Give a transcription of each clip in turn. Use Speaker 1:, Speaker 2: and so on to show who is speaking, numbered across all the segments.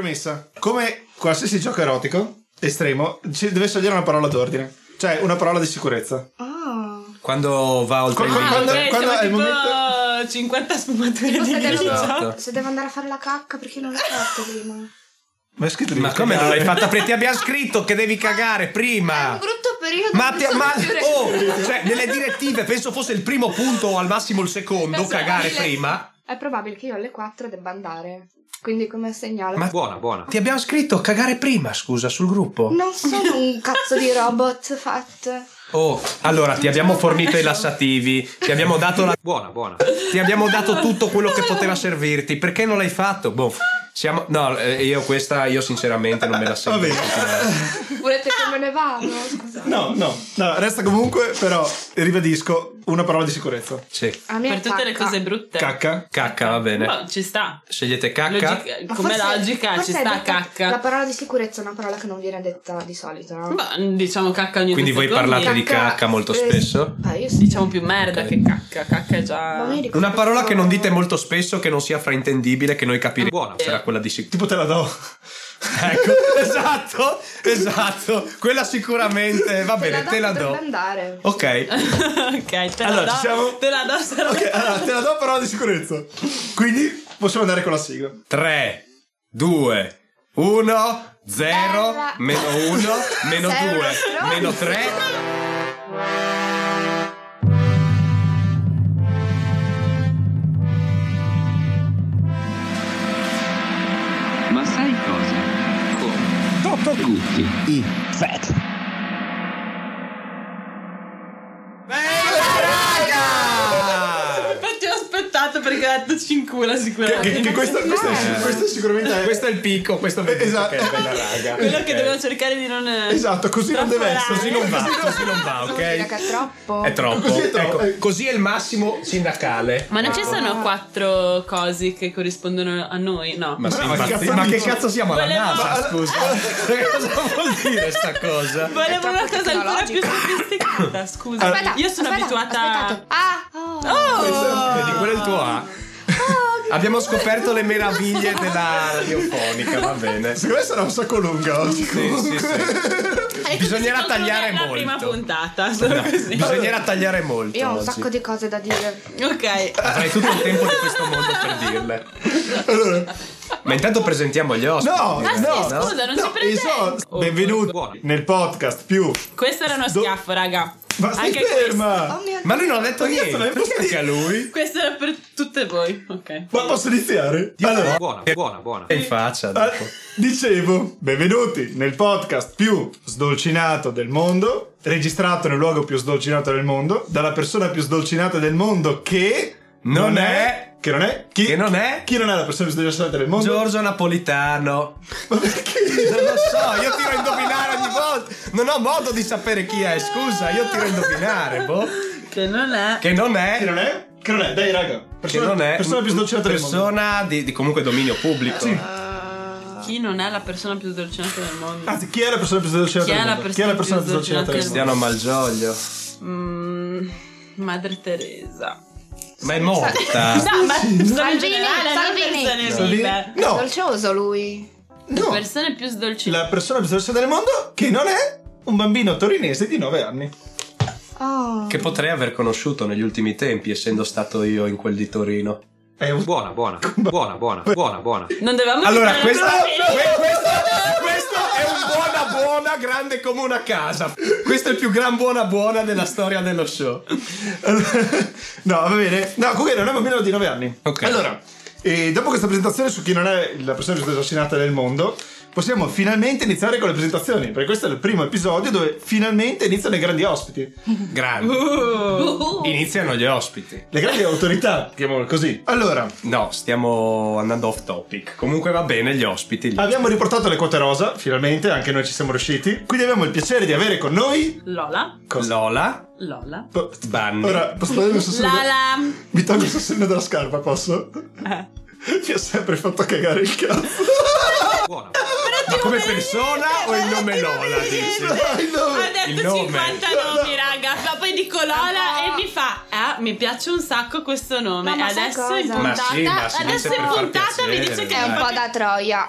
Speaker 1: Premessa. Come qualsiasi gioco erotico estremo, ci deve scegliere una parola d'ordine. Cioè, una parola di sicurezza.
Speaker 2: Ah.
Speaker 3: Quando va oltre
Speaker 1: Qua-
Speaker 3: il
Speaker 1: qua-
Speaker 3: limite.
Speaker 1: quando-
Speaker 2: ok,
Speaker 1: quando
Speaker 2: siamo
Speaker 1: è il
Speaker 2: tipo
Speaker 1: momento-
Speaker 2: 50 sfumature
Speaker 4: Tipo
Speaker 2: di
Speaker 4: se
Speaker 2: grigio.
Speaker 4: devo,
Speaker 3: Esatto.
Speaker 4: se devo andare a fare la cacca perché non l'ho fatto prima.
Speaker 1: Ma è scritto lì.
Speaker 3: Ma come non
Speaker 1: Cagare.
Speaker 3: l'hai fatta prima? Ti abbiamo scritto che devi cagare
Speaker 4: È un
Speaker 3: prima.
Speaker 4: brutto periodo.
Speaker 3: Ma,
Speaker 4: non
Speaker 3: ti-
Speaker 4: sono
Speaker 3: ma-
Speaker 4: più re-
Speaker 3: oh, cioè, nelle direttive penso fosse il primo punto o al massimo il secondo,
Speaker 4: Penso
Speaker 3: cagare
Speaker 4: mille.
Speaker 3: prima.
Speaker 4: È probabile che io alle 4 debba andare. Quindi come segnalo.
Speaker 3: Ma-
Speaker 5: Buona, buona.
Speaker 3: Ti abbiamo scritto cagare prima, scusa, sul gruppo.
Speaker 4: Non sono un cazzo di robot fat.
Speaker 3: Oh, allora ti abbiamo fornito i lassativi, ti abbiamo dato, la-
Speaker 5: Buona, buona.
Speaker 3: ti abbiamo dato tutto quello che poteva servirti. Perché non l'hai fatto? Boh, siamo. No, eh, io questa, io sinceramente non me la
Speaker 1: Va
Speaker 3: sento.
Speaker 1: bene.
Speaker 4: Volete che me ne vado? Scusate.
Speaker 1: No, no, no, resta comunque, però, ribadisco, una parola di sicurezza.
Speaker 3: Sì,
Speaker 4: A me
Speaker 2: Per tutte le
Speaker 4: cacca.
Speaker 2: cose brutte.
Speaker 1: Cacca.
Speaker 3: cacca, va bene.
Speaker 2: No, ci sta.
Speaker 3: Scegliete cacca.
Speaker 2: Logica-
Speaker 4: Ma
Speaker 2: come
Speaker 4: forse-
Speaker 2: logica
Speaker 4: forse
Speaker 2: ci
Speaker 4: è
Speaker 2: sta
Speaker 4: detta-
Speaker 2: cacca.
Speaker 4: La parola di sicurezza è una parola che non viene detta di solito, no?
Speaker 2: Ma, diciamo cacca ogni
Speaker 3: Quindi
Speaker 2: due
Speaker 3: voi
Speaker 2: secondi.
Speaker 3: parlate di
Speaker 4: Cacca,
Speaker 3: cacca molto
Speaker 4: eh,
Speaker 3: spesso?
Speaker 4: Ah, io sì.
Speaker 2: Diciamo più merda
Speaker 3: Ok.
Speaker 2: che cacca. Cacca è già.
Speaker 4: Ma mi ricordo
Speaker 3: Una parola che non dite
Speaker 4: solo-
Speaker 3: molto spesso, che non sia fraintendibile, che noi capiremo.
Speaker 5: Buona.
Speaker 3: Sarà quella di sicurezza.
Speaker 1: Tipo te la do.
Speaker 3: Ecco, esatto, esatto. Quella sicuramente, va bene, te la
Speaker 4: dovrebbe
Speaker 3: do.
Speaker 4: andare.
Speaker 3: Ok,
Speaker 2: ok, te la
Speaker 1: Allora,
Speaker 2: do.
Speaker 1: ci siamo?
Speaker 2: Te la do se la-
Speaker 1: Ok, allora, te la do parola di sicurezza. Quindi possiamo andare con la sigla.
Speaker 3: 3, 2, 1, 0,
Speaker 4: Bella.
Speaker 3: meno 1, meno
Speaker 4: Sei uno
Speaker 3: 2,
Speaker 4: stronzo.
Speaker 3: meno 3.
Speaker 6: Ma sai cosa? Come? Toto Gutti, i Fat.
Speaker 2: Infatti ho aspettato perché ha detto cincula
Speaker 1: Che,
Speaker 2: sicuramente.
Speaker 1: che- che questo, questo è, questo è sicuramente...
Speaker 3: Questo è il picco, questo è il picco
Speaker 1: Eh. Esatto.
Speaker 3: che è bella raga.
Speaker 2: Quello che
Speaker 3: Ok.
Speaker 2: dovevo cercare di non.
Speaker 1: Esatto, così non deve essere.
Speaker 3: Così non va, così non va,
Speaker 4: Non dire che
Speaker 3: ok?
Speaker 4: è troppo.
Speaker 3: È troppo.
Speaker 1: Così è troppo.
Speaker 3: Ecco, così è il massimo sindacale.
Speaker 2: Ma non ci
Speaker 4: Ah.
Speaker 2: sono quattro cose che corrispondono a noi? No.
Speaker 3: Ma,
Speaker 1: Ma
Speaker 3: sei
Speaker 1: no, ma
Speaker 3: impazzito?
Speaker 1: che cazzo
Speaker 3: Ma che
Speaker 1: dici?
Speaker 3: cazzo siamo alla
Speaker 2: Volevo-
Speaker 3: NASA? Scusa, cosa vuol dire sta cosa?
Speaker 2: Volevo una cosa ancora più
Speaker 4: tecnologico.
Speaker 2: sofisticata, scusa.
Speaker 4: Aspetta,
Speaker 2: Io sono
Speaker 4: aspetta,
Speaker 2: abituata.
Speaker 4: aspettate. Ah, oh.
Speaker 2: Oh!
Speaker 3: Vedi, quello è il tuo A.
Speaker 1: Ah.
Speaker 3: Abbiamo scoperto le meraviglie della radiofonica, va bene.
Speaker 1: Secondo me sarà un sacco lunga oggi.
Speaker 3: Sì, sì, sì.
Speaker 2: Ecco,
Speaker 3: Bisognerà
Speaker 2: così conclude
Speaker 3: tagliare
Speaker 2: La prima
Speaker 3: molto.
Speaker 2: puntata, solo così.
Speaker 3: Bisognerà tagliare molto.
Speaker 4: Io ho un
Speaker 3: oggi.
Speaker 4: sacco di cose da dire.
Speaker 2: Ok.
Speaker 3: Avrai tutto il tempo di questo mondo per dirle. Ma intanto presentiamo gli ospiti.
Speaker 1: No,
Speaker 2: Ah, sì,
Speaker 1: no, no.
Speaker 2: scusa, non ci
Speaker 1: Esatto.
Speaker 2: presento. Oh,
Speaker 1: Benvenuti
Speaker 5: buono.
Speaker 1: nel podcast più...
Speaker 2: Questo era uno
Speaker 1: Do-
Speaker 2: schiaffo, raga.
Speaker 1: Ma stai
Speaker 2: Anche
Speaker 1: ferma!
Speaker 4: Oh mio
Speaker 3: Ma
Speaker 4: Dio.
Speaker 3: lui non ha detto
Speaker 1: Ma cazzo,
Speaker 3: niente.
Speaker 1: l'hai
Speaker 3: Perché
Speaker 1: detto?
Speaker 3: a lui?
Speaker 2: Questo era per tutte voi. Ok.
Speaker 1: Ma posso iniziare? Allora,
Speaker 5: Buona, buona, buona.
Speaker 3: È in faccia
Speaker 1: Ah,
Speaker 3: dopo.
Speaker 1: Dicevo, benvenuti nel podcast più sdolcinato del mondo, registrato nel luogo più sdolcinato del mondo, dalla persona più sdolcinata del mondo che
Speaker 3: Non è-
Speaker 1: che non è chi
Speaker 3: Che non è
Speaker 1: chi non è la persona più sdolcinata del mondo?
Speaker 3: Giorgio Napolitano.
Speaker 1: Ma perché?
Speaker 3: Non lo so, io tiro a indovinare ogni volta. Non ho modo di sapere chi è, scusa, io tiro a indovinare, boh.
Speaker 2: Che non è.
Speaker 3: Che non
Speaker 1: Che
Speaker 3: è.
Speaker 1: non è? Che non è? Dai raga,
Speaker 3: Che
Speaker 1: persona,
Speaker 3: non è.
Speaker 1: persona più sdolcinata del mondo.
Speaker 3: Persona di, di comunque dominio pubblico.
Speaker 1: Sì.
Speaker 2: Chi non è la persona più dolcinata del mondo?
Speaker 1: Anzi, chi è la persona più sdolcinata
Speaker 2: Chi è
Speaker 1: del
Speaker 2: la
Speaker 1: mondo?
Speaker 2: persona più sdolcinata del
Speaker 3: Cristiano Malgioglio.
Speaker 2: Mm, Madre Teresa.
Speaker 3: Ma è morta.
Speaker 2: No, ma sono in
Speaker 4: Salvini,
Speaker 2: generale, non
Speaker 4: Salvini.
Speaker 2: persone
Speaker 1: Ah. Salvini?
Speaker 2: vive.
Speaker 1: No.
Speaker 4: È dolcioso lui.
Speaker 1: No.
Speaker 2: Persone più sdolcinate.
Speaker 1: La persona più sdolcinata del mondo che non è un bambino torinese di 9 anni.
Speaker 4: Oh.
Speaker 3: Che potrei aver conosciuto negli ultimi tempi, essendo stato io in quel di Torino.
Speaker 1: È un
Speaker 5: Buona, buona. Buona, buona, buona, buona.
Speaker 2: Non dovevamo
Speaker 3: Allora,
Speaker 2: citare
Speaker 3: questa,
Speaker 2: proprio-
Speaker 3: que- questo, questo è un buona buona grande come una casa. Questo è il più gran buona buona della storia dello show.
Speaker 1: no, va bene. No, comunque non è un bambino di 9 anni.
Speaker 3: Ok.
Speaker 1: Allora, eh, dopo questa presentazione su chi non è la persona più assassinata del mondo, possiamo finalmente iniziare con le presentazioni. Perché questo è il primo episodio dove finalmente iniziano i grandi ospiti.
Speaker 3: Grande.
Speaker 1: Oh.
Speaker 2: Uh.
Speaker 3: Iniziano gli ospiti.
Speaker 1: Le grandi autorità, chiamiamole così. Allora,
Speaker 3: No, stiamo andando off topic. Comunque va bene gli ospiti lì.
Speaker 1: abbiamo riportato le quote rosa, finalmente, anche noi ci siamo riusciti. Quindi abbiamo il piacere di avere con noi...
Speaker 2: Lola,
Speaker 1: Cosa?
Speaker 3: Lola,
Speaker 2: Lola.
Speaker 1: Po-
Speaker 3: Banni.
Speaker 1: Ora, posso togliere il sostegno?
Speaker 2: Lala.
Speaker 1: Mi tolgo il sostegno dalla scarpa, posso?
Speaker 2: Eh.
Speaker 1: Mi ha sempre fatto cagare il cazzo.
Speaker 5: Buona.
Speaker 3: Ma come persona o il nome Lola? Dici?
Speaker 1: Dai, no.
Speaker 2: Ha detto
Speaker 3: nome.
Speaker 2: 50 nomi, raga. Ma poi dico Lola e mi fa. Ah, Allora, mi piace un sacco questo nome.
Speaker 4: Ma- ma sai
Speaker 2: adesso
Speaker 4: cosa?
Speaker 2: in puntata,
Speaker 3: Ma sì, ma si
Speaker 2: adesso
Speaker 3: dice
Speaker 2: in
Speaker 3: per far
Speaker 2: puntata mi
Speaker 3: piacere, Eh,
Speaker 2: dice che
Speaker 3: dai.
Speaker 4: È un po' da troia.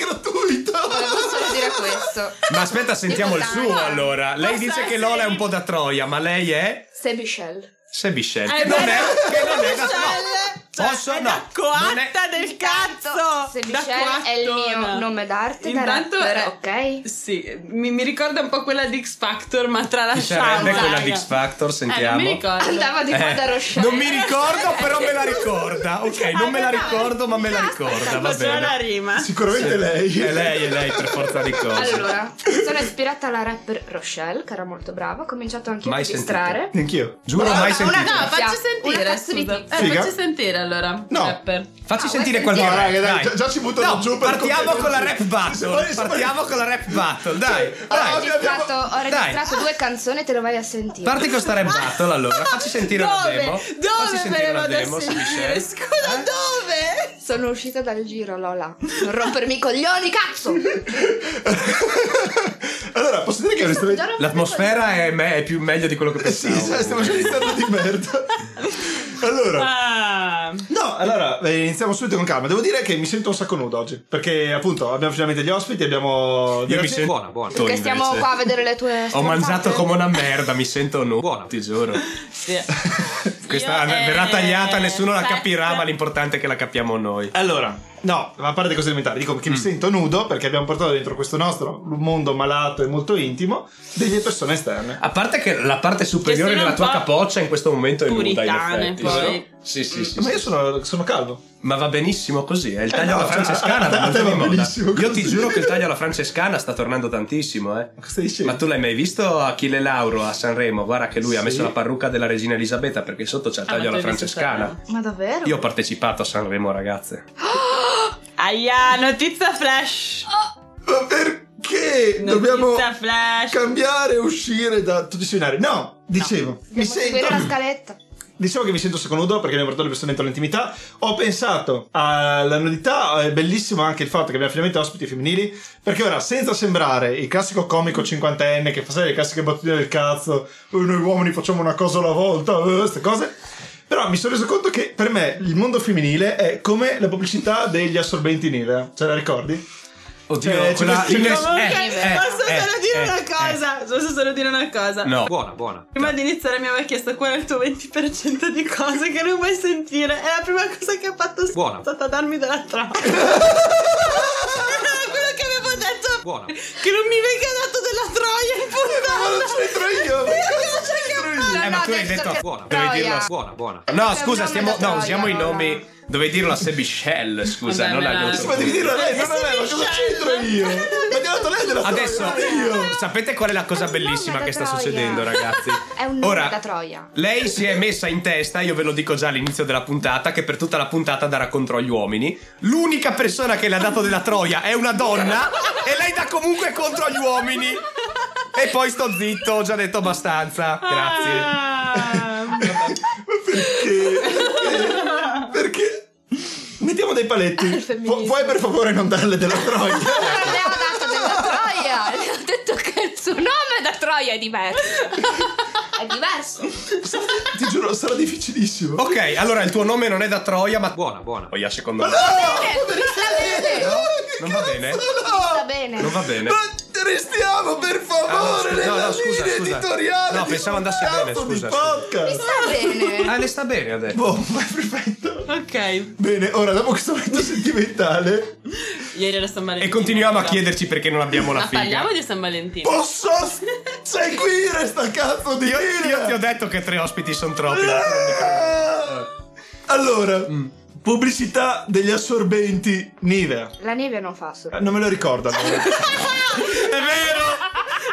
Speaker 1: gratuito.
Speaker 4: Volevo solo dire questo.
Speaker 3: Ma aspetta, sentiamo il suo
Speaker 4: Importante.
Speaker 3: allora. Lei
Speaker 2: Posso
Speaker 3: dice che
Speaker 2: essere
Speaker 3: Lola è
Speaker 2: io?
Speaker 3: un po' da troia, ma lei è
Speaker 4: Sebi Shell.
Speaker 3: Sebiscel.
Speaker 2: Eh,
Speaker 3: Che non è,
Speaker 2: beh,
Speaker 3: che non è da
Speaker 2: Michelle,
Speaker 3: no. Posso
Speaker 2: Cioè, è
Speaker 3: no?
Speaker 2: da
Speaker 3: Non è-
Speaker 2: coatta del cazzo!
Speaker 4: Sebi
Speaker 2: Da
Speaker 4: Shell è il mio
Speaker 2: coattona.
Speaker 4: nome d'arte da
Speaker 2: Intanto
Speaker 4: rapper,
Speaker 2: è-
Speaker 4: ok?
Speaker 2: Sì, mi, mi ricorda un po' quella di X Factor, ma
Speaker 3: Chi
Speaker 2: tralasciata.
Speaker 3: sarebbe quella di
Speaker 2: raga.
Speaker 3: X Factor?
Speaker 2: Eh, non
Speaker 3: Sentiamo.
Speaker 2: mi ricordo.
Speaker 4: Andava di qua da Rochelle.
Speaker 3: Eh, non mi ricordo, però me la ricorda. Ok, non me la ricordo, ma me la ricorda. Eh, Va
Speaker 2: Faceva la
Speaker 3: bene.
Speaker 2: rima.
Speaker 1: Sicuramente lei.
Speaker 3: È lei, è lei, per forza di cose.
Speaker 4: Allora, sono ispirata alla rapper Rochelle, che era molto brava. Ho cominciato anche a
Speaker 3: Mai
Speaker 4: registrare.
Speaker 1: Anch'io.
Speaker 3: Giuro, mai
Speaker 2: Una,
Speaker 3: sentito.
Speaker 2: no, facci
Speaker 4: Sì, una
Speaker 2: sentire,
Speaker 4: cazzo di
Speaker 2: scusa.
Speaker 4: pizza.
Speaker 2: Eh,
Speaker 1: Figa.
Speaker 2: facci sentire allora.
Speaker 1: No.
Speaker 2: Rapper.
Speaker 3: Facci
Speaker 4: Ah,
Speaker 3: sentire
Speaker 4: vuoi
Speaker 3: qualcosa.
Speaker 1: sentire? No, raga, dai, già- già ci buttano
Speaker 3: No,
Speaker 1: giù per
Speaker 3: Partiamo
Speaker 1: contenuti.
Speaker 3: con la rap
Speaker 1: Sì,
Speaker 3: battle.
Speaker 1: sì,
Speaker 3: Partiamo
Speaker 1: sì.
Speaker 3: con la rap battle, dai.
Speaker 1: Sì.
Speaker 4: Ho
Speaker 1: Ah,
Speaker 3: Dai.
Speaker 4: registrato, ho
Speaker 3: Dai.
Speaker 4: registrato due canzoni, te lo vai a sentire.
Speaker 3: Parti con sta rap battle allora. Facci sentire la
Speaker 2: Ah! dove?
Speaker 3: demo. Facci
Speaker 2: Dove
Speaker 3: sentire
Speaker 2: me
Speaker 3: la
Speaker 2: la vado
Speaker 3: demo, eh?
Speaker 2: a
Speaker 3: se
Speaker 2: sentire?
Speaker 3: riesci.
Speaker 2: Scusa, dove?
Speaker 4: Sono uscita dal giro, Lola. Non rompermi i coglioni, cazzo!
Speaker 1: allora, posso dire che è una storia-
Speaker 4: Non rompermi i
Speaker 3: L'atmosfera è, me- è più meglio di quello che
Speaker 1: Sì,
Speaker 3: pensavo.
Speaker 1: sì, stiamo facendo storia di merda. Allora,
Speaker 2: Ah.
Speaker 1: No, allora eh, iniziamo subito con calma. Devo dire che mi sento un sacco nudo oggi. Perché, appunto, abbiamo finalmente gli ospiti. Abbiamo.
Speaker 3: Io mi sento-
Speaker 5: Buona, buona.
Speaker 4: Perché stiamo
Speaker 3: invece.
Speaker 4: qua a vedere le tue
Speaker 3: Ho
Speaker 4: stronzate?
Speaker 3: mangiato come una merda, mi sento nu.
Speaker 5: Buono.
Speaker 3: Ti giuro.
Speaker 2: Sì.
Speaker 3: Questa
Speaker 2: Io,
Speaker 3: verrà
Speaker 2: eh,
Speaker 3: tagliata, nessuno la
Speaker 2: festa.
Speaker 3: capirà, ma l'importante è che la capiamo noi.
Speaker 1: Allora, no, ma a parte cose elementari, dico che mi
Speaker 3: Mm.
Speaker 1: sento nudo perché abbiamo portato dentro questo nostro mondo malato e molto intimo delle persone esterne.
Speaker 3: A parte che la parte superiore
Speaker 2: sono
Speaker 3: della
Speaker 2: un
Speaker 3: tua
Speaker 2: po'
Speaker 3: capoccia in questo momento è nuda, in
Speaker 2: puritane,
Speaker 3: effetti.
Speaker 2: poi.
Speaker 3: vero? Sì, sì, sì.
Speaker 1: Ma
Speaker 3: sì.
Speaker 1: io sono, sono calvo.
Speaker 3: Ma va benissimo così, è il taglio
Speaker 1: no,
Speaker 3: alla
Speaker 1: a-
Speaker 3: francescana,
Speaker 1: a- a-
Speaker 3: va
Speaker 1: a te
Speaker 3: molto
Speaker 1: va
Speaker 3: di moda.
Speaker 1: benissimo
Speaker 3: Io
Speaker 1: così.
Speaker 3: ti giuro che il taglio alla francescana sta tornando tantissimo, eh.
Speaker 1: Ma Cosa stai dicendo?
Speaker 3: Ma tu l'hai mai visto Achille Lauro a Sanremo? Guarda che lui ha
Speaker 1: Sì.
Speaker 3: messo la parrucca della regina Elisabetta perché sotto c'è il
Speaker 2: Ah, ma
Speaker 3: taglio alla
Speaker 2: tu hai visto
Speaker 3: francescana.
Speaker 2: Sanremo?
Speaker 4: Ma davvero?
Speaker 3: Io ho partecipato a Sanremo, ragazze.
Speaker 2: Aia, notizia flash.
Speaker 4: Oh,
Speaker 1: Ma perché
Speaker 2: Notizia
Speaker 1: dobbiamo
Speaker 2: flash.
Speaker 1: cambiare e uscire da tutti i seminari? No, dicevo, mi
Speaker 4: Devo seguire
Speaker 1: sento.
Speaker 4: la scaletta.
Speaker 3: Eh,
Speaker 1: Dicevo che mi sento secondo nudo perché abbiamo portato le persone dentro l'intimità. Ho pensato alla nudità, è bellissimo anche il fatto che abbiamo finalmente ospiti femminili. Perché ora, senza sembrare il classico comico 50enne che fa sai le classiche battute del cazzo, "Eh, noi uomini facciamo una cosa alla volta, eh, queste cose. Però mi sono reso conto che per me il mondo femminile è come la pubblicità degli assorbenti Nivea. Ce la ricordi?
Speaker 3: Oddio,
Speaker 1: Eh,
Speaker 3: quella...
Speaker 1: ci-
Speaker 3: Ines-
Speaker 2: Comunque,
Speaker 3: eh, eh,
Speaker 2: posso
Speaker 3: eh,
Speaker 2: solo dire
Speaker 3: eh,
Speaker 2: una
Speaker 3: eh.
Speaker 2: cosa. Posso solo dire una cosa.
Speaker 3: No.
Speaker 5: Buona, buona.
Speaker 2: Prima di iniziare mi aveva chiesto qual è il tuo 20% di cose che non vuoi sentire. È la prima cosa che ha fatto s-
Speaker 5: Buona.
Speaker 2: è stata darmi della trappola. Era quello che avevo detto.
Speaker 5: Buona.
Speaker 2: Che non mi venga dato della troia in puntata.
Speaker 1: Ma non c'entro io, ma cosa c'entro io?
Speaker 3: Eh,
Speaker 4: No,
Speaker 3: ma
Speaker 4: no,
Speaker 3: tu hai
Speaker 4: adesso
Speaker 3: detto
Speaker 4: che-
Speaker 5: Buona.
Speaker 3: Devi
Speaker 4: Troia.
Speaker 3: dirlo a
Speaker 5: Buona, buona.
Speaker 3: No,
Speaker 4: È un
Speaker 3: scusa,
Speaker 4: nome
Speaker 3: stiamo...
Speaker 4: da
Speaker 3: No,
Speaker 4: troia,
Speaker 3: usiamo i
Speaker 4: allora.
Speaker 3: nomi... Dovevi dirlo a Sebishell, scusa,
Speaker 2: Vabbè,
Speaker 3: non
Speaker 2: me la-
Speaker 3: agli
Speaker 2: Sì,
Speaker 1: Ma
Speaker 3: altri.
Speaker 1: devi dirlo a lei, non a me, ma cosa c'entro io? Ma ti ha dato lei della
Speaker 3: Adesso,
Speaker 1: storia, non io.
Speaker 3: sapete qual è la cosa
Speaker 4: È un
Speaker 3: bellissima
Speaker 4: nome
Speaker 3: che
Speaker 4: da
Speaker 3: sta
Speaker 4: troia.
Speaker 3: succedendo, ragazzi?
Speaker 4: È un nome
Speaker 3: Ora,
Speaker 4: da troia.
Speaker 3: Lei si è messa in testa, io ve lo dico già all'inizio della puntata, che per tutta la puntata darà contro agli uomini. L'unica persona che le ha dato della troia è una donna e lei dà comunque contro agli uomini. E poi sto zitto, ho già detto abbastanza. Grazie.
Speaker 2: Grazie.
Speaker 1: Perché? Mettiamo dei paletti.
Speaker 4: Ah, femminismo.
Speaker 1: Pu- puoi per favore non darle della troia?
Speaker 4: Non le ho dato della troia. Le ho detto che il suo nome da troia è diverso. È diverso.
Speaker 1: Ti giuro, sarà difficilissimo.
Speaker 3: Ok, allora il tuo nome non è da troia, ma...
Speaker 5: Buona, buona.
Speaker 3: Troia, secondo me.
Speaker 4: Mi sta bene.
Speaker 3: Non va bene?
Speaker 4: Sta
Speaker 1: No!
Speaker 4: bene.
Speaker 3: Non va bene.
Speaker 1: Ma restiamo per favore
Speaker 3: Ah, no, scusa,
Speaker 1: nella
Speaker 3: no, scusa,
Speaker 1: linea
Speaker 3: scusa.
Speaker 1: editoriale
Speaker 3: No,
Speaker 1: di
Speaker 3: pensavo
Speaker 1: un
Speaker 3: andasse bene,
Speaker 1: cazzo di
Speaker 3: scusa, scusa.
Speaker 4: Mi
Speaker 1: podcast.
Speaker 4: sta bene.
Speaker 3: Ah, le sta bene adesso.
Speaker 1: Boh, ma è perfetto.
Speaker 2: Ah. ok.
Speaker 1: Bene, ora dopo questo momento sentimentale,
Speaker 2: Ieri era San Valentino.
Speaker 3: E continuiamo a
Speaker 2: però.
Speaker 3: chiederci perché non abbiamo la
Speaker 2: Ma
Speaker 3: figlia.
Speaker 2: parliamo di San Valentino.
Speaker 1: posso s- seguire sta cazzo di
Speaker 3: Io,
Speaker 1: linea?
Speaker 3: io ti ho detto che tre ospiti sono troppi.
Speaker 1: Eh! Allora,
Speaker 3: Mm.
Speaker 1: pubblicità degli assorbenti Nivea.
Speaker 4: La neve non fa solo.
Speaker 1: Eh, Non me lo ricordo. allora.
Speaker 3: È vero!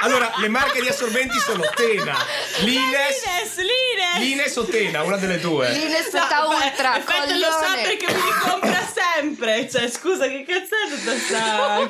Speaker 3: Allora, le marche di assorbenti sono Tena, Lines,
Speaker 2: Lines, Lines.
Speaker 3: Lines o Tena, una delle due. Eh.
Speaker 4: L'Inesfetta
Speaker 2: No, beh,
Speaker 4: Ultra,
Speaker 2: effetto lo sa
Speaker 4: coglione.
Speaker 2: perché mi li compra sempre. Cioè, scusa, che cazzo è tutta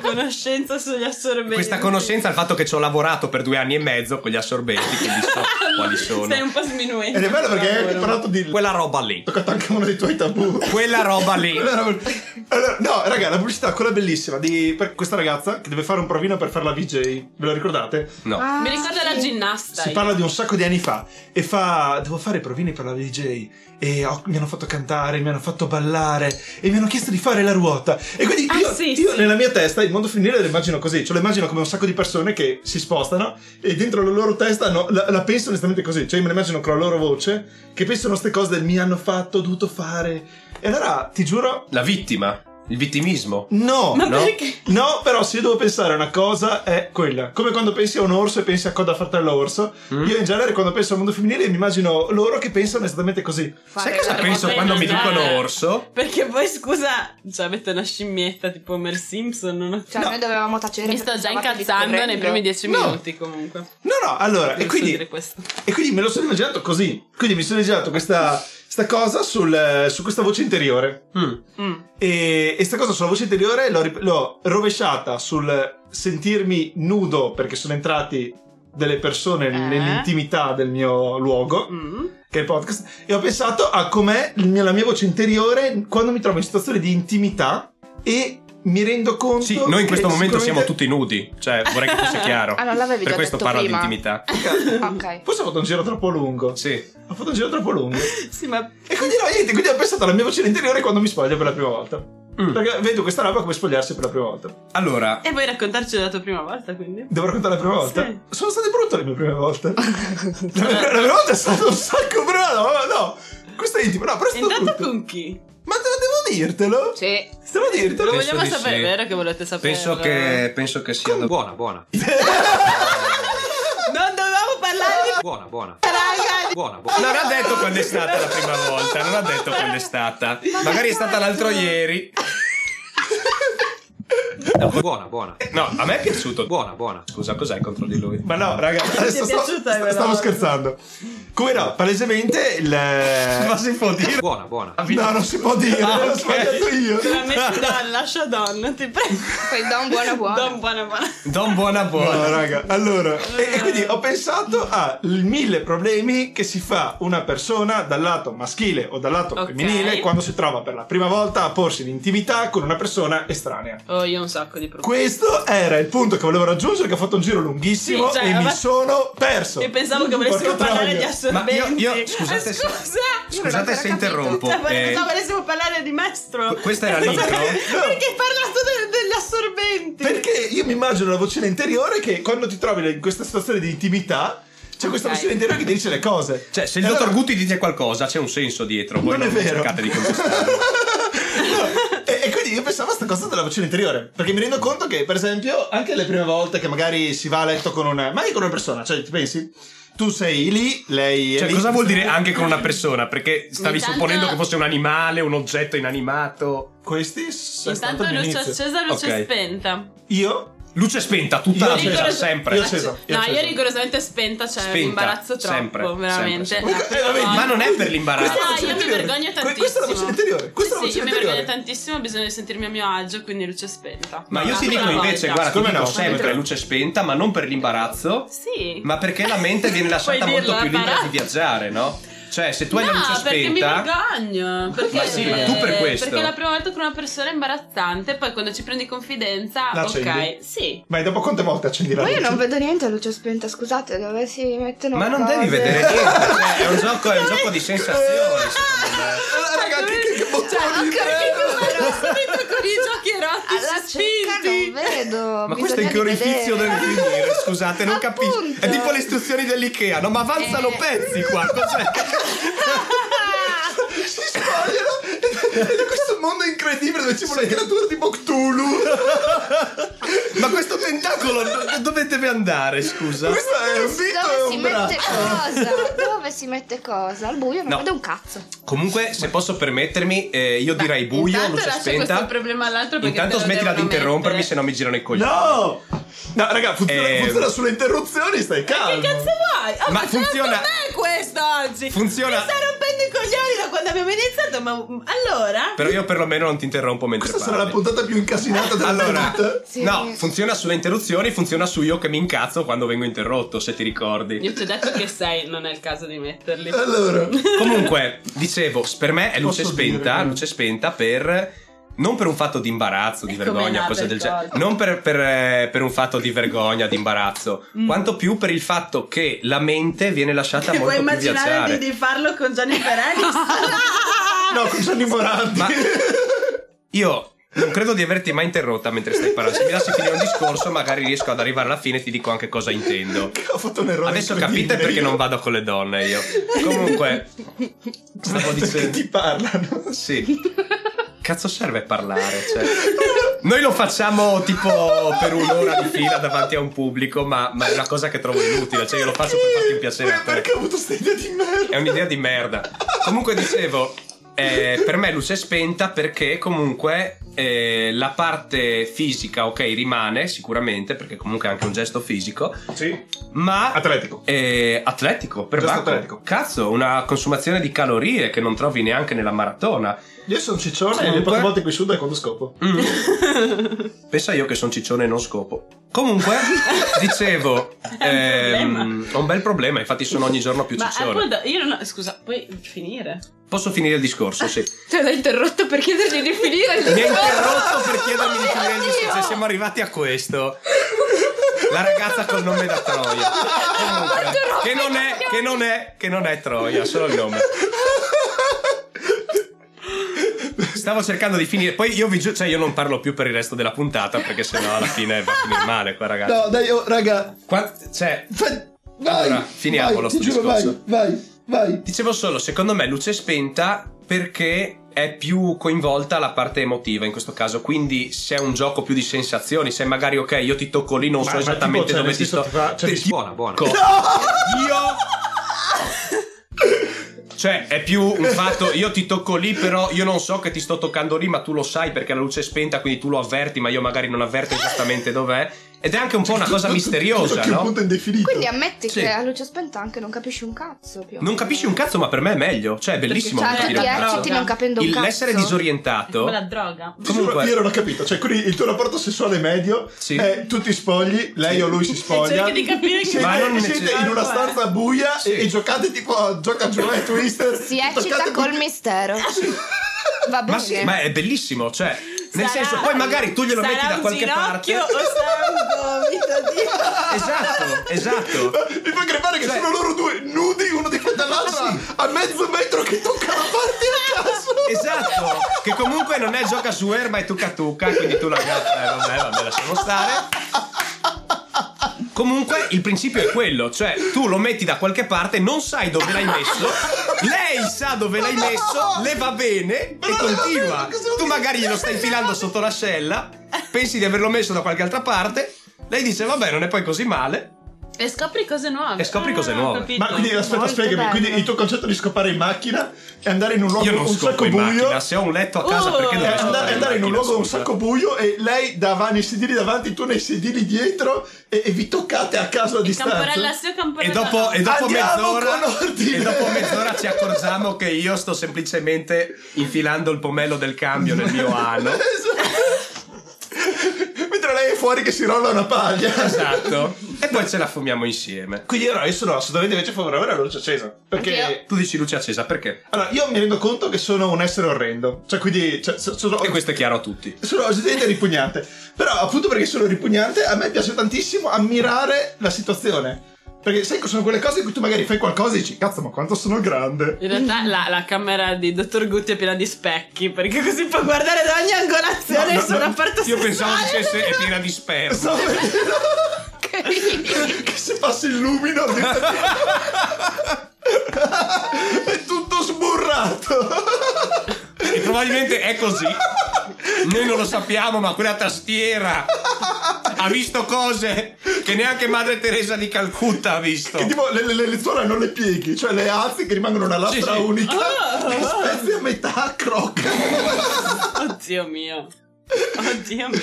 Speaker 2: questa conoscenza sugli assorbenti?
Speaker 3: Questa conoscenza al fatto che ci ho lavorato per due anni e mezzo con gli assorbenti, quindi so quali
Speaker 2: Stai
Speaker 3: sono.
Speaker 2: un po' sminuendo.
Speaker 1: Ed è bello perché hai
Speaker 2: Cavolo.
Speaker 1: parlato di.
Speaker 3: Quella roba lì.
Speaker 1: toccato anche uno dei tuoi tabù.
Speaker 3: Quella roba lì.
Speaker 1: Allora, allora, no, raga, la pubblicità, quella bellissima di per questa ragazza che deve fare un provino per fare la VJ, ve lo ricordate?
Speaker 3: No.
Speaker 4: Ah,
Speaker 2: Mi ricorda la ginnasta. eh.
Speaker 1: Si parla di un sacco di anni fa e fa: Devo fare i provini per la VJ. E ho- mi hanno fatto cantare, mi hanno fatto ballare e mi hanno chiesto di fare la ruota. E quindi
Speaker 2: Ah,
Speaker 1: io,
Speaker 2: sì,
Speaker 1: io
Speaker 2: sì.
Speaker 1: nella mia testa il mondo femminile lo immagino così: cioè lo immagino come un sacco di persone che si spostano e dentro la loro testa hanno- la, la penso onestamente così. Cioè, io me la immagino con la loro voce che pensano queste cose del mi hanno fatto, ho dovuto fare. E allora ti giuro,
Speaker 3: La vittima. Il vittimismo.
Speaker 1: no,
Speaker 2: Ma
Speaker 1: no.
Speaker 2: perché?
Speaker 1: No, però se io devo pensare a una cosa è quella. Come quando pensi a un orso e pensi a coda fratello orso. Io in genere quando penso al mondo femminile mi immagino loro che pensano esattamente così.
Speaker 3: Sai cosa
Speaker 4: Cioè,
Speaker 2: la
Speaker 3: penso
Speaker 2: roba
Speaker 3: quando mi
Speaker 2: illegale?
Speaker 3: dicono orso?
Speaker 2: Perché voi, scusa, cioè avete una scimmietta tipo Homer Simpson, non ho...
Speaker 4: Cioè, noi dovevamo tacere.
Speaker 2: Mi
Speaker 4: perché
Speaker 2: sto già
Speaker 4: stavate
Speaker 2: incazzando nei
Speaker 4: discorrendo.
Speaker 2: primi dieci
Speaker 1: No.
Speaker 2: minuti comunque.
Speaker 1: No, no, allora, e
Speaker 2: Posso
Speaker 1: quindi,
Speaker 2: dire questo.
Speaker 1: e quindi me lo sono immaginato così. Quindi mi sono immaginato questa, sta cosa sul, eh, su questa voce interiore.
Speaker 3: Mm.
Speaker 2: Mm.
Speaker 1: E, e sta cosa sulla voce interiore l'ho, rip- l'ho rovesciata sul sentirmi nudo perché sono entrati delle persone nell'intimità del mio luogo.
Speaker 2: Mm.
Speaker 1: che è il podcast, e ho pensato a com'è il mio- la mia voce interiore quando mi trovo in situazioni di intimità e mi rendo conto.
Speaker 3: Sì, noi in questo
Speaker 1: che
Speaker 3: momento siamo
Speaker 1: sicuramente-
Speaker 3: tutti nudi. Cioè, vorrei che fosse chiaro.
Speaker 4: Ah, non l'avevi
Speaker 3: per
Speaker 4: già
Speaker 3: questo
Speaker 4: detto
Speaker 3: parlo
Speaker 4: prima?
Speaker 3: di intimità.
Speaker 4: Ok.
Speaker 1: Forse ho fatto un giro troppo lungo.
Speaker 3: Sì.
Speaker 1: Ho fatto un giro troppo lungo.
Speaker 2: Sì, ma
Speaker 1: E quindi no, niente, quindi ho pensato alla mia voce interiore quando mi spoglio per la prima volta.
Speaker 3: Mm.
Speaker 1: Perché vedo questa roba come spogliarsi per la prima volta.
Speaker 3: Allora,
Speaker 2: E vuoi raccontarci la tua prima volta, quindi?
Speaker 1: Devo raccontare la prima volta?
Speaker 2: Sì.
Speaker 1: Sono state brutte le mie prime volte. la, mia, la prima volta è stata un sacco brutta. No, no, questa è intima. No, però è
Speaker 2: E
Speaker 1: stato
Speaker 2: intanto
Speaker 1: brutto.
Speaker 2: con chi?
Speaker 1: Ma te lo devo dirtelo?
Speaker 4: Sì.
Speaker 1: Devo dirtelo?
Speaker 2: Lo
Speaker 3: Penso
Speaker 2: vogliamo
Speaker 3: di
Speaker 2: sapere,
Speaker 3: sì.
Speaker 2: è vero che volete sapere?
Speaker 3: penso che, penso che sia... da-
Speaker 5: Buona, buona.
Speaker 2: Non dovevamo parlare di
Speaker 5: Buona, buona.
Speaker 2: raga!
Speaker 5: Buona, buona.
Speaker 3: Non ha detto quando è stata la prima volta, non ha detto quando è stata. Magari è stata l'altro ieri.
Speaker 5: Buona, buona.
Speaker 3: No, a me è piaciuto.
Speaker 5: Buona, buona.
Speaker 3: Scusa, cos'hai contro di lui?
Speaker 1: Ma no, raga, adesso sto,
Speaker 2: piaciuta,
Speaker 1: sto-
Speaker 2: però?
Speaker 1: stavo scherzando. Come no, palesemente il. No,
Speaker 3: si può dire?
Speaker 5: Buona, buona.
Speaker 1: non si può dire,
Speaker 3: Ah,
Speaker 1: l'ho
Speaker 3: ok.
Speaker 1: sbagliato io.
Speaker 2: Te l'ha messo Don, lascia Don, ti prego.
Speaker 4: Poi da un buono buono.
Speaker 2: Don, buona, buona.
Speaker 3: Don buona
Speaker 1: No,
Speaker 3: buona.
Speaker 1: raga, allora. E, e quindi ho pensato a mille problemi che si fa una persona dal lato maschile o dal lato
Speaker 2: Ok.
Speaker 1: femminile quando si trova per la prima volta a porsi in intimità con una persona estranea.
Speaker 2: Oh, io ho un sacco di problemi.
Speaker 1: Questo era il punto che volevo raggiungere, che ho fatto un giro lunghissimo
Speaker 2: Sì, cioè,
Speaker 1: e mi
Speaker 2: ma-
Speaker 1: sono perso.
Speaker 2: E pensavo che volessimo
Speaker 1: Porca
Speaker 2: parlare
Speaker 1: troia.
Speaker 2: di assorbenti.
Speaker 3: Ma io- io- scusate
Speaker 2: Eh,
Speaker 3: se-
Speaker 2: scusa!
Speaker 3: Scusate se interrompo.
Speaker 2: Cioè,
Speaker 3: eh,
Speaker 2: pensavo volessimo parlare di maestro.
Speaker 3: questa era
Speaker 2: Perché-
Speaker 3: l'intro?
Speaker 2: Perché hai parlato de- degli assorbenti?
Speaker 1: Perché io mi immagino la vocina interiore che quando ti trovi in questa situazione di intimità, c'è questa
Speaker 4: Ok.
Speaker 1: vocina interiore che ti dice le cose.
Speaker 3: Cioè, se il
Speaker 1: E
Speaker 3: dottor
Speaker 1: allora-
Speaker 3: Gutti dice qualcosa, c'è un senso dietro. Voi
Speaker 1: Eh, Non
Speaker 3: non,
Speaker 1: è vero.
Speaker 3: cercate di contestare.
Speaker 1: e, e quindi io pensavo a sta cosa della vocina interiore. Perché mi rendo conto che, per esempio, anche le prime volte che magari si va a letto con una. Ma anche con una persona, cioè, ti pensi? Tu sei lì, lei è
Speaker 3: Cioè,
Speaker 1: lì.
Speaker 3: cosa vuol dire anche con una persona? Perché stavi
Speaker 4: Intanto-
Speaker 3: supponendo che fosse un animale, un oggetto inanimato.
Speaker 1: Questi sono stato
Speaker 2: Intanto
Speaker 1: il mio
Speaker 2: luce
Speaker 1: inizio.
Speaker 2: accesa, luce
Speaker 3: Ok.
Speaker 2: spenta.
Speaker 1: Io
Speaker 3: Luce spenta, tutta
Speaker 1: Io
Speaker 3: la
Speaker 1: accesa,
Speaker 3: vita,
Speaker 1: rigoroso-
Speaker 3: sempre.
Speaker 1: io accesa.
Speaker 2: No, io
Speaker 1: acceso.
Speaker 2: rigorosamente spenta, cioè
Speaker 3: Spenta,
Speaker 2: mi imbarazzo troppo,
Speaker 3: sempre,
Speaker 2: veramente.
Speaker 3: sempre,
Speaker 1: sempre. Eh, vabbè,
Speaker 3: Ma non è per l'imbarazzo.
Speaker 1: Questa è la
Speaker 2: No,
Speaker 1: voce
Speaker 2: Esatto. io mi
Speaker 1: interiore.
Speaker 2: vergogno
Speaker 1: Que-
Speaker 2: tantissimo.
Speaker 1: questa è la voce interiore, questa è la
Speaker 2: sì,
Speaker 1: voce
Speaker 2: sì, io mi
Speaker 1: interiore.
Speaker 2: vergogno tantissimo, ho bisogno di sentirmi a mio agio, quindi luce spenta.
Speaker 3: Ma io
Speaker 2: La
Speaker 3: ti dico
Speaker 2: prima
Speaker 3: invece,
Speaker 2: volta.
Speaker 3: guarda, ti
Speaker 1: Come
Speaker 3: dico
Speaker 1: no?
Speaker 3: sempre luce spenta, ma non per l'imbarazzo,
Speaker 2: Sì.
Speaker 3: ma perché la mente viene lasciata
Speaker 2: Puoi
Speaker 3: molto
Speaker 2: dirlo,
Speaker 3: più libera
Speaker 2: però.
Speaker 3: di viaggiare, no? Cioè, se tu hai
Speaker 2: no,
Speaker 3: la luce
Speaker 2: perché mi
Speaker 3: spenta,
Speaker 2: vergogno. Perché, eh,
Speaker 3: Ma sì, ma tu per questo.
Speaker 2: Perché la prima volta con una persona è imbarazzante, poi quando ci prendi confidenza,
Speaker 1: La accendi?
Speaker 2: ok, sì.
Speaker 1: Ma dopo quante volte accendi la
Speaker 4: Ma io
Speaker 1: luce?
Speaker 4: non vedo niente a luce spenta, scusate, dove si mettono
Speaker 3: ma non
Speaker 4: cose?
Speaker 3: devi vedere niente. Cioè, è un gioco, è un gioco di sensazioni. secondo me.
Speaker 1: Eh, Raga, che, che, che bottoni!
Speaker 2: con i giochi
Speaker 4: Alla
Speaker 2: erotici
Speaker 4: cieca non
Speaker 2: spinti.
Speaker 4: vedo.
Speaker 3: Ma questo è il
Speaker 4: bisogna
Speaker 3: glorifizio del
Speaker 4: rivedere.
Speaker 3: finire, scusate, non capisco.
Speaker 4: Appunto.
Speaker 3: È tipo le istruzioni dell'IKEA, no? Ma avanzano
Speaker 4: Eh.
Speaker 3: pezzi qua, Cioè, cos'è?
Speaker 1: si spogliano ed è questo mondo incredibile dove ci vuole la creatura di Boctulu
Speaker 3: Ma questo tentacolo do- dove deve andare, scusa?
Speaker 1: questo è
Speaker 3: Eh,
Speaker 1: un dito e
Speaker 4: Dove si
Speaker 1: un braccio
Speaker 4: mette cosa? Dove si mette cosa? Al buio non
Speaker 3: No.
Speaker 4: vedo un cazzo.
Speaker 3: Comunque, se posso permettermi, eh, io direi buio,
Speaker 2: Intanto
Speaker 3: luce
Speaker 2: lascia questo
Speaker 3: spenta.
Speaker 2: problema all'altro perché
Speaker 3: Intanto
Speaker 2: te lo
Speaker 3: smettila di
Speaker 2: devono
Speaker 3: interrompermi,
Speaker 2: mettere.
Speaker 3: se no mi girano i coglioni.
Speaker 1: no no raga funziona,
Speaker 3: Eh.
Speaker 1: funziona sulle interruzioni stai calmo
Speaker 2: Che cazzo vuoi?
Speaker 3: Ma
Speaker 2: Oh, Ma funziona
Speaker 3: funziona-
Speaker 2: me questo oggi.
Speaker 3: Funziona-
Speaker 2: Mi sta rompendo i coglioni da quando quando abbiamo iniziato, ma mm, allora.
Speaker 3: Però io perlomeno non ti interrompo mentre
Speaker 1: Questa sarà la
Speaker 3: parli.
Speaker 1: puntata più incasinata della
Speaker 3: allora,
Speaker 1: vita.
Speaker 4: Sì.
Speaker 3: no, funziona sulle interruzioni, funziona su io che mi incazzo quando vengo interrotto, se ti ricordi.
Speaker 2: Io ti ho detto che sei, non è il caso di metterli.
Speaker 1: Allora,
Speaker 3: Comunque, dicevo, per me è luce
Speaker 1: Posso
Speaker 3: spenta,
Speaker 1: dire?
Speaker 3: luce spenta per... Non per un fatto di imbarazzo, di
Speaker 2: È come
Speaker 3: vergogna,
Speaker 2: la
Speaker 3: cose del genere.
Speaker 2: vergogna.
Speaker 3: Non per, per, eh, per un fatto di vergogna, di imbarazzo, quanto più per il fatto che la mente viene lasciata
Speaker 2: Mm. Che
Speaker 3: molto
Speaker 2: puoi
Speaker 3: più viaggiare.
Speaker 2: immaginare di, di farlo con Johnny Perelli?
Speaker 1: no, con Gianni Morandi.
Speaker 3: Ma io non credo di averti mai interrotta mentre stai parlando. Se mi lasci finire un discorso, magari riesco ad arrivare alla fine e ti dico anche cosa intendo.
Speaker 1: Ho fatto un errore.
Speaker 3: Adesso capite
Speaker 1: incredibile.
Speaker 3: perché non vado con le donne io. Comunque, stavo
Speaker 1: Perché
Speaker 3: dicendo.
Speaker 1: ti parlano.
Speaker 3: Sì. Cazzo serve parlare, cioè. Noi lo facciamo tipo per un'ora di fila davanti a un pubblico, ma, ma è una cosa che trovo inutile, cioè io lo faccio per farti un piacere a te.
Speaker 1: Perché ho avuto questa idea di merda?
Speaker 3: È un'idea di merda. Comunque dicevo, eh, per me luce spenta perché comunque eh, la parte fisica, ok, rimane sicuramente, perché comunque è anche un gesto fisico,
Speaker 1: Sì.
Speaker 3: ma...
Speaker 1: Atletico.
Speaker 3: eh, atletico, per
Speaker 1: Gesto
Speaker 3: Bacco.
Speaker 1: atletico.
Speaker 3: Cazzo, una consumazione di calorie che non trovi neanche nella maratona.
Speaker 1: Io sono ciccione e
Speaker 3: Comunque-
Speaker 1: le poche volte qui su da quando scopo.
Speaker 3: Mm. Pensa io che sono ciccione e non scopo. Comunque, dicevo,
Speaker 2: È un
Speaker 3: ehm, ho un bel problema, infatti sono ogni giorno più
Speaker 2: ma
Speaker 3: ciccione.
Speaker 2: appunto, io non ho, Scusa, puoi finire?
Speaker 3: Posso finire il discorso? Sì.
Speaker 4: Te l'ho interrotto per chiedergli di finire il
Speaker 3: Mi ha
Speaker 4: discorso.
Speaker 3: interrotto per chiedermi di finire il
Speaker 4: Oddio!
Speaker 3: discorso. Cioè, siamo arrivati a questo. La ragazza col nome da Troia. Comunque, che non è, che non è, che non è Troia, solo il nome. Stavo cercando di finire. Poi io vi giuro, cioè, io non parlo più per il resto della puntata, perché sennò alla fine va a finire male qua, ragazzi.
Speaker 7: No, dai, oh, raga.
Speaker 3: Qua- cioè,
Speaker 7: Fai, vai.
Speaker 3: Allora, finiamolo
Speaker 7: vai,
Speaker 3: sto
Speaker 7: ti giuro, vai,
Speaker 3: discorso.
Speaker 7: vai, vai.
Speaker 3: Dicevo solo, secondo me luce spenta perché è più coinvolta la parte emotiva in questo caso, quindi se è un gioco più di sensazioni, se magari ok io ti tocco lì non so
Speaker 1: Ma- ma
Speaker 3: esattamente
Speaker 1: tipo, cioè,
Speaker 3: dove
Speaker 1: nel
Speaker 3: ti
Speaker 1: senso
Speaker 3: sto...
Speaker 1: ti fa- cioè,
Speaker 3: Ti-
Speaker 1: ti-
Speaker 5: Buona, buona.
Speaker 3: Ecco. Io... Cioè, è più un fatto, io ti tocco lì, però io non so che ti sto toccando lì, ma tu lo sai perché la luce è spenta, quindi tu lo avverti, ma io magari non avverto esattamente dov'è. Ed è anche un po'
Speaker 1: Cioè,
Speaker 3: una cosa misteriosa,
Speaker 1: Che
Speaker 3: no?
Speaker 1: punto indefinito.
Speaker 4: Quindi ammetti
Speaker 3: Sì.
Speaker 4: che a luce spenta anche non capisci un cazzo più. o
Speaker 3: Non
Speaker 4: meno.
Speaker 3: capisci un cazzo, ma per me è meglio. Cioè, è bellissimo.
Speaker 4: Cioè,
Speaker 3: capire
Speaker 4: tu ti
Speaker 3: un cazzo.
Speaker 4: ecciti non capendo un
Speaker 3: Il-
Speaker 4: cazzo.
Speaker 3: L'essere disorientato.
Speaker 2: Quella droga.
Speaker 1: Ti giuro,
Speaker 3: Comunque-
Speaker 1: io non ho capito. Cioè, quindi il tuo rapporto sessuale medio
Speaker 3: Sì.
Speaker 1: è tu ti spogli, lei o lui si spoglia.
Speaker 2: E cerchi di capire chi-
Speaker 1: siete,
Speaker 3: Ma non
Speaker 1: siete
Speaker 3: necess-
Speaker 1: in una stanza buia e- e, giocate tipo a gioca giù e twister.
Speaker 4: Si eccita
Speaker 1: Toccate
Speaker 4: col
Speaker 1: tutti-
Speaker 4: mistero. Va bene.
Speaker 3: Ma sì, ma è bellissimo, cioè. Nel
Speaker 2: Sarà-
Speaker 3: senso, poi magari tu glielo metti da qualche parte.
Speaker 2: Sarà un ginocchio o sarà un gomito di...
Speaker 3: Esatto, esatto.
Speaker 1: Mi fa crepare che
Speaker 3: Cioè-
Speaker 1: sono loro due nudi, uno di fronte all'altro, a mezzo metro che toccano la parte a caso.
Speaker 3: Esatto, che comunque non è gioca su erba e tucca tucca, quindi tu la gatta, eh, vabbè, vabbè, lasciamo stare. Comunque il principio è quello, cioè tu lo metti da qualche parte, non sai dove l'hai messo, lei sa dove l'hai messo, le va bene e continua. Tu magari glielo stai infilando sotto l'ascella, pensi di averlo messo da qualche altra parte, lei dice vabbè non è poi così male,
Speaker 2: E scopri cose nuove.
Speaker 3: E scopri cose
Speaker 2: Ah,
Speaker 3: nuove.
Speaker 2: ho capito.
Speaker 1: Ma quindi aspetta,
Speaker 4: Molto
Speaker 1: spiegami.
Speaker 4: bello.
Speaker 1: Quindi il tuo concetto di scopare in macchina è andare in un luogo
Speaker 3: Io non
Speaker 1: un
Speaker 3: scopo
Speaker 1: sacco
Speaker 3: in
Speaker 1: buio.
Speaker 3: macchina, se ho un letto a casa
Speaker 2: Oh!
Speaker 1: Esatto,
Speaker 3: perché
Speaker 1: È
Speaker 3: dovrei
Speaker 1: andare,
Speaker 3: scopare
Speaker 1: Cioè, andare in un
Speaker 3: macchina,
Speaker 1: luogo un
Speaker 3: scusa?
Speaker 1: sacco buio e lei davanti nei sedili davanti, tu nei sedili dietro e, e vi toccate a caso a
Speaker 2: Camporella
Speaker 1: distanza.
Speaker 2: sì o camporella
Speaker 3: E dopo, e dopo
Speaker 1: Andiamo
Speaker 3: mezz'ora
Speaker 1: con ordine.
Speaker 3: E dopo mezz'ora ci accorgiamo che io sto semplicemente infilando il pomello del cambio nel mio ano.
Speaker 1: Esatto. Mentre lei è fuori che si rolla una paglia.
Speaker 3: Esatto. E poi ce la fumiamo insieme.
Speaker 1: Quindi io no, io sono assolutamente invece favorevole alla luce accesa. Perché
Speaker 4: Anch'io.
Speaker 3: Tu dici luce accesa perché?
Speaker 1: allora io mi rendo conto che sono un essere orrendo. Cioè, quindi cioè, so- sono,
Speaker 3: E questo è chiaro a tutti.
Speaker 1: sono gente ripugnante. Però, appunto perché sono ripugnante, a me piace tantissimo ammirare la situazione. Perché sai che sono quelle cose in cui tu magari fai qualcosa e dici, cazzo, ma quanto sono grande.
Speaker 2: In realtà la, la camera di Dottor Gutti è piena di specchi perché così può guardare da ogni angolazione
Speaker 1: No, no,
Speaker 2: il suo
Speaker 1: no,
Speaker 2: rapporto
Speaker 3: Io
Speaker 2: sessuale.
Speaker 3: pensavo dicesse è piena di sperma.
Speaker 1: Stavo vedendo che se passi il lumino è tutto sburrato. Esatto.
Speaker 3: E probabilmente è così. Noi non lo sappiamo, ma quella tastiera ha visto cose che neanche Madre Teresa di Calcutta ha visto.
Speaker 1: Che tipo le, le, le lenzuola non le pieghi, cioè le alzi che rimangono una lastra
Speaker 3: Sì, Ah. sì.
Speaker 1: unica, che spezzi a metà, crocca.
Speaker 2: Oddio mio. Oddio mio.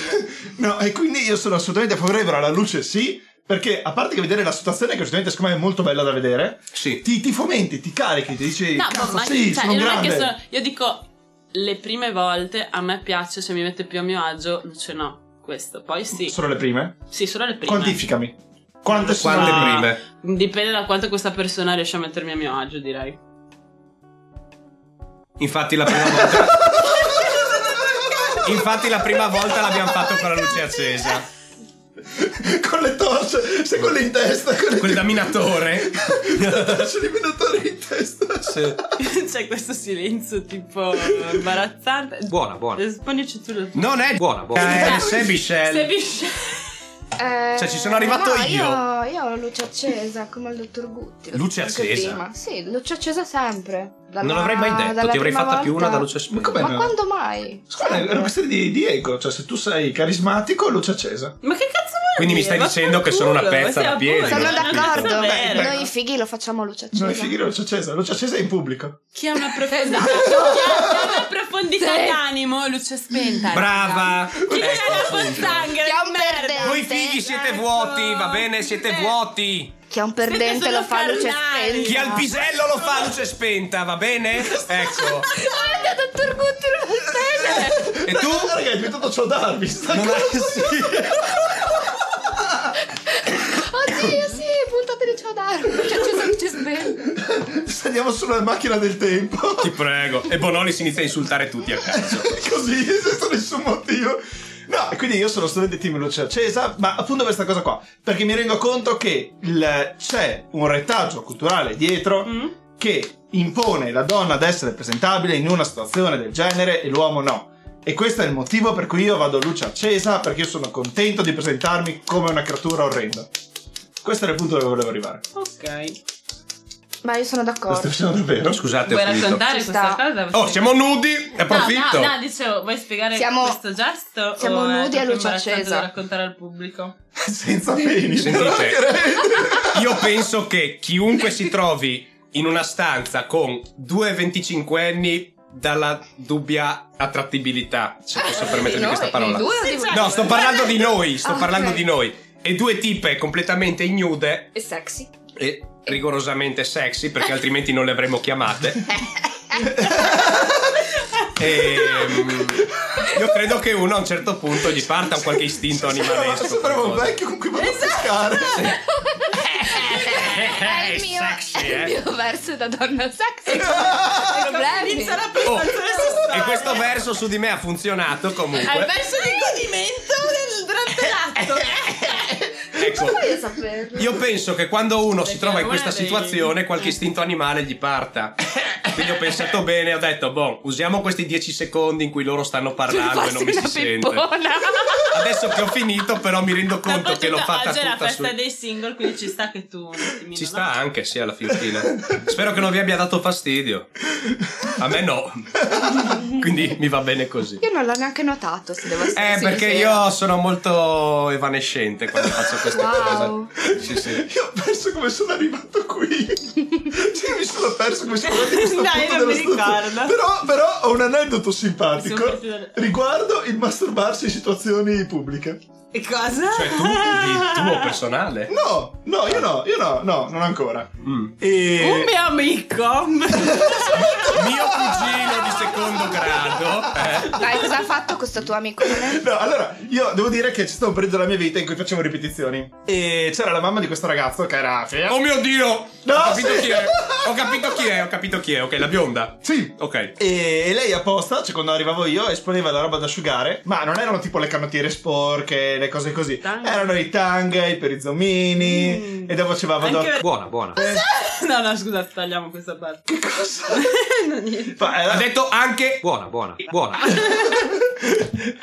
Speaker 1: No, e quindi io sono assolutamente favorevole alla luce, sì, Perché a parte che vedere la situazione, che giustamente secondo me è molto bella da vedere,
Speaker 3: Sì.
Speaker 1: ti, ti fomenti, ti carichi, ti dici:
Speaker 2: No,
Speaker 1: Cazzo,
Speaker 2: ma
Speaker 1: sì,
Speaker 2: cioè,
Speaker 1: sono
Speaker 2: non
Speaker 1: grande.
Speaker 2: è che sono. Io dico le prime volte a me piace se mi mette più a mio agio, cioè no, questo. Poi sì,
Speaker 1: Sono le prime.
Speaker 2: sì, solo le prime.
Speaker 1: Quantificami. Quante sono Ah.
Speaker 3: Quante
Speaker 1: le prime?
Speaker 3: prime?
Speaker 2: Dipende da quanto questa persona riesce a mettermi a mio agio, direi.
Speaker 3: Infatti la prima volta... Infatti la prima volta l'abbiamo fatto con la luce accesa.
Speaker 1: con le torce, se quelle in testa, con le
Speaker 3: Quel da minatore.
Speaker 1: torce di Minotauro in testa.
Speaker 2: C'è questo silenzio tipo imbarazzante.
Speaker 5: Buona, buona.
Speaker 2: Rispondici tu la
Speaker 3: Non è
Speaker 5: Buona, buona.
Speaker 3: Eh, se Michelle.
Speaker 2: Se vi sce-
Speaker 4: Eh,
Speaker 3: Cioè, ci sono arrivato
Speaker 4: no,
Speaker 3: io.
Speaker 4: io. Io ho la luce accesa come il dottor Gutti. l'ho
Speaker 3: Luce
Speaker 4: detto anche
Speaker 3: accesa?
Speaker 4: prima. Sì, luce accesa sempre. Dalla-
Speaker 3: Non l'avrei mai detto,
Speaker 4: dalla
Speaker 3: ti avrei
Speaker 4: prima
Speaker 3: fatta più
Speaker 4: volta.
Speaker 3: una da luce spenta.
Speaker 1: come-
Speaker 4: Ma
Speaker 1: no?
Speaker 4: quando mai?
Speaker 1: Scusa, è una questione di Diego, cioè se tu sei carismatico, luce accesa.
Speaker 2: Ma che cazzo vuoi
Speaker 3: Quindi mi stai dicendo che sono una pezza da piedi.
Speaker 4: Sono
Speaker 3: Eh,
Speaker 4: d'accordo.
Speaker 1: vero.
Speaker 4: Noi fighi lo facciamo a luce accesa.
Speaker 1: Non è fighi luce accesa, luce accesa è in pubblico.
Speaker 2: Chi ha una profondità, chi ha una profondità
Speaker 4: Esatto. Sì.
Speaker 2: d'animo, luce spenta.
Speaker 3: Brava.
Speaker 2: Chi non ha la
Speaker 3: Ecco, appunto.
Speaker 2: pozzanghere,
Speaker 4: Chi ha un
Speaker 2: che merda.
Speaker 4: perdente.
Speaker 3: Voi figli siete vuoti, va bene? Siete
Speaker 2: Sì.
Speaker 3: vuoti.
Speaker 4: Chi ha un perdente
Speaker 2: sono
Speaker 4: lo fa a luce
Speaker 2: carnali.
Speaker 4: spenta.
Speaker 3: Chi al pisello lo fa a luce spenta, va bene? Ecco.
Speaker 4: Guarda, dottor Gutti, lo fa bene.
Speaker 3: E tu?
Speaker 1: Raga, è diventato ciò Darby, sta
Speaker 3: Non
Speaker 1: cosa.
Speaker 3: hai- sì.
Speaker 4: Oddio, sì, puntate di ciò d'arco. Luce accesa, luce spenta.
Speaker 1: Saliamo sulla macchina del tempo.
Speaker 3: Ti prego. E Bonoli si inizia a insultare tutti a caso.
Speaker 1: Così, senza nessun motivo. No, e quindi io sono studente team luce accesa, ma appunto questa cosa qua, perché mi rendo conto che il- c'è un retaggio culturale dietro
Speaker 2: Mm?
Speaker 1: che impone la donna ad essere presentabile in una situazione del genere e l'uomo no. E questo è il motivo per cui io vado a luce accesa, perché io sono contento di presentarmi come una creatura orrenda. Questo era il punto dove volevo arrivare.
Speaker 2: Ok.
Speaker 4: Ma io sono
Speaker 1: Lo stai
Speaker 4: d'accordo.
Speaker 1: facendo davvero?
Speaker 3: Scusate, ho
Speaker 2: Vuoi
Speaker 3: finito.
Speaker 2: raccontare
Speaker 4: Ci
Speaker 2: questa
Speaker 4: sta.
Speaker 2: cosa?
Speaker 3: Oh, siamo nudi? Ne
Speaker 2: No,
Speaker 3: approfitto.
Speaker 2: no, no, dicevo, vuoi spiegare
Speaker 4: Siamo-
Speaker 2: questo gesto?
Speaker 4: siamo
Speaker 2: o è
Speaker 4: nudi a
Speaker 2: proprio
Speaker 4: luce
Speaker 2: imbarazzante
Speaker 4: accesa?
Speaker 2: da raccontare al pubblico.
Speaker 1: Senza peni.
Speaker 3: Sentite, io penso che chiunque si trovi in una stanza con due 25enni dalla dubbia attrattibilità, se posso permettermi
Speaker 4: Ah, Di
Speaker 3: questa
Speaker 4: noi,
Speaker 3: parola.
Speaker 4: di due o di
Speaker 2: Sì,
Speaker 4: voi?
Speaker 2: cioè-
Speaker 3: No, sto parlando di noi, sto
Speaker 4: Ah,
Speaker 3: parlando
Speaker 4: ok.
Speaker 3: di noi. E due tipe completamente ignude
Speaker 4: E sexy.
Speaker 3: e rigorosamente sexy, perché altrimenti non le avremmo chiamate. Ehm, io credo che uno a un certo punto gli parta un qualche istinto
Speaker 1: Sembrava
Speaker 3: animalesco.
Speaker 1: sembrava un
Speaker 3: qualcosa.
Speaker 1: vecchio con cui vado a pescare.
Speaker 4: è il mio, è
Speaker 3: sexy,
Speaker 4: il
Speaker 3: eh.
Speaker 4: mio verso da donna sexy.
Speaker 2: Come
Speaker 4: Problemi.
Speaker 2: Inizia la
Speaker 3: Oh,
Speaker 2: prestazione sessuale.
Speaker 3: e questo verso su di me ha funzionato
Speaker 2: Hai
Speaker 3: comunque.
Speaker 2: perso il godimento del
Speaker 3: Eh,
Speaker 2: durante l'atto.
Speaker 3: Ecco,
Speaker 4: Voglio saperlo.
Speaker 3: io penso che quando uno si
Speaker 2: Perché
Speaker 3: trova in
Speaker 2: uno
Speaker 3: questa
Speaker 2: dei- eh.
Speaker 3: situazione qualche istinto animale gli parta. Quindi ho pensato bene, ho detto, boh, usiamo questi 10 secondi in cui loro stanno parlando e non mi si
Speaker 4: Passi una
Speaker 3: sente.
Speaker 4: pippona.
Speaker 3: Adesso che ho finito però mi rendo conto che l'ho fatta
Speaker 2: Oggi è la
Speaker 3: tutta
Speaker 2: festa
Speaker 3: su...
Speaker 2: dei single, quindi ci sta che tu un attimino,
Speaker 3: Ci
Speaker 2: no?
Speaker 3: sta anche, sì, alla fin fine. Spero che non vi abbia dato fastidio. A me no. Quindi mi va bene così.
Speaker 4: Io non l'ho neanche notato, se devo essere
Speaker 3: Eh, perché
Speaker 4: sincera.
Speaker 3: io sono molto evanescente quando faccio queste
Speaker 4: Wow.
Speaker 3: cose. Sì, sì.
Speaker 1: Io ho perso come sono arrivato qui. Cioè, mi sono perso come sono arrivato a questo
Speaker 2: Dai,
Speaker 1: punto
Speaker 2: non
Speaker 1: della
Speaker 2: mi
Speaker 1: situazione.
Speaker 2: ricordo.
Speaker 1: Però, però ho un aneddoto
Speaker 2: Mi sono
Speaker 1: simpatico
Speaker 2: perso-
Speaker 1: riguardo il masturbarsi in situazioni pubbliche.
Speaker 2: E cosa?
Speaker 3: Cioè, tu di tuo personale?
Speaker 1: No, no, io no, io no, no, non ancora.
Speaker 3: Mm.
Speaker 1: E...
Speaker 2: Un mio amico.
Speaker 3: Mio cugino di secondo grado. eh.
Speaker 4: Dai, cosa ha fatto questo tuo amicone?
Speaker 1: No, allora, io devo dire che c'è stato un periodo della mia vita in cui facevo ripetizioni. E c'era la mamma di questo ragazzo che era fea.
Speaker 3: Oh mio dio!
Speaker 1: No,
Speaker 3: ho capito
Speaker 1: sì.
Speaker 3: chi è. Ho capito chi è, ho capito chi è. Ok, la bionda.
Speaker 1: Sì.
Speaker 3: Ok.
Speaker 1: E lei apposta, cioè quando arrivavo io, esponeva la roba da asciugare, ma non erano tipo le canottiere sporche, le cose così.
Speaker 2: Tang. Mm.
Speaker 1: Erano i tang, i perizzomini, e dopo faceva vado...
Speaker 2: Anche-
Speaker 5: Buona, buona.
Speaker 2: No, no, scusa, tagliamo questa parte.
Speaker 1: Che cosa?
Speaker 2: No, niente.
Speaker 1: Fa- eh, era-
Speaker 3: Ha detto anche...
Speaker 5: Buona, buona, buona.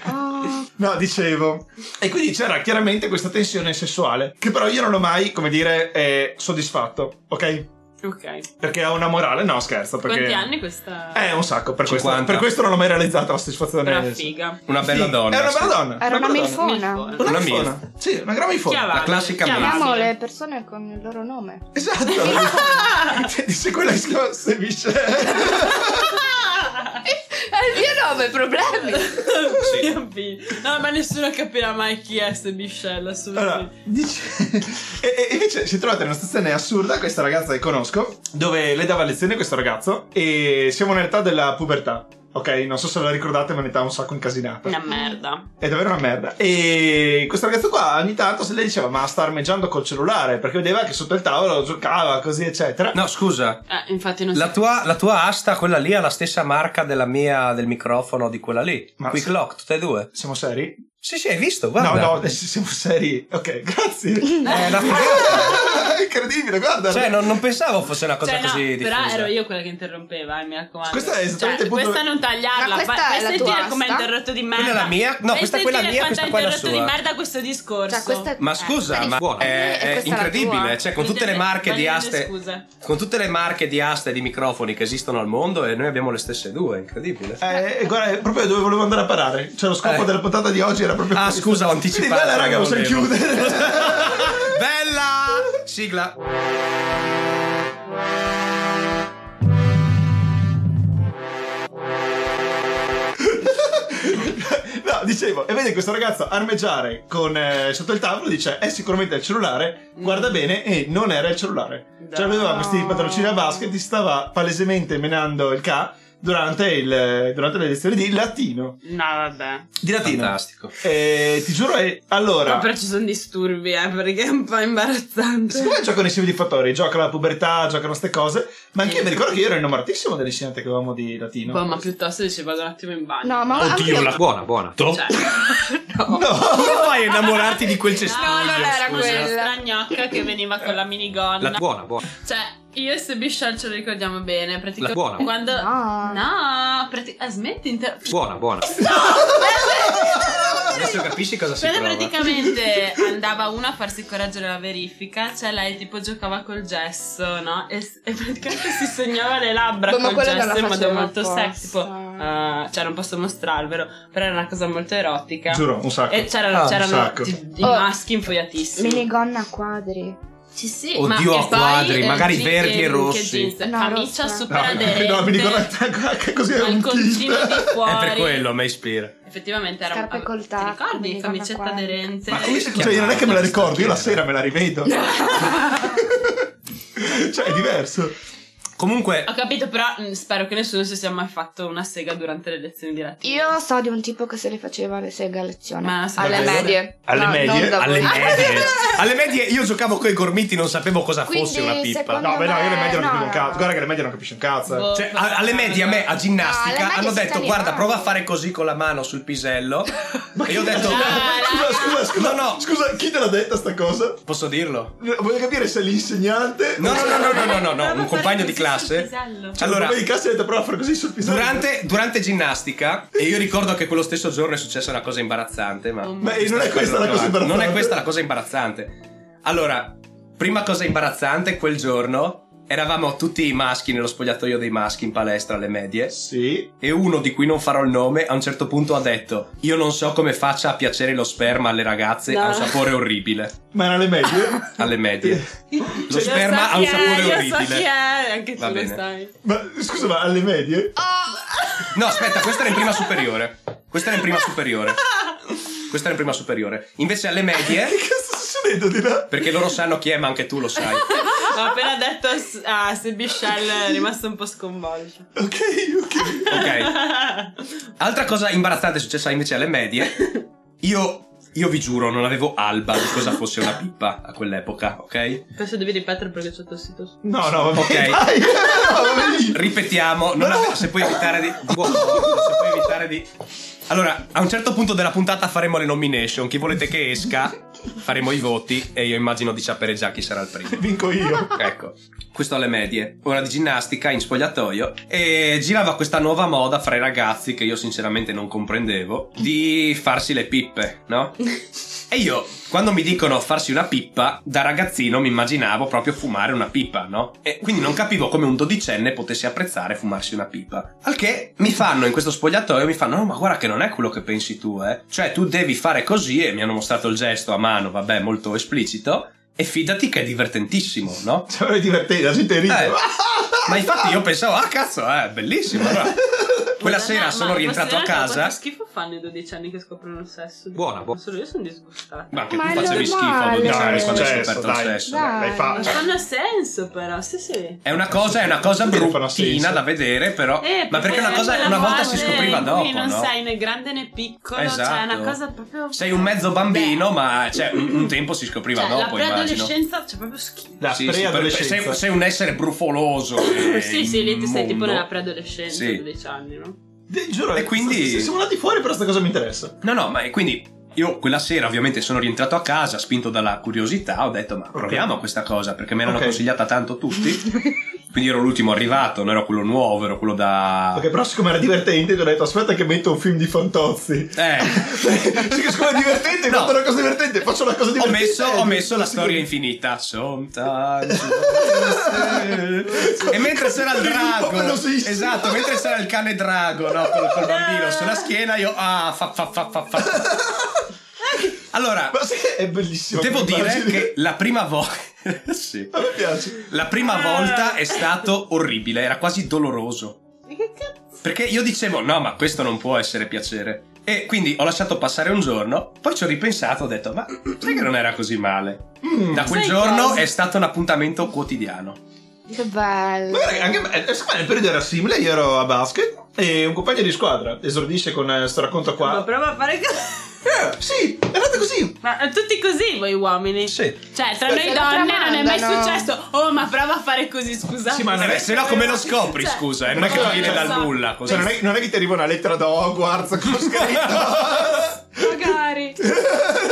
Speaker 4: Oh,
Speaker 1: No, dicevo. E quindi c'era chiaramente questa tensione sessuale, che però io non ho mai, come dire, eh, soddisfatto, ok?
Speaker 2: Ok.
Speaker 1: Perché ho una morale, no scherzo, perché...
Speaker 2: Quanti anni questa?
Speaker 1: Eh, un sacco, per questo,
Speaker 3: 50.
Speaker 1: per questo non ho mai realizzato la soddisfazione.
Speaker 2: Però figa.
Speaker 3: Una bella
Speaker 1: Sì,
Speaker 3: donna.
Speaker 1: È una
Speaker 3: sì.
Speaker 1: bella donna.
Speaker 4: Era
Speaker 1: bella
Speaker 4: una
Speaker 1: donna.
Speaker 4: milfona.
Speaker 2: Milfona.
Speaker 1: Una
Speaker 3: Una
Speaker 1: milfona. Sì, una gran
Speaker 2: Chi
Speaker 1: milfona.
Speaker 2: avanti?
Speaker 3: La classica
Speaker 2: Chi
Speaker 3: mia.
Speaker 2: avanti?
Speaker 4: Chiamiamo le persone con il loro nome.
Speaker 1: Esatto. Cioè, dice quella che si chiama Se Michelle.
Speaker 4: È il mio nome, nuovi problemi.
Speaker 2: P. No, ma nessuno capirà mai chi è se Michelle,
Speaker 1: Allora,
Speaker 2: assolutamente.
Speaker 1: dice... e, e invece si è trovata in una situazione assurda questa ragazza che conosco, dove le dava lezione questo ragazzo e siamo nell'età della pubertà. Ok, non so se la ricordate, ma è un'età un sacco incasinata.
Speaker 2: Una merda.
Speaker 1: È davvero una merda. E questo ragazzo qua ogni tanto se lei diceva ma sta armeggiando col cellulare perché vedeva che sotto il tavolo giocava così eccetera.
Speaker 3: No, scusa.
Speaker 2: Eh, infatti non
Speaker 3: La
Speaker 2: so.
Speaker 3: tua, la tua asta, quella lì, ha la stessa marca della mia, del microfono di quella lì.
Speaker 1: Ma
Speaker 3: Quick
Speaker 1: sì.
Speaker 3: Lock, tutte e due.
Speaker 1: Siamo seri?
Speaker 3: Sì, sì, hai visto? Guarda.
Speaker 1: No, no, adesso siamo seri. Ok, grazie.
Speaker 3: È una figata.
Speaker 1: È Incredibile, guarda.
Speaker 3: Cioè, non, non pensavo fosse una cosa
Speaker 2: Cioè, no,
Speaker 3: così diffusa.
Speaker 2: però ero io quella che interrompeva, eh, mi raccomando.
Speaker 1: Questa è esattamente
Speaker 2: Cioè,
Speaker 1: il punto-
Speaker 2: Questa non tagliarla,
Speaker 4: Ma questa
Speaker 2: vai-
Speaker 4: è
Speaker 2: vai
Speaker 4: la
Speaker 2: a
Speaker 4: tua
Speaker 2: sentire come ha
Speaker 4: asta?
Speaker 2: interrotto di merda.
Speaker 3: Quella è la mia? No,
Speaker 2: Vai a
Speaker 3: questa è quella
Speaker 2: sentire
Speaker 3: mia, questa
Speaker 2: quanto
Speaker 3: qua è
Speaker 2: ha
Speaker 3: la
Speaker 2: interrotto
Speaker 3: sua.
Speaker 2: di merda questo discorso.
Speaker 4: Cioè, questa è-
Speaker 3: Ma
Speaker 4: eh,
Speaker 3: scusa,
Speaker 4: questa
Speaker 3: ma
Speaker 5: buona.
Speaker 3: è,
Speaker 4: E
Speaker 3: è
Speaker 4: questa è la
Speaker 3: incredibile.
Speaker 4: tua.
Speaker 3: Cioè, con tutte le
Speaker 2: Valide-
Speaker 3: marche di
Speaker 2: valide
Speaker 3: aste.
Speaker 2: scuse.
Speaker 3: Con tutte le marche di aste e di microfoni che esistono al mondo, e noi abbiamo le stesse due, è incredibile.
Speaker 1: Eh, eh, guarda, è proprio dove volevo andare a parare. Cioè, lo scopo
Speaker 3: Eh.
Speaker 1: della puntata di oggi era proprio.
Speaker 3: Ah,
Speaker 1: questo.
Speaker 3: scusa, ho anticipato.
Speaker 1: Quindi, bella, raga,
Speaker 3: non
Speaker 1: possiamo
Speaker 3: volevo.
Speaker 1: chiudere.
Speaker 3: Bella! Sigla.
Speaker 1: No, dicevo, e vede questo ragazzo armeggiare con, eh, sotto il tavolo, dice è sicuramente il cellulare, guarda
Speaker 3: Mm.
Speaker 1: bene e non era il cellulare. Cioè aveva questi patrocini a basket, si stava palesemente menando il ca durante, il, durante le lezioni di latino.
Speaker 2: No, vabbè.
Speaker 1: Di latino.
Speaker 3: Fantastico.
Speaker 1: Eh, ti giuro, è- allora...
Speaker 2: Ma però ci sono disturbi, eh, perché è un po' imbarazzante.
Speaker 1: Secondo me giocano i simili fattori, giocano la pubertà, giocano queste cose, ma anche io mi ricordo che io ero innamoratissimo dell'insegnante che avevamo di latino.
Speaker 2: Boh, ma piuttosto dice vado un attimo in bagno.
Speaker 4: No, ma anche io-
Speaker 5: Buona, buona.
Speaker 2: Cioè,
Speaker 3: Come fai a innamorarti di quel cespuglio?
Speaker 4: No, non era
Speaker 3: scusa?
Speaker 4: quello.
Speaker 2: la gnocca che veniva con la minigonna.
Speaker 5: La buona, buona.
Speaker 2: Cioè, io e Sebi Shell ce lo ricordiamo bene. Praticamente
Speaker 5: La buona.
Speaker 2: quando.
Speaker 4: No.
Speaker 2: No, prati- eh, smetti. Inter-
Speaker 5: Buona, buona.
Speaker 1: Eh,
Speaker 3: Adesso capisci cosa si
Speaker 2: Quella
Speaker 3: prova.
Speaker 2: praticamente andava una a farsi correggere la verifica, cioè lei tipo giocava col gesso, no? E, e praticamente si segnava le labbra
Speaker 4: Boh, ma
Speaker 2: col
Speaker 4: quello non
Speaker 2: gesso
Speaker 4: la
Speaker 2: in modo
Speaker 4: faceva
Speaker 2: molto
Speaker 4: apposta.
Speaker 2: sexy, tipo, ah, cioè non posso mostrarvelo, però era una cosa molto erotica.
Speaker 1: Giuro, un sacco.
Speaker 2: E c'erano,
Speaker 3: Ah, un
Speaker 2: c'erano
Speaker 1: sacco.
Speaker 2: ti- i
Speaker 4: Oh.
Speaker 2: maschi infoiatissimi.
Speaker 4: Minigonna a quadri.
Speaker 2: Sì, sì.
Speaker 3: Oddio,
Speaker 2: ma-
Speaker 3: a
Speaker 2: e poi,
Speaker 3: quadri,
Speaker 2: eh,
Speaker 3: magari
Speaker 2: jean-
Speaker 3: verdi e
Speaker 2: che
Speaker 3: rossi.
Speaker 2: jeans,
Speaker 4: No,
Speaker 2: camicia
Speaker 4: rossa.
Speaker 2: super
Speaker 1: No,
Speaker 2: aderente.
Speaker 1: no, mi ricordo anche così era un
Speaker 2: balconcino
Speaker 1: kit.
Speaker 2: di fuori.
Speaker 3: È per quello, mi ispira.
Speaker 2: Effettivamente era
Speaker 4: Scarpe col
Speaker 2: Ti
Speaker 4: tacco,
Speaker 2: ricordi?
Speaker 4: minigonna
Speaker 2: Camicetta
Speaker 4: quadri.
Speaker 2: aderente.
Speaker 1: Ma come si chiama? Cioè, io non è che me la ricordo, io la sera me la rivedo. cioè, è diverso.
Speaker 3: Comunque,
Speaker 2: Ho capito, però mh, spero che nessuno si sia mai fatto una sega durante le lezioni di latino.
Speaker 4: Io so di un tipo che se le faceva le seghe a lezione.
Speaker 2: Ma se-
Speaker 4: alle
Speaker 1: davvero?
Speaker 4: medie.
Speaker 1: Alle
Speaker 4: No,
Speaker 1: medie?
Speaker 4: non da voi.
Speaker 3: alle medie. alle medie io giocavo con i gormiti, non sapevo cosa
Speaker 4: Quindi,
Speaker 3: fosse una pippa.
Speaker 4: secondo-
Speaker 1: No, beh, no, io le medie non
Speaker 4: No.
Speaker 1: capisco un cazzo. Guarda che le medie non capisci un cazzo. eh.
Speaker 2: Boh,
Speaker 3: Cioè,
Speaker 2: ma-
Speaker 3: a- alle medie a me a
Speaker 2: Ah,
Speaker 4: No, alle
Speaker 3: ginnastica
Speaker 4: medie
Speaker 3: hanno
Speaker 4: si
Speaker 3: detto
Speaker 4: italiano.
Speaker 3: guarda prova a fare così con la mano sul pisello e io ho detto
Speaker 2: Ah,
Speaker 1: Scusa, scusa, scusa.
Speaker 3: No, no.
Speaker 1: Scusa, chi te l'ha detta sta cosa?
Speaker 3: posso dirlo?
Speaker 1: Voglio capire se l'insegnante.
Speaker 3: No no no no no no, no,
Speaker 2: Prova a
Speaker 3: un
Speaker 2: fare
Speaker 3: compagno
Speaker 2: così
Speaker 3: di
Speaker 2: sul
Speaker 3: classe
Speaker 2: pisello.
Speaker 3: Allora
Speaker 1: Come di classe ha detto prova a fare così sul pisello.
Speaker 3: durante, durante ginnastica e io ricordo che quello stesso giorno è successa una cosa imbarazzante ma
Speaker 2: Oh,
Speaker 1: Beh, non è questa la cosa imbarazzante.
Speaker 3: Non è questa la cosa imbarazzante. Allora, prima cosa imbarazzante, quel giorno eravamo tutti i maschi nello spogliatoio dei maschi in palestra alle medie.
Speaker 1: Sì.
Speaker 3: E uno di cui non farò il nome a un certo punto ha detto: Io non so come faccia a piacere lo sperma alle ragazze,
Speaker 2: No.
Speaker 3: ha un sapore orribile.
Speaker 1: Ma era le medie? Eh,
Speaker 3: Alle medie. Lo
Speaker 2: Io
Speaker 3: sperma
Speaker 2: so
Speaker 3: ha un
Speaker 2: chi è,
Speaker 3: sapore
Speaker 2: io
Speaker 3: orribile.
Speaker 2: so chi è, anche tu
Speaker 3: Va
Speaker 2: lo
Speaker 3: bene.
Speaker 2: sai.
Speaker 1: ma scusa, ma alle medie?
Speaker 3: Ah. No, aspetta, questa era in prima superiore. Questa era in prima superiore. Questa era in prima superiore. Invece alle medie,
Speaker 1: Eh, Che cazzo sta succedendo di là?
Speaker 3: perché loro sanno chi è, ma anche tu lo sai.
Speaker 2: Ho appena detto a S- a Sebi Shell, è rimasto un po' sconvolto.
Speaker 1: Ok, ok.
Speaker 3: Ok. Altra cosa imbarazzante è successa invece alle medie. Io, io vi giuro, non avevo alba di cosa fosse una pippa a quell'epoca, ok?
Speaker 2: Questo devi ripetere perché c'è tossito su.
Speaker 1: No, no, vabbè.
Speaker 3: Ok.
Speaker 1: Dai. No, vabbè. lì.
Speaker 3: Ripetiamo, non ave- se puoi evitare di... Buono, se puoi evitare di... Allora, a un certo punto della puntata faremo le nomination, chi volete che esca, faremo i voti e io immagino di sapere già chi sarà il primo.
Speaker 1: Vinco io.
Speaker 3: Ecco, questo alle medie, ora di ginnastica in spogliatoio e girava questa nuova moda fra i ragazzi che io sinceramente non comprendevo di farsi le pippe, no? E io, quando mi dicono farsi una pippa, da ragazzino mi immaginavo proprio fumare una pipa, no? E quindi non capivo come un dodicenne potesse apprezzare fumarsi una pipa. Al che mi fanno in questo spogliatoio, mi fanno, no ma guarda che non è quello che pensi tu, eh. Cioè tu devi fare così e mi hanno mostrato il gesto a mano, vabbè, molto esplicito. E fidati che è divertentissimo, no?
Speaker 1: Cioè, è divertente, la gente ride.
Speaker 3: Eh, ma infatti io pensavo, ah cazzo, è eh, bellissimo. allora. Quella
Speaker 2: Madonna,
Speaker 3: sera
Speaker 2: ma
Speaker 3: sono
Speaker 2: posso
Speaker 3: rientrato
Speaker 2: dire
Speaker 3: a
Speaker 2: una cosa?
Speaker 3: casa.
Speaker 2: Quanto schifo fanno i 12 anni che scoprono il sesso?
Speaker 5: Buona, buona.
Speaker 2: Solo io sono disgustata.
Speaker 3: Ma che
Speaker 4: Ma
Speaker 3: tu
Speaker 4: è
Speaker 3: facevi schifo a 12
Speaker 4: normale.
Speaker 3: anni
Speaker 1: Dai,
Speaker 3: quando hai
Speaker 1: successo,
Speaker 3: scoperto il
Speaker 1: cioè, dai.
Speaker 3: sesso.
Speaker 4: Dai.
Speaker 1: Dai, fa.
Speaker 2: Non fanno senso però, sì sì.
Speaker 3: È una cosa, è una cosa
Speaker 1: Perché non fa
Speaker 3: bruttina
Speaker 1: senso?
Speaker 3: da vedere, però.
Speaker 2: Eh,
Speaker 3: ma perché è una cosa
Speaker 2: quella
Speaker 3: una volta si
Speaker 2: fase
Speaker 3: scopriva
Speaker 2: in
Speaker 3: dopo,
Speaker 2: cui non
Speaker 3: no?
Speaker 2: sei né grande né piccolo, cioè è
Speaker 3: Esatto.
Speaker 2: una cosa proprio...
Speaker 3: Sei un mezzo bambino, ma cioè, un, un tempo si scopriva
Speaker 2: Cioè, la
Speaker 3: dopo, immagino.
Speaker 2: preadolescenza c'è proprio schifo.
Speaker 1: La
Speaker 3: Sì, sì,
Speaker 1: preadolescenza.
Speaker 3: per- sei, sei un essere brufoloso. eh,
Speaker 2: sì, sì, lì ti sei tipo
Speaker 3: immondo.
Speaker 2: nella preadolescenza,
Speaker 3: Sì.
Speaker 2: 12 anni, no?
Speaker 1: Di- Giuro,
Speaker 3: E quindi-
Speaker 1: se siamo andati fuori, però sta cosa mi interessa.
Speaker 3: No, no, ma e quindi io quella sera ovviamente sono rientrato a casa, spinto dalla curiosità, ho detto ma proviamo questa cosa perché me l'hanno
Speaker 1: Ok.
Speaker 3: consigliata tanto tutti. Quindi ero l'ultimo arrivato, non ero quello nuovo, ero quello da...
Speaker 1: Perché però siccome era divertente, ti ho detto aspetta che metto un film di Fantozzi.
Speaker 3: Eh,
Speaker 1: Sì, che siccome è divertente,
Speaker 3: No.
Speaker 1: faccio una cosa divertente, faccio una cosa
Speaker 3: ho
Speaker 1: divertente.
Speaker 3: messo, ho messo la storia infinita. Sometimes. e mentre c'era il
Speaker 1: Un po'
Speaker 3: drago,
Speaker 1: pelosissimo.
Speaker 3: esatto, mentre c'era il cane drago, no, col, col bambino sulla schiena, io ah, fa fa fa fa fa. Allora,
Speaker 1: Ma sì, è bellissimo.
Speaker 3: devo
Speaker 1: come
Speaker 3: dire
Speaker 1: immagine.
Speaker 3: che la prima volta sì.
Speaker 1: A me piace.
Speaker 3: La prima volta è stato orribile, era quasi doloroso.
Speaker 2: E che cazzo?
Speaker 3: Perché io dicevo, no, ma questo non può essere piacere. E quindi ho lasciato passare un giorno, poi ci ho ripensato, ho detto, ma sai che non era così male. Da quel
Speaker 2: Sai
Speaker 3: giorno
Speaker 2: cosa?
Speaker 3: è stato un appuntamento quotidiano.
Speaker 4: Che bello.
Speaker 1: Ma guarda, anche me- eh, siccome nel periodo era simile, io ero a basket e un compagno di squadra esordisce con questo racconto
Speaker 2: Ma
Speaker 1: qua.
Speaker 2: prova a fare così.
Speaker 1: Eh, sì, è andata così.
Speaker 2: Ma eh, tutti così voi uomini.
Speaker 1: Sì.
Speaker 2: Cioè, tra
Speaker 4: Perché
Speaker 2: noi
Speaker 4: lo
Speaker 2: donne non è mai
Speaker 4: tramandano.
Speaker 2: successo. Oh, ma prova a fare così, scusate.
Speaker 1: Sì, ma non
Speaker 3: Eh
Speaker 1: è-
Speaker 3: beh, se no come lo scopri,
Speaker 2: Cioè,
Speaker 3: scusa, eh? non è che
Speaker 1: no,
Speaker 3: viene
Speaker 1: cioè,
Speaker 3: dal
Speaker 2: so.
Speaker 3: nulla. Così.
Speaker 1: Cioè, non, è, non è che ti arriva una lettera da Hogwarts con scritto.
Speaker 4: Magari.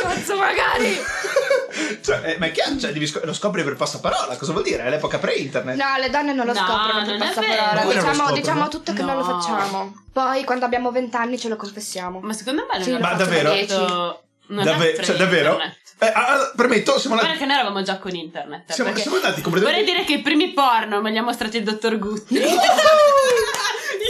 Speaker 4: Cazzo, magari.
Speaker 1: cioè, eh, ma è chiaro, cioè, devi scop- lo scopri per passaparola. Cosa vuol dire? È l'epoca pre-internet.
Speaker 4: No, le donne non lo
Speaker 2: No,
Speaker 4: scoprono
Speaker 2: non
Speaker 4: per
Speaker 2: è
Speaker 4: passaparola.
Speaker 1: Voi non
Speaker 2: vero.
Speaker 1: lo
Speaker 4: Diciamo,
Speaker 1: scoprono?
Speaker 4: diciamo a tutte che non lo
Speaker 2: No.
Speaker 4: facciamo. Poi quando abbiamo vent'anni ce lo confessiamo.
Speaker 2: Ma secondo me non
Speaker 4: Sì,
Speaker 2: era
Speaker 1: ma
Speaker 2: fatto
Speaker 1: davvero?
Speaker 2: molto- non
Speaker 1: Dave-
Speaker 2: è
Speaker 1: cioè, davvero?
Speaker 2: pre-internet.
Speaker 1: Eh, ah, permetto, siamo
Speaker 2: Guarda
Speaker 1: andati,
Speaker 2: che noi eravamo già con internet. eh,
Speaker 3: Cioè,
Speaker 1: siamo,
Speaker 2: perché-
Speaker 1: siamo andati
Speaker 2: Vorrei
Speaker 1: completamente.
Speaker 2: dire che i primi porno me li ha mostrati il dottor Gutti. Io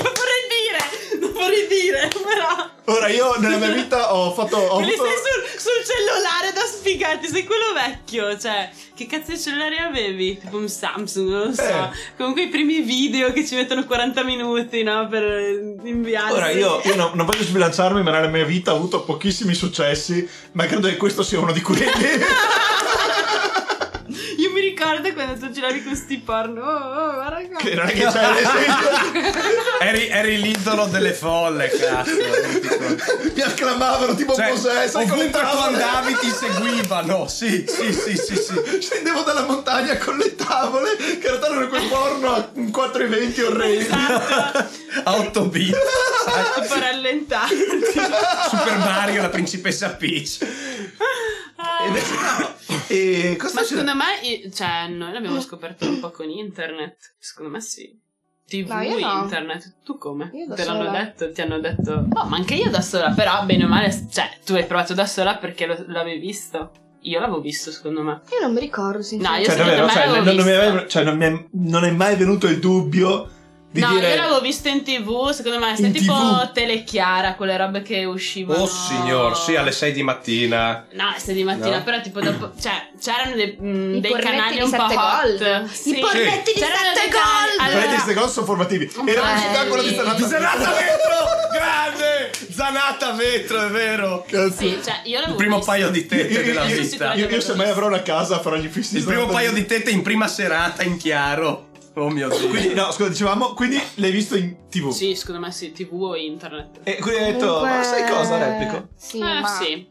Speaker 2: vorrei dire, non vorrei dire, però.
Speaker 1: Ora, io nella mia vita ho fatto. Ho
Speaker 2: Quelli
Speaker 1: avuto-
Speaker 2: stai sul, sul cellulare da sfigarti, sei quello vecchio, cioè, che cazzo di cellulare avevi? Tipo un Samsung, non lo so.
Speaker 1: Eh.
Speaker 2: Comunque i primi video che ci mettono 40 minuti, no, per eh, inviarsi.
Speaker 1: Ora io, io no- non voglio sbilanciarmi, ma nella mia vita ho avuto pochissimi successi, ma credo che questo sia uno di quelli.
Speaker 2: Io mi ricordo quando tu giravi con sti porno, oh, oh, guarda qua.
Speaker 1: che non è che cioè, c'è l'esempio.
Speaker 3: Eri, eri l'idolo delle folle, cazzo.
Speaker 1: Mi esclamavano tipo
Speaker 3: Cioè,
Speaker 1: Mosè, sai con le
Speaker 3: ovunque tu
Speaker 1: tavole.
Speaker 3: andavi ti seguivano. Sì, sì, sì, sì, sì.
Speaker 1: Scendevo dalla montagna con le tavole, che in realtà erano quel porno a 4,20 orrendi.
Speaker 3: A 8 bit.
Speaker 2: Un po' rallentato.
Speaker 3: Super Mario, la principessa Peach.
Speaker 1: E cosa
Speaker 2: Ma
Speaker 1: c'è?
Speaker 2: Ah. secondo me, i- cioè, noi l'abbiamo scoperto un po' con internet. Secondo me sì. TV,
Speaker 4: No, io no.
Speaker 2: internet, tu come?
Speaker 4: Io da
Speaker 2: Te l'hanno
Speaker 4: sola.
Speaker 2: detto, ti hanno detto. Oh, ma anche io da sola, però bene o male, cioè, tu hai provato da sola perché lo- l'avevi visto. Io l'avevo visto, secondo me.
Speaker 4: Io non mi ricordo, sinceramente.
Speaker 2: io
Speaker 1: Cioè, davvero,
Speaker 2: secondo me
Speaker 1: cioè, non,
Speaker 2: l'avevo
Speaker 1: non mi
Speaker 2: visto.
Speaker 1: è, cioè, non mi è- non è mai venuto il dubbio di
Speaker 2: no,
Speaker 1: dire...
Speaker 2: io l'avevo visto in tv, secondo me, sei
Speaker 1: In
Speaker 2: tipo
Speaker 1: TV?
Speaker 2: telechiara, quelle robe che uscivano.
Speaker 3: Oh signor, sì, alle 6 di mattina.
Speaker 2: No, sei di mattina,
Speaker 3: No.
Speaker 2: però tipo dopo. Cioè, c'erano dei, mh,
Speaker 4: I
Speaker 2: dei
Speaker 4: pornetti
Speaker 2: canali
Speaker 4: di
Speaker 2: un po'
Speaker 4: sette
Speaker 2: hot.
Speaker 4: gol.
Speaker 2: Sì.
Speaker 4: I pornetti di
Speaker 2: C'erano
Speaker 4: sette
Speaker 2: dei canali-
Speaker 4: gol.
Speaker 1: Prendi
Speaker 2: Allora-
Speaker 1: queste cose sono formativi. Era una città quella di Sanata.
Speaker 3: Zanata vetro! Grande! Zanata vetro, è vero!
Speaker 2: Sì, cioè, io l'avevo
Speaker 3: Il primo
Speaker 2: visto.
Speaker 3: paio di tette della
Speaker 2: io- io-
Speaker 3: vita.
Speaker 1: Io, io se mai avrò una casa farò gli fissi.
Speaker 3: Il primo paio di tette in prima serata in chiaro. Oh mio
Speaker 1: Quindi,
Speaker 3: dio.
Speaker 1: no, scusa, dicevamo, quindi l'hai visto in tv.
Speaker 2: Sì, secondo me sì, tv o internet.
Speaker 1: E quindi hai detto, ma sai cosa, replico?
Speaker 4: Sì,
Speaker 2: eh,
Speaker 4: ma...
Speaker 2: sì.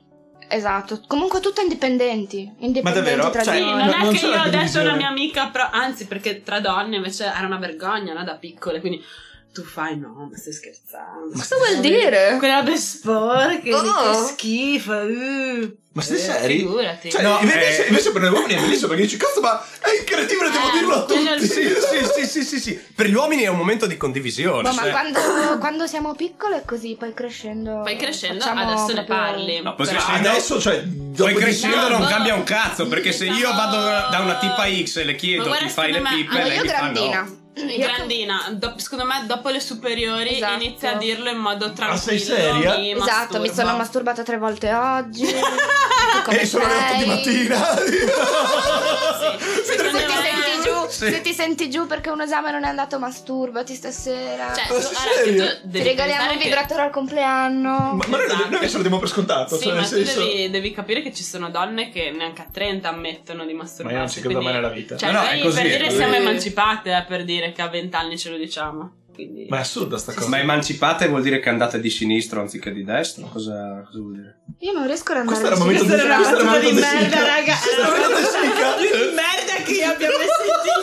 Speaker 4: Esatto. Comunque tutte indipendenti. Indipendenti
Speaker 1: Ma davvero?
Speaker 4: tra
Speaker 1: Cioè,
Speaker 4: di
Speaker 2: Sì,
Speaker 4: noi.
Speaker 2: non,
Speaker 1: non
Speaker 2: è che
Speaker 1: c'era
Speaker 2: io ho detto a
Speaker 1: condivisione.
Speaker 2: una mia amica, però, anzi, perché tra donne invece era una vergogna, no? Da piccole, quindi tu fai no, ma stai scherzando.
Speaker 4: Cosa vuol dire?
Speaker 2: Quella robe sporche,
Speaker 4: Oh.
Speaker 2: che schifo. uh.
Speaker 1: Ma stai
Speaker 2: Eh,
Speaker 1: seri?
Speaker 2: Figurati.
Speaker 1: Cioè,
Speaker 3: No,
Speaker 1: invece,
Speaker 3: eh.
Speaker 1: invece per noi uomini è bellissimo perché dici, cazzo, ma è incredibile, devo
Speaker 2: Eh,
Speaker 1: dirlo a
Speaker 2: quello è il
Speaker 1: tutti.
Speaker 3: Sì, sì, sì, sì, sì, sì. Per gli uomini è un momento di condivisione.
Speaker 4: No, ma
Speaker 3: cioè.
Speaker 4: quando, quando siamo piccole è così, poi crescendo...
Speaker 2: Poi crescendo,
Speaker 4: facciamo
Speaker 2: adesso ne
Speaker 4: proprio-
Speaker 2: parli.
Speaker 3: No, poi
Speaker 2: però-
Speaker 3: crescendo-
Speaker 1: Adesso, cioè, dopo
Speaker 3: Poi crescendo
Speaker 2: No, boh.
Speaker 3: non
Speaker 2: no.
Speaker 3: cambia un cazzo, perché se io vado da una tipa X e le
Speaker 2: Ma
Speaker 3: chiedo
Speaker 2: guarda,
Speaker 3: ti fai le
Speaker 2: secondo me-
Speaker 3: pippe,
Speaker 4: Allora,
Speaker 3: lei
Speaker 4: io
Speaker 3: mi fa no.
Speaker 4: grandina.
Speaker 2: È
Speaker 4: Io-
Speaker 2: grandina, do- secondo me dopo le superiori
Speaker 4: Esatto.
Speaker 2: inizia a dirlo in modo tranquillo.
Speaker 1: Ma Ah, sei seria?
Speaker 2: mi
Speaker 4: Esatto, mi sono
Speaker 2: masturbo.
Speaker 4: masturbata tre volte oggi. tu come
Speaker 1: E sono le 8 di
Speaker 4: sei?
Speaker 1: mattina.
Speaker 2: Sì,
Speaker 4: Se
Speaker 2: secondo
Speaker 4: ti
Speaker 2: me-
Speaker 4: senti giù,
Speaker 3: Sì.
Speaker 4: Se ti senti giù perché un esame non è andato, masturbati stasera.
Speaker 2: Cioè,
Speaker 1: Ma sei
Speaker 2: allora, che
Speaker 1: serio?
Speaker 2: tu
Speaker 4: ti
Speaker 2: devi
Speaker 4: regaliamo
Speaker 2: pensare
Speaker 4: il
Speaker 2: che-
Speaker 4: vibratore al compleanno.
Speaker 1: Ma, ma noi,
Speaker 2: Esatto.
Speaker 1: noi adesso lo diamo per scontato.
Speaker 2: Sì,
Speaker 1: cioè,
Speaker 2: ma
Speaker 1: nel
Speaker 2: tu
Speaker 1: senso.
Speaker 2: devi, devi capire che ci sono donne che neanche a 30 ammettono di
Speaker 1: Ma
Speaker 2: masturbarsi.
Speaker 1: io non ci credo
Speaker 2: quindi-
Speaker 1: mai nella vita.
Speaker 2: Cioè,
Speaker 3: No, no, è
Speaker 2: noi
Speaker 3: così,
Speaker 2: per
Speaker 3: è
Speaker 2: dire
Speaker 3: così.
Speaker 2: siamo emancipate, eh, per dire che a 20 anni ce lo diciamo. Quindi...
Speaker 1: Ma è assurda sta cosa.
Speaker 3: Ma emancipate vuol dire che andate di sinistro anziché di destra? Cosa, cosa vuol dire?
Speaker 4: Io non riesco ad andare
Speaker 1: Questo era il momento di
Speaker 2: Questo era
Speaker 1: questo era il
Speaker 2: una
Speaker 1: momento
Speaker 2: battuta di
Speaker 1: Sica.
Speaker 2: merda, raga. Ah,
Speaker 1: Questo era il momento di Sica.
Speaker 2: merda che abbiamo sentito!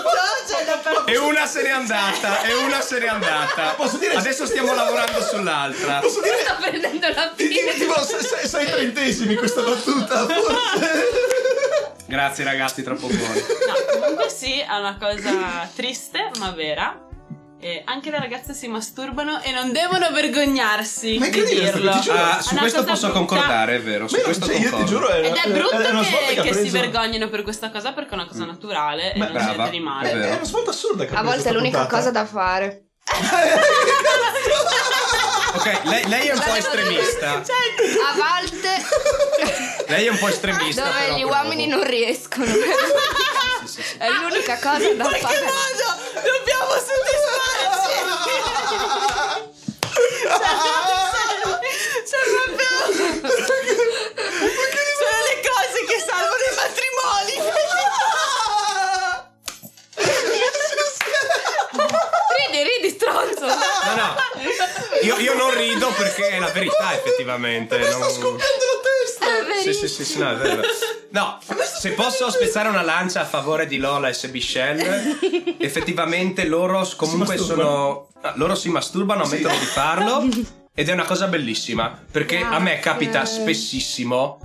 Speaker 2: Cioè, da parte...
Speaker 3: E una se n'è andata, e una se n'è andata.
Speaker 1: Posso dire-
Speaker 3: Adesso stiamo lavorando sull'altra.
Speaker 1: Posso dire?
Speaker 4: Sto prendendo la
Speaker 1: Ti dico
Speaker 4: pila.
Speaker 1: tipo se- se- sei trentesimi questa battuta, forse.
Speaker 3: Grazie ragazzi, troppo buoni.
Speaker 2: No, comunque sì, è una cosa triste, ma vera. E anche le ragazze si masturbano e non devono vergognarsi
Speaker 1: Ma è
Speaker 2: di
Speaker 1: incredibile sta
Speaker 2: dirlo.
Speaker 1: cosa, ti giuro.
Speaker 3: Ah,
Speaker 1: È
Speaker 3: su
Speaker 2: una
Speaker 3: questo
Speaker 2: cosa
Speaker 3: posso
Speaker 2: brutta.
Speaker 3: concordare, è vero, su
Speaker 1: Beh,
Speaker 3: questo
Speaker 1: cioè, io ti
Speaker 3: concordo.
Speaker 1: giuro, è,
Speaker 2: Ed è brutto
Speaker 1: è una svolta
Speaker 2: che,
Speaker 1: che ha
Speaker 2: che si
Speaker 1: preso- Mm.
Speaker 2: vergognino per questa cosa perché è una cosa naturale
Speaker 1: Beh,
Speaker 2: e non
Speaker 3: brava,
Speaker 2: c'è niente di
Speaker 1: È,
Speaker 3: È
Speaker 2: male.
Speaker 3: vero.
Speaker 1: è una svolta assurda che ha
Speaker 4: A
Speaker 1: preso
Speaker 4: volte è
Speaker 1: sta
Speaker 4: l'unica
Speaker 1: puntata.
Speaker 4: cosa da fare.
Speaker 3: Ok, lei, lei è un po'
Speaker 4: Dai,
Speaker 3: estremista.
Speaker 4: A volte
Speaker 3: Lei è un po' estremista. però,
Speaker 4: dove gli
Speaker 3: provo.
Speaker 4: uomini non riescono. È l'unica cosa da fare.
Speaker 2: dobbiamo soddisfarci! Cioè, Sono le cose che salvano i matrimoni!
Speaker 3: Ah!
Speaker 4: Ridi, ridi, stronzo.
Speaker 3: No, no. Io, io non rido perché è la verità, effettivamente. non-
Speaker 4: È
Speaker 3: Sì, sì, sì, sì, no, è vero. No, se posso spezzare una lancia a favore di Lola e Sebichel, effettivamente loro s- comunque
Speaker 1: masturbano.
Speaker 3: sono. ah, Loro si masturbano, ammettono di farlo. Ed è una cosa bellissima. Perché a me
Speaker 4: Grazie.
Speaker 3: capita spessissimo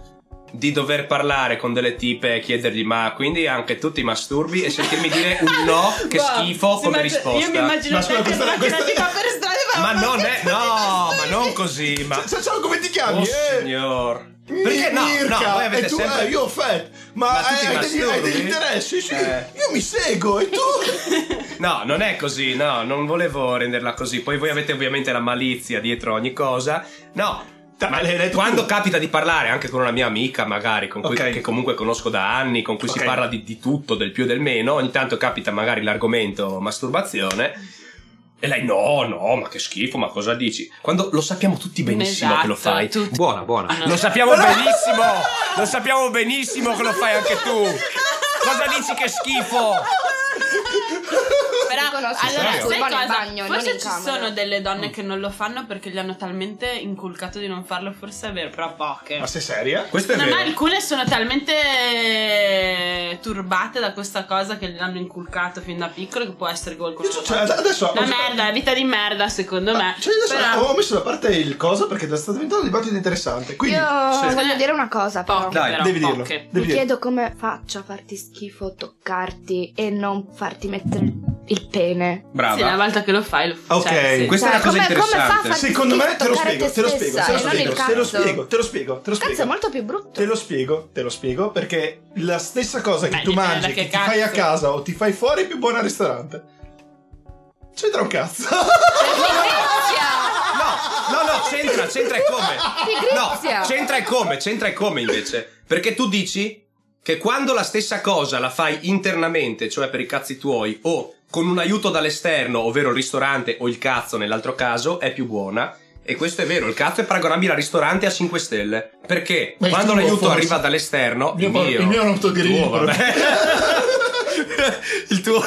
Speaker 3: di dover parlare con delle tipe e chiedergli: Ma quindi anche tu ti masturbi? E sentirmi dire un no, che
Speaker 2: Boh,
Speaker 3: schifo
Speaker 2: si
Speaker 3: come
Speaker 2: immagina-
Speaker 3: risposta.
Speaker 2: Io mi immagino
Speaker 1: Ma
Speaker 2: te
Speaker 1: scusa,
Speaker 2: che
Speaker 1: questa-
Speaker 2: blocchi
Speaker 1: questa-
Speaker 2: la tipa per strada e
Speaker 3: Ma
Speaker 2: vai,
Speaker 3: non
Speaker 2: "Ma
Speaker 3: è.
Speaker 2: che
Speaker 3: No,
Speaker 2: cazzo
Speaker 3: ma
Speaker 2: di-
Speaker 3: non così. Ma.
Speaker 1: Ciao, ciao, ciao, come ti chiami?
Speaker 3: Oh,
Speaker 1: Eh,
Speaker 3: signor.
Speaker 1: Cioè, Mi-
Speaker 3: Perché no?
Speaker 1: Mirka,
Speaker 3: no, voi
Speaker 1: e
Speaker 3: avete
Speaker 1: tu,
Speaker 3: sempre.
Speaker 1: eh, io fat, ma,
Speaker 3: Ma tu ti
Speaker 1: hai, hai degli, hai degli
Speaker 3: masturbi?
Speaker 1: interessi, sì,
Speaker 3: Eh.
Speaker 1: io mi seguo e tu...
Speaker 3: No, non è così, no, non volevo renderla così. Poi voi avete ovviamente la malizia dietro ogni cosa. No.
Speaker 1: Ta-
Speaker 3: Ma
Speaker 1: l'hai detto
Speaker 3: quando
Speaker 1: tu.
Speaker 3: capita di parlare anche con una mia amica, magari, con cui,
Speaker 1: Ok.
Speaker 3: che comunque conosco da anni, con cui
Speaker 1: Ok.
Speaker 3: si parla di, di tutto, del più e del meno, ogni tanto capita magari l'argomento masturbazione. E lei, no, no, ma che schifo, ma cosa dici? Quando lo sappiamo tutti benissimo che lo
Speaker 2: Esatto,
Speaker 3: fai.
Speaker 2: tutti.
Speaker 5: Buona, buona.
Speaker 2: Ah, no.
Speaker 3: Lo sappiamo benissimo! Lo sappiamo benissimo che lo fai anche tu! Cosa dici che schifo?
Speaker 2: Però,
Speaker 4: Dicono, sì,
Speaker 2: allora,
Speaker 3: sì,
Speaker 2: sai
Speaker 4: sì.
Speaker 2: cosa?
Speaker 4: in bagno, non
Speaker 2: forse
Speaker 4: in
Speaker 2: ci
Speaker 4: camera.
Speaker 2: sono delle
Speaker 1: Mm.
Speaker 2: donne che non lo fanno perché gli hanno talmente inculcato di non farlo, forse è vero, però poche.
Speaker 1: Ma sei seria?
Speaker 3: Questo è
Speaker 2: Secondo me
Speaker 3: vero.
Speaker 2: alcune sono talmente eh, turbate da questa cosa che gliel'hanno inculcato fin da piccolo che può essere gol con
Speaker 1: Cioè, ad- adesso...
Speaker 2: La
Speaker 1: ho-
Speaker 2: merda, la vita di merda, secondo me.
Speaker 1: Cioè, adesso
Speaker 2: Però-
Speaker 1: ho messo da parte il coso perché sta diventando un dibattito interessante, quindi...
Speaker 4: Io
Speaker 3: Sì.
Speaker 4: voglio dire una cosa, però.
Speaker 2: Poche,
Speaker 3: Dai,
Speaker 2: però,
Speaker 1: devi dirlo,
Speaker 2: poche.
Speaker 1: devi
Speaker 4: Mi
Speaker 1: dirlo.
Speaker 4: chiedo come faccio a farti schifo, toccarti e non farti mettere il pene. Cioè,
Speaker 3: Brava.
Speaker 2: Sì, una volta che lo fai, lo fai. Cioè,
Speaker 1: Ok,
Speaker 2: sì.
Speaker 3: Questa è una cosa
Speaker 4: come, Come fa a
Speaker 3: interessante.
Speaker 4: farti
Speaker 1: Secondo me te lo
Speaker 4: toccare
Speaker 1: spiego, te lo spiego,
Speaker 4: stessa
Speaker 1: te lo
Speaker 4: e non il
Speaker 1: spiego, te lo
Speaker 4: cazzo?
Speaker 1: spiego, te lo spiego, te lo
Speaker 4: Il cazzo è
Speaker 1: spiego.
Speaker 4: molto più brutto.
Speaker 1: Te lo spiego, te lo spiego, perché la stessa cosa che
Speaker 2: Beh,
Speaker 1: tu
Speaker 2: dipende da
Speaker 1: mangi, che,
Speaker 2: che
Speaker 1: ti fai a
Speaker 2: cazzo.
Speaker 1: casa o ti fai fuori è più buona al ristorante. C'entra un cazzo.
Speaker 4: Pigrizia!
Speaker 3: No, no, no, c'entra, c'entra e come.
Speaker 4: Pigrizia!
Speaker 3: No, c'entra e come, c'entra e come invece. Perché tu dici che quando la stessa cosa la fai internamente, cioè per i cazzi tuoi, o con un aiuto dall'esterno, ovvero il ristorante o il cazzo nell'altro caso, è più buona. E questo è vero, il cazzo è paragonabile al ristorante a 5 stelle. Perché
Speaker 1: Ma il
Speaker 3: quando
Speaker 1: tuo,
Speaker 3: l'aiuto
Speaker 1: forse.
Speaker 3: arriva dall'esterno,
Speaker 1: Il
Speaker 3: il
Speaker 1: mio-
Speaker 3: mio,
Speaker 1: il mio non te lo
Speaker 3: il
Speaker 1: dico.
Speaker 3: tuo, vabbè. il tuo,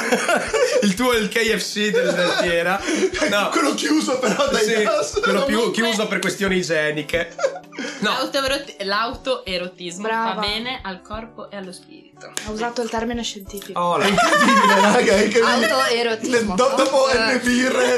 Speaker 3: il tuo è il KFC del dentiera. No.
Speaker 1: Quello chiuso però dai
Speaker 3: Sì,
Speaker 1: gas.
Speaker 3: quello più
Speaker 2: Comunque-
Speaker 3: chiuso per questioni igieniche. No,
Speaker 2: L'autoerot- l'autoerotismo
Speaker 4: Brava.
Speaker 2: fa bene al corpo e allo spirito.
Speaker 4: Ha usato il termine scientifico.
Speaker 3: oh,
Speaker 1: È
Speaker 3: la-
Speaker 1: incredibile, raga, è incredibile.
Speaker 4: Autoerotismo.
Speaker 1: Do- dopo
Speaker 4: Eh.
Speaker 1: N birre.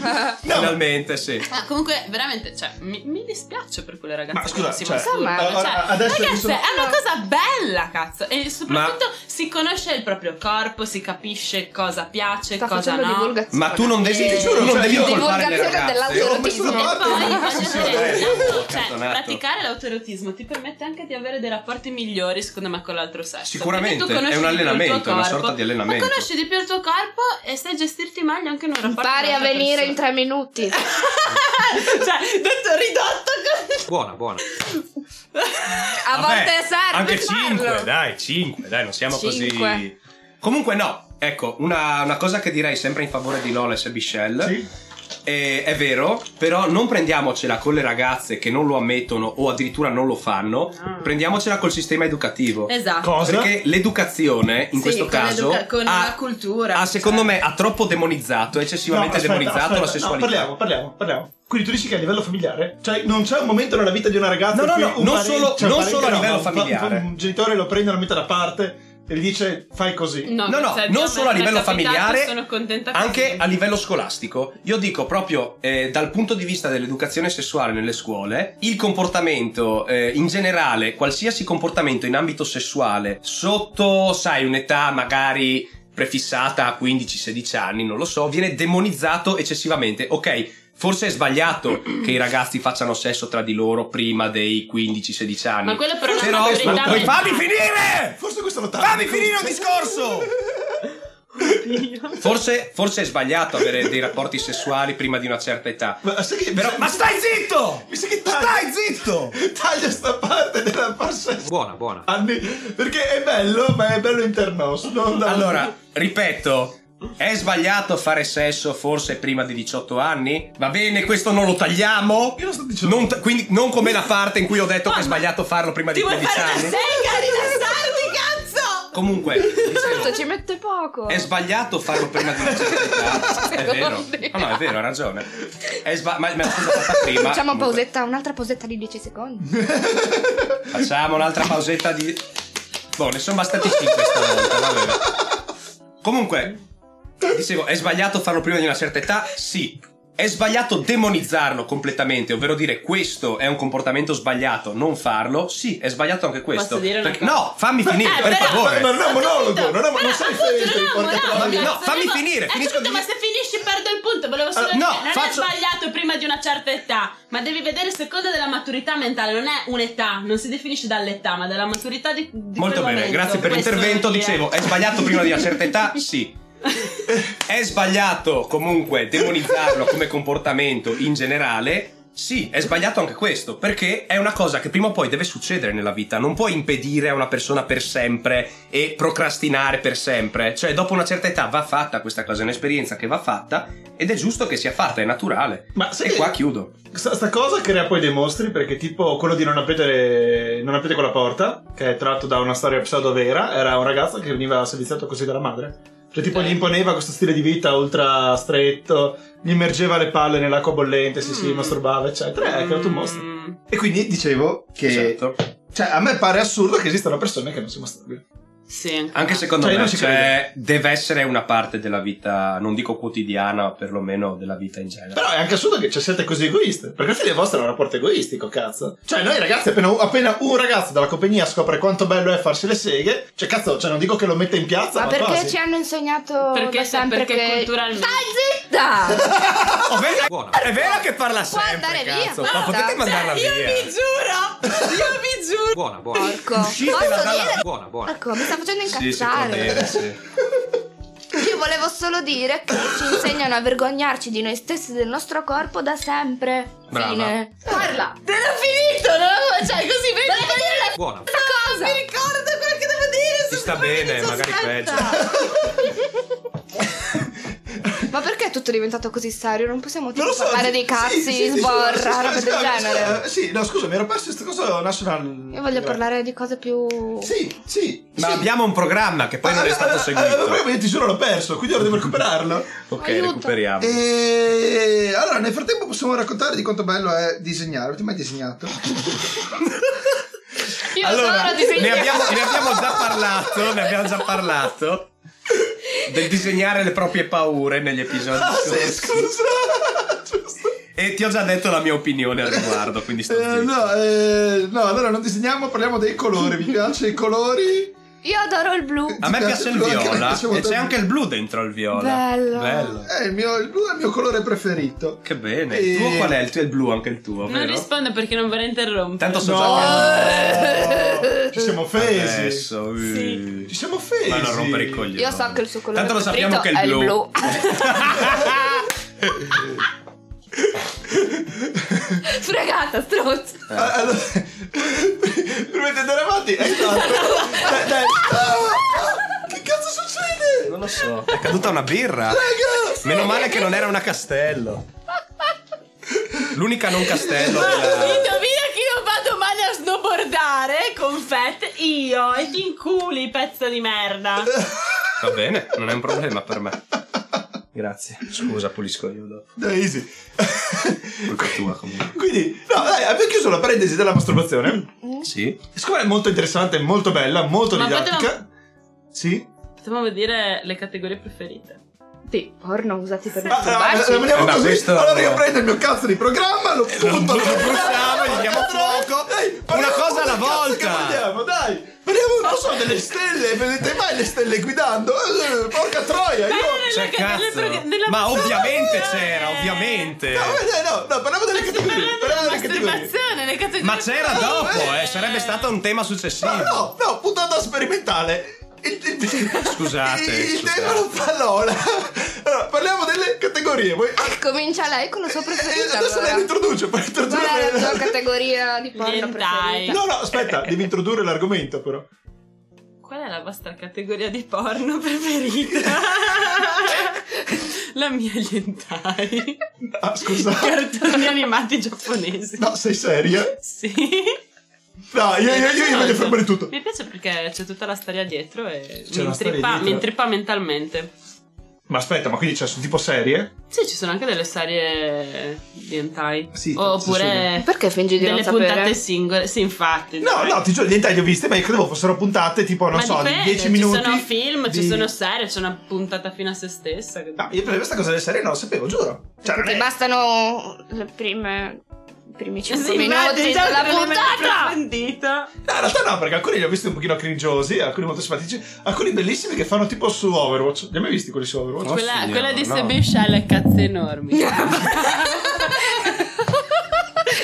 Speaker 1: No.
Speaker 3: finalmente sì.
Speaker 2: Ma comunque, veramente, cioè, mi, mi dispiace per quelle ragazze.
Speaker 1: Ma scusa,
Speaker 2: che si
Speaker 1: cioè,
Speaker 2: masturbano,
Speaker 1: allora,
Speaker 2: cioè,
Speaker 1: adesso mi
Speaker 2: ragazze,
Speaker 1: sono-
Speaker 2: è una cosa bella, cazzo. E soprattutto si conosce il proprio corpo, si capisce cosa piace,
Speaker 4: Sta
Speaker 2: cosa
Speaker 4: facendo
Speaker 2: no. E
Speaker 4: divulgazione.
Speaker 3: Ma tu non devi,
Speaker 1: Ti giuro,
Speaker 3: tu non
Speaker 1: cioè,
Speaker 3: devi
Speaker 1: io-
Speaker 3: colpare le
Speaker 4: Divulgazione
Speaker 3: ragazze.
Speaker 1: Io l'ho messo da
Speaker 4: dell'autoerotismo.
Speaker 1: parte.
Speaker 2: poi
Speaker 1: ma-
Speaker 2: voglio
Speaker 1: sì, sì,
Speaker 2: dire,
Speaker 1: dai.
Speaker 2: esatto, cioè,
Speaker 3: Cantonato.
Speaker 2: praticare l'autoerotismo ti permette anche di avere dei rapporti migliori, secondo me, con l'altro sesso.
Speaker 3: Sicuramente,
Speaker 2: Perché tu conosci
Speaker 3: è un
Speaker 2: di più il tuo
Speaker 3: allenamento, è una
Speaker 2: corpo,
Speaker 3: sorta di allenamento.
Speaker 2: Ma conosci di più il tuo corpo e sai gestirti meglio anche in un rapporto
Speaker 4: Impari a
Speaker 2: con l'altra
Speaker 4: venire in
Speaker 2: persona.
Speaker 4: tre
Speaker 3: Eh,
Speaker 4: minuti.
Speaker 2: cioè, detto ridotto così.
Speaker 5: Buona, buona.
Speaker 4: A
Speaker 3: Vabbè,
Speaker 4: volte serve
Speaker 3: Anche
Speaker 4: farlo.
Speaker 3: 5, dai, 5, dai, non siamo
Speaker 4: Cinque.
Speaker 3: così. Comunque no. Ecco, una, una cosa che direi sempre in favore di Loles e Bichel.
Speaker 1: Sì.
Speaker 3: E- è vero, però non prendiamocela con le ragazze che non lo ammettono o addirittura non lo fanno,
Speaker 2: No.
Speaker 3: prendiamocela col sistema educativo.
Speaker 2: Esatto.
Speaker 1: Cosa?
Speaker 3: Perché l'educazione, in
Speaker 2: Sì,
Speaker 3: questo
Speaker 2: con
Speaker 3: caso,
Speaker 2: l'educa- con
Speaker 3: ha-
Speaker 2: la cultura,
Speaker 3: ha, secondo
Speaker 2: cioè.
Speaker 3: me ha troppo demonizzato, eccessivamente
Speaker 1: No, aspetta,
Speaker 3: demonizzato
Speaker 1: aspetta,
Speaker 3: la
Speaker 1: no,
Speaker 3: sessualità.
Speaker 1: parliamo, parliamo, parliamo. Quindi tu dici che a livello familiare, cioè non c'è un momento nella vita di una ragazza
Speaker 3: No,
Speaker 1: in
Speaker 3: no,
Speaker 1: cui
Speaker 3: no,
Speaker 1: un
Speaker 3: non
Speaker 1: parente-
Speaker 3: solo-
Speaker 1: cioè, un
Speaker 3: non
Speaker 1: parente
Speaker 3: solo a
Speaker 1: no,
Speaker 3: livello
Speaker 1: un fa-
Speaker 3: familiare.
Speaker 1: Un genitore lo prende, lo mette da parte e gli dice fai così. Eh,
Speaker 3: No, no,
Speaker 2: cioè,
Speaker 3: non
Speaker 2: mi-
Speaker 3: solo a
Speaker 2: mi è
Speaker 3: livello
Speaker 2: capitato,
Speaker 3: familiare,
Speaker 2: Sono contenta così.
Speaker 3: anche a livello scolastico. Io dico proprio eh, dal punto di vista dell'educazione sessuale nelle scuole, il comportamento eh, in generale, qualsiasi comportamento in ambito sessuale sotto, sai, un'età magari prefissata a 15-16 anni, non lo so, viene demonizzato eccessivamente. Ok. Forse è sbagliato che i ragazzi facciano sesso tra di loro prima dei 15-16 anni.
Speaker 2: Ma quello però è
Speaker 3: Però,
Speaker 2: una maturità
Speaker 3: ma puoi
Speaker 2: mentale.
Speaker 3: farmi finire!
Speaker 1: Forse questo lo Cioè- taglio.
Speaker 3: Fammi finire un discorso! Forse, forse è sbagliato avere dei rapporti sessuali prima di una certa età.
Speaker 1: Ma sai che
Speaker 3: Però, ma stai zitto!
Speaker 1: mi sa che taglio-
Speaker 3: Stai zitto!
Speaker 1: Taglia sta parte della passa
Speaker 5: Buona, buona.
Speaker 1: anni perché è bello, ma è bello internos. non da-
Speaker 3: Allora, ripeto, è sbagliato fare sesso forse prima di 18 anni? Va bene, questo non lo tagliamo?
Speaker 1: Io non sto dicendo.
Speaker 3: Non ta- quindi non come la parte in cui ho detto che è
Speaker 2: ma-
Speaker 3: sbagliato farlo prima di
Speaker 2: Ti vuoi
Speaker 3: 15
Speaker 2: fare una
Speaker 3: anni.
Speaker 2: sega? Rilassarti, cazzo!
Speaker 3: Comunque, dicevo,
Speaker 4: Certo, ci mette poco.
Speaker 3: È sbagliato farlo prima di una certa età. È vero.
Speaker 4: Secondo
Speaker 3: Ah, No, no, è vero, ha ragione. È sba- ma, ma la cosa fatta prima.
Speaker 4: Facciamo
Speaker 3: comunque.
Speaker 4: pausetta, un'altra pausetta di 10 secondi.
Speaker 3: Facciamo un'altra pausetta di. Boh, ne sono bastati 5 stavolta, va bene. Comunque, dicevo, è sbagliato farlo prima di una certa età? Sì. È sbagliato demonizzarlo completamente, ovvero dire questo è un comportamento sbagliato, non farlo? Sì, è sbagliato anche questo.
Speaker 2: Posso dire una
Speaker 3: Perché-
Speaker 2: cosa?
Speaker 3: No, fammi finire,
Speaker 2: Eh,
Speaker 3: per
Speaker 2: però-
Speaker 3: favore.
Speaker 1: Ma non è un monologo,
Speaker 2: Appunto,
Speaker 1: non, è,
Speaker 2: ma
Speaker 1: non
Speaker 2: no,
Speaker 1: sei
Speaker 2: appunto,
Speaker 1: Feltri,
Speaker 2: no,
Speaker 1: porca
Speaker 2: no,
Speaker 1: troia.
Speaker 3: Fammi- no,
Speaker 2: cazzo,
Speaker 3: fammi
Speaker 2: devo-
Speaker 3: finire,
Speaker 2: eh,
Speaker 3: finisco
Speaker 2: appunto,
Speaker 3: di-
Speaker 2: ma se finisci perdo il punto, volevo solo
Speaker 3: Allora, no,
Speaker 2: dire, non
Speaker 3: faccio-
Speaker 2: è sbagliato prima di una certa età, ma devi vedere secondo della maturità mentale, non è un'età, non si definisce dall'età, ma dalla maturità di, di
Speaker 3: Molto
Speaker 2: quel
Speaker 3: bene,
Speaker 2: momento.
Speaker 3: grazie per
Speaker 2: Questo
Speaker 3: l'intervento.
Speaker 2: è-
Speaker 3: Dicevo, è sbagliato prima di una certa età? Sì. È sbagliato comunque demonizzarlo come comportamento in generale? Sì, è sbagliato anche questo, perché è una cosa che prima o poi deve succedere nella vita. Non puoi impedire a una persona per sempre e procrastinare per sempre. Cioè, dopo una certa età va fatta questa cosa, è un'esperienza che va fatta ed è giusto che sia fatta, è naturale.
Speaker 1: Ma sai
Speaker 3: e
Speaker 1: che-
Speaker 3: qua chiudo.
Speaker 1: Sta, sta cosa crea poi dei mostri perché tipo quello di non aprire, non aprire quella porta, che è tratto da una storia pseudo vera, era un ragazzo che veniva seviziato così dalla madre. Cioè tipo gli imponeva questo stile di vita ultra stretto, gli immergeva le palle nell'acqua bollente, si, si
Speaker 2: Mm.
Speaker 1: masturbava
Speaker 3: Eh,
Speaker 1: eccetera, e ha creato un mostro.
Speaker 2: Mm.
Speaker 1: E quindi dicevo che...
Speaker 3: Esatto.
Speaker 1: Cioè a me pare assurdo che esistano persone che non si masturbino.
Speaker 2: Sì.
Speaker 3: Anche secondo
Speaker 1: Cioè,
Speaker 3: me
Speaker 1: non ci
Speaker 3: cioè, deve essere una parte della vita, non dico quotidiana, ma perlomeno della vita in genere.
Speaker 1: Però è anche assurdo che ci siate così egoiste. Perché alla fine il vostro è un rapporto egoistico, cazzo. Cioè, noi ragazzi, appena, appena un ragazzo dalla compagnia scopre quanto bello è farsi le seghe, cioè, cazzo, cioè, non dico che lo mette in piazza, ma,
Speaker 4: Ma perché
Speaker 1: quasi.
Speaker 4: ci hanno insegnato
Speaker 2: Perché
Speaker 4: da
Speaker 2: se-
Speaker 4: sempre
Speaker 2: perché
Speaker 4: che...
Speaker 2: culturalmente-
Speaker 4: Stai zitta!
Speaker 3: Oh, vero-
Speaker 5: Buona.
Speaker 3: è vero che parla
Speaker 4: Può
Speaker 3: sempre,
Speaker 4: andare via,
Speaker 3: cazzo, ma
Speaker 4: basta.
Speaker 3: potete mandarla
Speaker 2: Cioè, io
Speaker 3: via.
Speaker 2: vi giuro, io vi giuro.
Speaker 5: Buona, buona.
Speaker 4: Porco.
Speaker 3: Uscitela
Speaker 4: Posso
Speaker 3: dalla-
Speaker 4: dire?
Speaker 5: Buona, buona.
Speaker 4: Ecco, mi sta facendo
Speaker 3: Sì, si può
Speaker 4: incazzare.
Speaker 3: dire, sì.
Speaker 4: Io volevo solo dire che ci insegnano a vergognarci di noi stessi e del nostro corpo da sempre.
Speaker 3: Brava.
Speaker 4: Fine. Parla.
Speaker 2: Te l'ho finito, no? Cioè, così vedi.
Speaker 4: Volevo dire la
Speaker 5: Buona.
Speaker 4: cosa.
Speaker 2: Mi ricordo quello che devo dire.
Speaker 3: Ti sta bene, magari peggio.
Speaker 4: Ma perché è tutto diventato così serio? Non possiamo
Speaker 1: Non
Speaker 4: tipo
Speaker 1: lo so.
Speaker 4: parlare dei
Speaker 1: sì,
Speaker 4: cazzi,
Speaker 1: sì, sì, sì,
Speaker 4: sborra,
Speaker 1: scusa, scusa,
Speaker 4: roba del
Speaker 1: scusa,
Speaker 4: genere.
Speaker 1: scusa, Sì, no, scusa, mi ero perso questa cosa national.
Speaker 4: Io voglio parlare di cose più.
Speaker 1: Sì, sì.
Speaker 3: Ma
Speaker 1: sì.
Speaker 3: abbiamo un programma che poi non è
Speaker 1: Ah,
Speaker 3: stato
Speaker 1: ah, ah, ah,
Speaker 3: seguito.
Speaker 1: Poi ti giuro l'ho perso, quindi ora devo recuperarlo.
Speaker 3: Ok,
Speaker 4: Aiuto.
Speaker 3: recuperiamo.
Speaker 1: Eh, E allora, nel frattempo possiamo raccontare di quanto bello è disegnare. Avete mai disegnato?
Speaker 4: Io
Speaker 3: Allora,
Speaker 4: sono
Speaker 3: ne
Speaker 4: disegnata.
Speaker 3: abbiamo, ne abbiamo già parlato, ne abbiamo già parlato del disegnare le proprie paure negli episodi
Speaker 1: Ah, sì,
Speaker 3: scorsi.
Speaker 1: scusa. Giusto.
Speaker 3: E ti ho già detto la mia opinione al riguardo, quindi sto
Speaker 1: Eh,
Speaker 3: zitto.
Speaker 1: no, eh, no, allora non disegniamo, parliamo dei colori. Vi piace i colori?
Speaker 4: Io adoro il blu.
Speaker 3: A me
Speaker 1: Ti
Speaker 3: piace
Speaker 1: piace
Speaker 3: il
Speaker 1: il blu, anche a me
Speaker 3: viola
Speaker 1: piace
Speaker 3: e
Speaker 1: molto
Speaker 3: c'è
Speaker 1: il
Speaker 3: anche il blu dentro il viola.
Speaker 4: Bello.
Speaker 3: Bello.
Speaker 1: Eh, il, mio, il blu è il mio colore preferito.
Speaker 3: Che bene.
Speaker 1: Eh.
Speaker 3: Il tuo qual è? Il tuo è il blu anche il tuo,
Speaker 2: Non
Speaker 3: vero?
Speaker 2: rispondo perché non vorrei interrompere.
Speaker 3: Tanto so
Speaker 1: Oh, ci siamo
Speaker 3: già che
Speaker 1: offesi.
Speaker 3: adesso. eh.
Speaker 1: Ci siamo offesi.
Speaker 3: Vanno a rompere i coglioni.
Speaker 4: Io so che il suo colore
Speaker 3: Tanto lo sappiamo che
Speaker 4: preferito
Speaker 3: è il
Speaker 4: è il
Speaker 3: blu.
Speaker 4: blu. Fregata, stronzo.
Speaker 1: Ah, allora, Eh, prima di andare avanti, è stato. dai, dai. Ah, che cazzo succede?
Speaker 3: non lo so. È caduta una birra. Meno male che non era una castello. L'unica non castello. della-
Speaker 2: Indovina chi non va domani a snowboardare con Fett? Io. E ti inculi, pezzo di merda.
Speaker 3: Va bene, non è un problema per me. Grazie. Scusa, pulisco io dopo.
Speaker 1: Dai, easy.
Speaker 3: Colpa tua comunque.
Speaker 1: Quindi, no, dai, abbiamo chiuso la parentesi della masturbazione.
Speaker 3: Sì.
Speaker 1: Siccome è molto interessante, molto bella, molto
Speaker 2: Ma
Speaker 1: didattica. Sì.
Speaker 2: Potremmo vedere le categorie preferite.
Speaker 4: Sì, porno usati per
Speaker 1: Ah, ah,
Speaker 4: masturbarsi.
Speaker 1: la vediamo
Speaker 3: Eh, ma
Speaker 1: così.
Speaker 3: questo- Eh,
Speaker 1: Allora io prendo il mio cazzo di programma, lo punto
Speaker 3: lo bruciamo, gli diamo fuoco.
Speaker 1: Dai,
Speaker 3: Una
Speaker 1: parliamo
Speaker 3: cosa alla
Speaker 1: del cazzo
Speaker 3: volta.
Speaker 1: Che vogliamo, dai. Parliamo, non so, delle stelle. Vedete mai le stelle guidando? Eh, porca troia, io...
Speaker 3: Cioè, cazzo. Ma ovviamente c'era, ovviamente.
Speaker 1: No, dai, no, no, parliamo delle categorie. Parliamo delle categorie.
Speaker 2: le categorie
Speaker 3: Ma c'era dopo, eh. Sarebbe stato un tema
Speaker 1: No,
Speaker 3: successivo.
Speaker 1: no, no, puntata sperimentale. Il, il-
Speaker 3: Scusate,
Speaker 1: il, il
Speaker 3: scusate.
Speaker 1: tema non fa l'ola. Allora, parliamo delle categorie. Voi,
Speaker 4: Comincia lei con la sua
Speaker 1: eh,
Speaker 4: preferita.
Speaker 1: adesso
Speaker 4: allora.
Speaker 1: la reintroduce. per
Speaker 4: Qual
Speaker 1: introdurre-
Speaker 4: è la tua categoria di porno
Speaker 2: Hentai.
Speaker 4: preferita?
Speaker 1: No, no, aspetta, devi introdurre l'argomento, però.
Speaker 2: Qual è la vostra categoria di porno preferita? la mia gli hentai.
Speaker 1: Ah, scusa.
Speaker 2: Cartoni animati giapponesi.
Speaker 1: No, sei seria?
Speaker 2: Sì.
Speaker 1: No, io, io, io, io voglio fermare tutto.
Speaker 2: Esatto. Mi piace perché c'è tutta la storia dietro e
Speaker 1: C'è
Speaker 2: mi
Speaker 1: una storia
Speaker 2: intrippa,
Speaker 1: dietro.
Speaker 2: mi intrippa mentalmente.
Speaker 1: Ma aspetta, ma quindi c'è sono tipo serie?
Speaker 2: Sì, ci sono anche delle serie di hentai.
Speaker 1: Sì,
Speaker 2: Oppure
Speaker 4: Perché fingi di non
Speaker 2: delle
Speaker 4: sapere?
Speaker 2: puntate singole. Sì, infatti.
Speaker 1: No,
Speaker 2: dai.
Speaker 1: no, ti giuro, niente, le ho viste, ma io credevo fossero puntate tipo, non
Speaker 2: Ma
Speaker 1: so,
Speaker 2: dipende,
Speaker 1: di 10 minuti.
Speaker 2: Ci sono film, ci
Speaker 1: di-
Speaker 2: sono serie, c'è una puntata fino a se stessa.
Speaker 1: No, io per questa cosa delle serie non lo sapevo, giuro. Cioè, non
Speaker 4: Perché
Speaker 1: è-
Speaker 4: bastano le prime, i primi 5
Speaker 2: Sì,
Speaker 4: minuti della puntata!
Speaker 2: puntata!
Speaker 1: No, in realtà no, perché alcuni li ho visti un pochino cringiosi, alcuni molto simpatici, alcuni bellissimi che fanno tipo su Overwatch. Li hai mai visti quelli su Overwatch?
Speaker 3: No.
Speaker 2: Quella,
Speaker 3: signora,
Speaker 2: quella di
Speaker 3: no.
Speaker 2: Sebi Shell è cazzo enormi.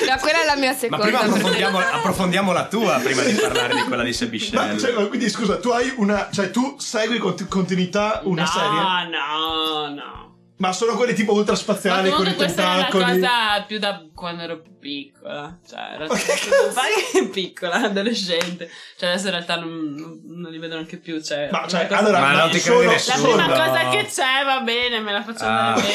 Speaker 4: No, quella è la mia
Speaker 3: Ma
Speaker 4: seconda.
Speaker 3: prima
Speaker 4: preferita.
Speaker 3: approfondiamo, approfondiamo la tua prima di parlare di quella di
Speaker 1: Ma, cioè,
Speaker 3: Sebiscello.
Speaker 1: ma quindi scusa, tu hai una. Cioè, tu segui con continuità una
Speaker 2: no,
Speaker 1: serie?
Speaker 2: no, no.
Speaker 1: Ma sono quelli tipo
Speaker 2: Ma
Speaker 1: ultraspaziali con i
Speaker 2: comunque questa era una
Speaker 1: tentacoli.
Speaker 2: cosa più da quando ero piccola. Cioè, era
Speaker 1: Ma che
Speaker 2: tutto-
Speaker 1: cazzo?
Speaker 2: fai- piccola, adolescente. Cioè, adesso in realtà non, non- non li vedo neanche più. Cioè,
Speaker 1: Ma
Speaker 2: una
Speaker 1: cioè,
Speaker 2: cosa-
Speaker 1: allora,
Speaker 3: Ma
Speaker 1: ma
Speaker 3: non ti
Speaker 1: sono-
Speaker 3: crede
Speaker 2: La
Speaker 3: nessuno.
Speaker 2: prima
Speaker 1: sono-
Speaker 2: cosa che c'è va bene, me la faccio
Speaker 3: Ah,
Speaker 2: andare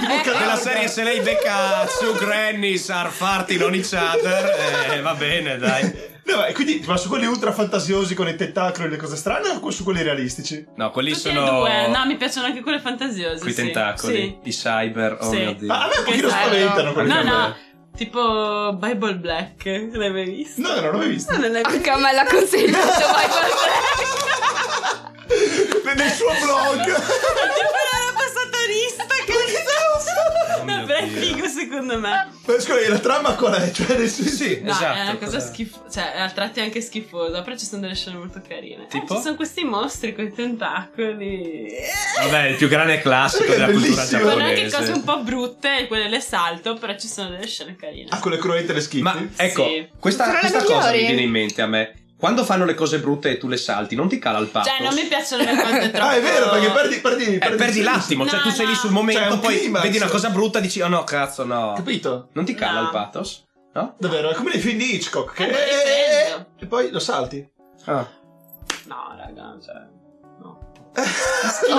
Speaker 2: bene.
Speaker 3: Quella serie se lei becca su Granny, Sarfarti, non each other, eh, va bene, dai.
Speaker 1: No, ma quindi, ma su quelli ultra fantasiosi con i tentacoli e le cose strane o su quelli realistici?
Speaker 3: No, quelli
Speaker 2: Tutti e
Speaker 3: sono
Speaker 2: due. No, mi piacciono anche quelle fantasiose.
Speaker 3: quei
Speaker 2: sì.
Speaker 3: tentacoli,
Speaker 2: Sì.
Speaker 3: i cyber, oh
Speaker 2: Sì. Ah.
Speaker 3: mio Dio.
Speaker 1: Ma a me un
Speaker 2: Che
Speaker 1: pochino
Speaker 2: bello.
Speaker 1: spaventano quelli.
Speaker 2: No,
Speaker 1: che-
Speaker 2: no, tipo Bible Black, l'hai mai visto? Ah,
Speaker 1: No, non l'ho mai visto.
Speaker 2: No, non l'hai mai
Speaker 4: Anche a me la consiglio. vai
Speaker 1: Nel suo blog.
Speaker 2: tipo era passatorista, cazzo!
Speaker 3: mio
Speaker 2: Vabbè, è
Speaker 3: Dio.
Speaker 2: figo secondo me.
Speaker 1: Ma scusa, la trama qual è? Cioè, nel senso-
Speaker 3: Sì,
Speaker 2: No,
Speaker 3: esatto.
Speaker 2: è una cosa
Speaker 3: cos'è?
Speaker 2: schifosa, cioè a tratti è anche schifosa, però ci sono delle scene molto carine. Eh,
Speaker 3: Tipo?
Speaker 2: ci sono questi mostri con i tentacoli.
Speaker 3: Vabbè, il più grande classico
Speaker 1: Perché è
Speaker 3: della cultura
Speaker 1: bellissimo.
Speaker 2: Fanno anche
Speaker 3: giapponese.
Speaker 2: cose un po' brutte, quelle le salto, però ci sono delle scene carine.
Speaker 1: Ah, con le croette e le schifo.
Speaker 3: Ma ecco,
Speaker 2: Sì.
Speaker 3: questa,
Speaker 4: Sono le
Speaker 3: questa cosa mi
Speaker 4: migliori.
Speaker 3: viene in mente a me. Quando fanno le cose brutte e tu le salti, non ti cala il pathos.
Speaker 2: Cioè, non mi piacciono le cose troppo.
Speaker 1: Ah, è vero, perché perdi, perdi,
Speaker 3: Eh, perdi l'attimo, cioè
Speaker 2: No,
Speaker 3: tu sei lì
Speaker 2: no.
Speaker 3: sul momento,
Speaker 1: Cioè, è un
Speaker 3: poi
Speaker 1: climax.
Speaker 3: vedi una cosa brutta e dici "Oh no, cazzo, no".
Speaker 1: Capito?
Speaker 3: Non ti cala
Speaker 2: No.
Speaker 3: il pathos? No?
Speaker 1: Davvero, è come nei film di Hitchcock. Che...
Speaker 2: Eh, ma è bello.
Speaker 1: E poi lo salti.
Speaker 3: Ah.
Speaker 2: No, raga, cioè. No.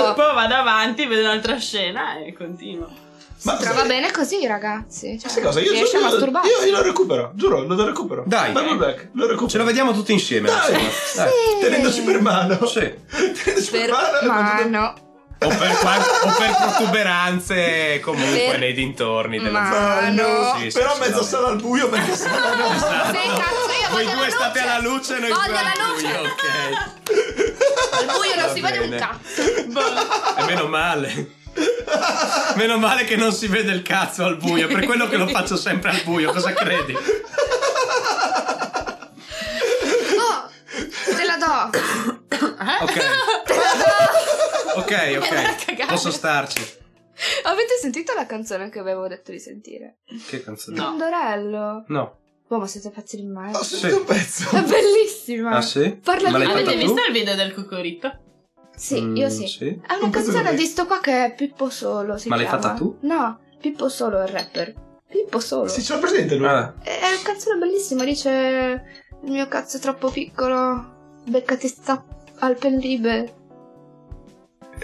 Speaker 4: Oh.
Speaker 2: Poi vado avanti, vedo un'altra scena e continuo.
Speaker 1: Ma
Speaker 4: Trova bene così, ragazzi. Cioè,
Speaker 1: Sai cosa? Io,
Speaker 4: riesce a
Speaker 1: io-
Speaker 4: masturbarsi.
Speaker 1: io- io lo recupero, giuro, lo recupero.
Speaker 3: Dai.
Speaker 1: Bible Black, lo recupero.
Speaker 3: Ce lo vediamo tutti insieme.
Speaker 1: Dai.
Speaker 3: insomma. Dai.
Speaker 4: Sì.
Speaker 1: Tenendoci per mano.
Speaker 3: Sì.
Speaker 1: Tenendoci per,
Speaker 4: Per
Speaker 1: mano. e continuando-
Speaker 4: mano.
Speaker 3: O per, qua- o per protuberanze comunque
Speaker 4: Per-
Speaker 3: nei dintorni della
Speaker 4: Ma-
Speaker 3: zona.
Speaker 4: Mano.
Speaker 3: Sì, sì,
Speaker 1: Ah, Però
Speaker 3: sì,
Speaker 1: mezzo
Speaker 3: sì.
Speaker 1: sala al buio perché se
Speaker 4: Sì, cazzo, io
Speaker 3: Voi
Speaker 4: voglio la
Speaker 3: due state
Speaker 4: luce.
Speaker 3: alla luce e noi
Speaker 4: Voglio
Speaker 3: due al
Speaker 4: la luce.
Speaker 3: buio, ok.
Speaker 4: Al buio non
Speaker 3: Va
Speaker 4: si vede un
Speaker 3: bene.
Speaker 4: cazzo.
Speaker 2: Boh.
Speaker 3: E meno male. Meno male che non si vede il cazzo al buio, per quello che lo faccio sempre al buio, cosa credi?
Speaker 4: Oh, te la do.
Speaker 3: Ok. Ok,
Speaker 4: Andare a cagare.
Speaker 3: ok. Posso starci.
Speaker 4: Avete sentito la canzone che avevo detto di sentire?
Speaker 3: Che canzone?
Speaker 2: No.
Speaker 4: Pandorello.
Speaker 3: No.
Speaker 4: Oh, ma siete pazzi di male.
Speaker 1: Ho sentito un pezzo.
Speaker 4: È bellissima.
Speaker 3: Ah sì?
Speaker 4: Parla
Speaker 3: Ma
Speaker 4: di-
Speaker 3: l'hai
Speaker 2: Avete
Speaker 3: fatta tu?
Speaker 2: visto il video del cocorito?
Speaker 4: Sì,
Speaker 3: Mm,
Speaker 4: io sì.
Speaker 3: sì.
Speaker 4: È una
Speaker 1: Non penso
Speaker 4: canzone
Speaker 1: che-
Speaker 4: di sto qua che è Pippo Solo. si
Speaker 3: Ma l'hai
Speaker 4: chiama.
Speaker 3: fatta tu?
Speaker 4: No, Pippo Solo è il rapper. Pippo Solo.
Speaker 1: Sì, ce l'ho presente lui.
Speaker 3: Ah,
Speaker 4: È è una canzone bellissima. Dice: Il mio cazzo è troppo piccolo. Beccati sta al pen libe.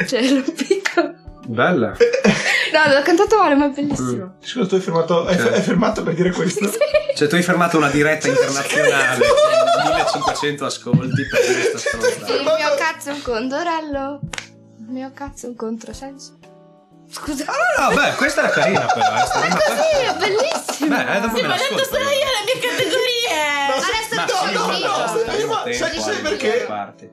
Speaker 4: Cioè, lo piccolo.
Speaker 8: Bella.
Speaker 4: No, l'ho cantato male, ma è
Speaker 3: Mm.
Speaker 4: bellissimo.
Speaker 1: Scusa, tu hai fermato, hai,
Speaker 8: Cioè.
Speaker 1: hai fermato per dire questo?
Speaker 3: Cioè, tu hai fermato una diretta internazionale. con 1500 ascolti per questa
Speaker 4: Il
Speaker 3: stronzata.
Speaker 4: mio cazzo è un condorello. Il mio cazzo è un controsenso. Scusa.
Speaker 3: Ah, beh, questa era carina, però. eh, sta-
Speaker 4: Ma è così, è bellissimo.
Speaker 3: Beh, eh, dopo
Speaker 2: Sì,
Speaker 3: me
Speaker 2: ma ho detto
Speaker 3: l'ascolto.
Speaker 2: solo io le mie categorie.
Speaker 4: Adesso
Speaker 3: Ma
Speaker 4: ti
Speaker 3: sì,
Speaker 4: ho
Speaker 1: no,
Speaker 3: ma
Speaker 1: no,
Speaker 4: capito.
Speaker 1: no. prima,
Speaker 3: tempo,
Speaker 1: sai- sai
Speaker 3: alle
Speaker 1: perché?
Speaker 3: due parti.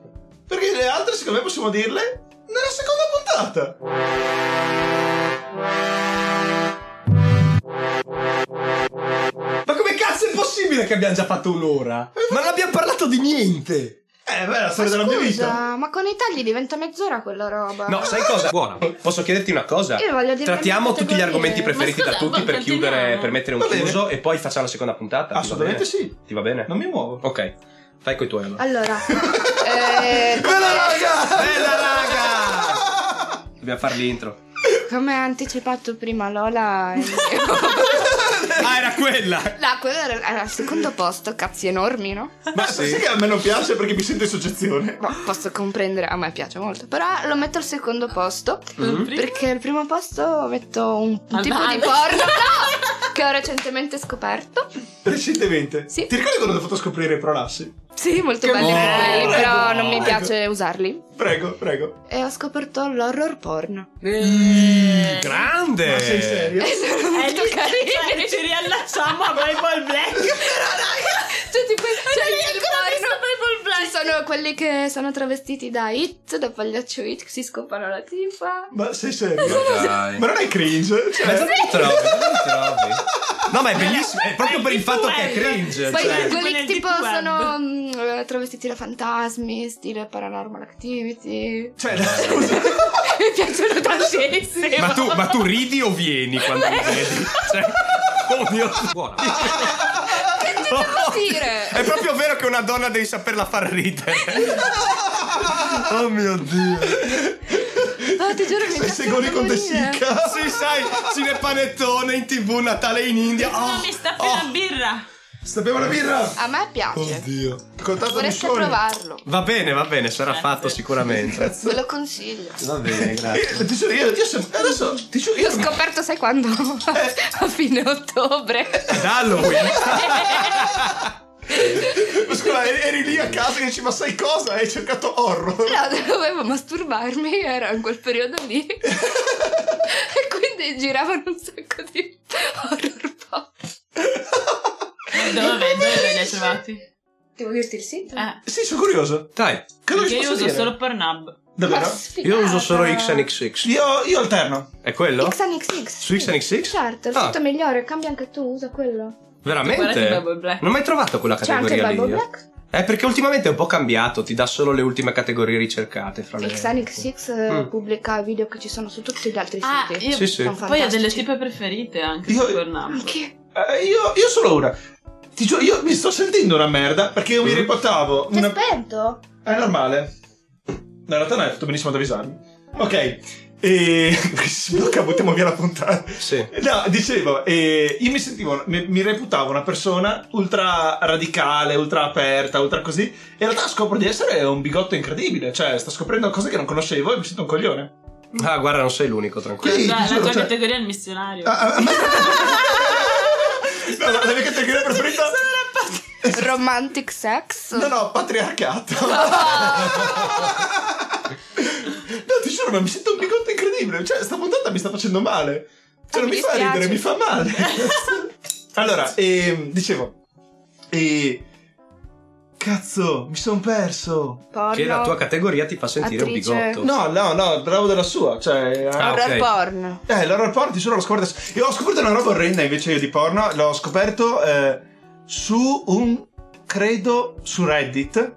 Speaker 1: Perché le altre, secondo me, possiamo dirle nella seconda puntata.
Speaker 3: Ma come cazzo è possibile che abbiamo già fatto un'ora? Ma non abbiamo parlato di niente.
Speaker 1: Eh, beh, è la storia
Speaker 4: Ma
Speaker 1: della mia vita.
Speaker 4: scusa, ma con i tagli diventa mezz'ora quella roba.
Speaker 3: No, sai cosa?
Speaker 5: Buona.
Speaker 3: Posso chiederti una cosa?
Speaker 4: Io voglio dire
Speaker 3: Trattiamo
Speaker 4: le mie
Speaker 3: tutti gli argomenti
Speaker 4: categorie.
Speaker 3: preferiti
Speaker 2: Ma
Speaker 3: da
Speaker 2: scusa,
Speaker 3: tutti
Speaker 2: ma
Speaker 3: per chiudere,
Speaker 2: continuiamo.
Speaker 3: per mettere un
Speaker 1: Va bene.
Speaker 3: chiuso e poi facciamo la seconda puntata. Ti va
Speaker 1: Assolutamente
Speaker 3: bene?
Speaker 1: sì.
Speaker 3: Ti va bene?
Speaker 1: Non mi muovo.
Speaker 3: Ok, fai coi tuoi allora.
Speaker 4: Allora, eh,
Speaker 1: Bella raga!
Speaker 3: Bella raga! Dobbiamo fare l'intro.
Speaker 4: come ha anticipato prima Lola, eh,
Speaker 3: Ah, era quella!
Speaker 4: no, quello era era al secondo posto, cazzi enormi, no?
Speaker 1: Ma sai che a me non piace perché mi sento in soggezione.
Speaker 4: No, posso comprendere, a me piace molto, però lo metto al secondo posto
Speaker 3: Mm?
Speaker 4: perché al primo posto metto un
Speaker 2: Al
Speaker 4: tipo
Speaker 2: male.
Speaker 4: di porno no, che ho recentemente scoperto.
Speaker 1: Recentemente.
Speaker 4: Sì.
Speaker 1: Ti ricordi quando ti ho fatto scoprire i prolassi?
Speaker 4: Sì, molto
Speaker 2: Che
Speaker 4: belli
Speaker 2: bello.
Speaker 4: per lei, però non mi
Speaker 1: Ecco.
Speaker 4: piace usarli.
Speaker 1: Prego, prego.
Speaker 4: E ho scoperto l'horror porno.
Speaker 3: Grande!
Speaker 1: Ma sei serio?
Speaker 2: Eh,
Speaker 4: Molto
Speaker 2: lì-
Speaker 4: carino.
Speaker 2: cioè, ci riallacciamo a Bible Black.
Speaker 4: Cioè, tipo, c'è il porno. Ci sono quelli che sono travestiti da It, da pagliaccio It, che si scopano la tifa.
Speaker 1: Ma sei serio?
Speaker 8: Dai.
Speaker 1: Ma non è cringe? Cioè,
Speaker 3: Ma dove ti trovi? Dove ti trovi? No, ma è bellissimo, è proprio per il fatto che è cringe.
Speaker 4: Poi
Speaker 3: cioè.
Speaker 2: tipo
Speaker 4: quelli
Speaker 2: nel
Speaker 4: tipo
Speaker 2: deep web.
Speaker 4: sono mm, eh, travestiti da fantasmi, stile paranormal activity.
Speaker 1: cioè, scusa.
Speaker 4: Mi piacciono tantissimo.
Speaker 3: Ma tu, ma tu ridi o vieni quando mi vedi? Cioè, oh mio
Speaker 5: Buona.
Speaker 4: Devo dire.
Speaker 3: È proprio vero che una donna devi saperla far ridere. oh mio dio.
Speaker 4: Ah, ti giuro, mi
Speaker 1: Sei
Speaker 4: piacciono
Speaker 1: segoni
Speaker 4: da
Speaker 1: con te
Speaker 4: morire.
Speaker 1: sicca.
Speaker 3: Sì, sai, cinepanettone in tv, Natale in India.
Speaker 2: No,
Speaker 3: Oh,
Speaker 2: mi sta
Speaker 3: oh.
Speaker 2: appena birra.
Speaker 1: Sappiamo la birra?
Speaker 4: A me piace.
Speaker 1: Oddio. Contato di
Speaker 4: Vorreste
Speaker 1: suoni.
Speaker 4: provarlo.
Speaker 3: Va bene, va bene, sarà fatto sicuramente.
Speaker 4: Ve lo consiglio.
Speaker 3: Va bene, grazie.
Speaker 1: Eh, Ti giuro, io, io sem- adesso ti giuro, io
Speaker 4: L'ho scoperto, sai quando? A fine ottobre.
Speaker 3: Ad Halloween.
Speaker 1: Ma scusa, eri, eri lì a casa e dici, ma sai cosa? Hai cercato horror.
Speaker 4: No, dovevo masturbarmi, era in quel periodo lì. e quindi giravano un sacco di horror pop. Eh,
Speaker 2: Dove, dove li hai trovati?
Speaker 4: Devo dirti il sito?
Speaker 2: Eh,
Speaker 1: Sì, sono curioso.
Speaker 3: Dai,
Speaker 1: Cosa
Speaker 2: perché
Speaker 1: ci
Speaker 2: io
Speaker 1: posso
Speaker 2: uso
Speaker 1: dire?
Speaker 2: solo Pornhub.
Speaker 1: Davvero?
Speaker 4: Ah,
Speaker 3: io uso solo XNXX.
Speaker 1: Io, io alterno.
Speaker 3: È quello?
Speaker 4: XNXX.
Speaker 3: Su XNXX?
Speaker 4: Certo, il
Speaker 3: Ah.
Speaker 4: sito migliore, cambia anche tu, usa quello.
Speaker 2: Guardati
Speaker 3: Veramente?
Speaker 2: Bible Black.
Speaker 3: Non ho mai trovato quella
Speaker 4: C'è anche il
Speaker 3: categoria lì.
Speaker 4: Bible
Speaker 3: eh.
Speaker 4: Black.
Speaker 3: Eh, perché ultimamente è un po' cambiato, ti dà solo le ultime categorie ricercate fra le
Speaker 4: XNXX eh,
Speaker 3: Mm.
Speaker 4: pubblica video che ci sono su tutti gli altri
Speaker 2: Ah,
Speaker 4: siti.
Speaker 2: io
Speaker 3: Sì, sì.
Speaker 4: Sono
Speaker 2: poi ho
Speaker 4: fantastici.
Speaker 2: delle tipe preferite anche
Speaker 1: Io-
Speaker 2: su Pornhub.
Speaker 4: Anche.
Speaker 1: Eh, io, io solo una. Ti giuro, io mi sto sentendo una merda perché io mi riportavo
Speaker 4: Mm. Ti
Speaker 1: una...
Speaker 4: è spento?
Speaker 1: È normale. No, in realtà no, è fatto benissimo ad avvisarmi. Ok. E si blocca, buttiamo via la puntata.
Speaker 3: Sì.
Speaker 1: No, dicevo, eh, io mi sentivo, mi, mi reputavo una persona ultra radicale, ultra aperta, ultra così. E in realtà scopro di essere un bigotto incredibile. Cioè, sto scoprendo cose che non conoscevo e mi sento un coglione.
Speaker 3: Ah, guarda, non sei l'unico, tranquillo.
Speaker 1: Sì,
Speaker 2: Cioè,
Speaker 1: ti
Speaker 2: la
Speaker 1: giuro,
Speaker 2: tua
Speaker 1: cioè-
Speaker 2: categoria è il missionario.
Speaker 1: Ah, ah, ma- No, no, la mia categoria preferita.
Speaker 4: Romantic sex?
Speaker 1: No, no, patriarcato. No, ti giuro, ma mi sento un bigotto incredibile. Cioè, sta puntata mi sta facendo male. Cioè,
Speaker 4: Ah,
Speaker 1: non mi,
Speaker 4: mi
Speaker 1: fa
Speaker 4: dispiace.
Speaker 1: ridere, mi fa male. allora, ehm, dicevo. E... Cazzo, mi sono perso.
Speaker 4: Porno?
Speaker 3: Che la tua categoria ti fa sentire
Speaker 4: Attrice.
Speaker 3: un bigotto.
Speaker 1: No, no, no, bravo della sua. Cioè,
Speaker 3: Ah,
Speaker 4: Horror
Speaker 3: ok.
Speaker 4: porn.
Speaker 1: eh, l'horror porn ti giuro l'ho scoperto. adesso. Io ho scoperto una roba orrenda invece io di porno. L'ho scoperto eh, su un credo su Reddit.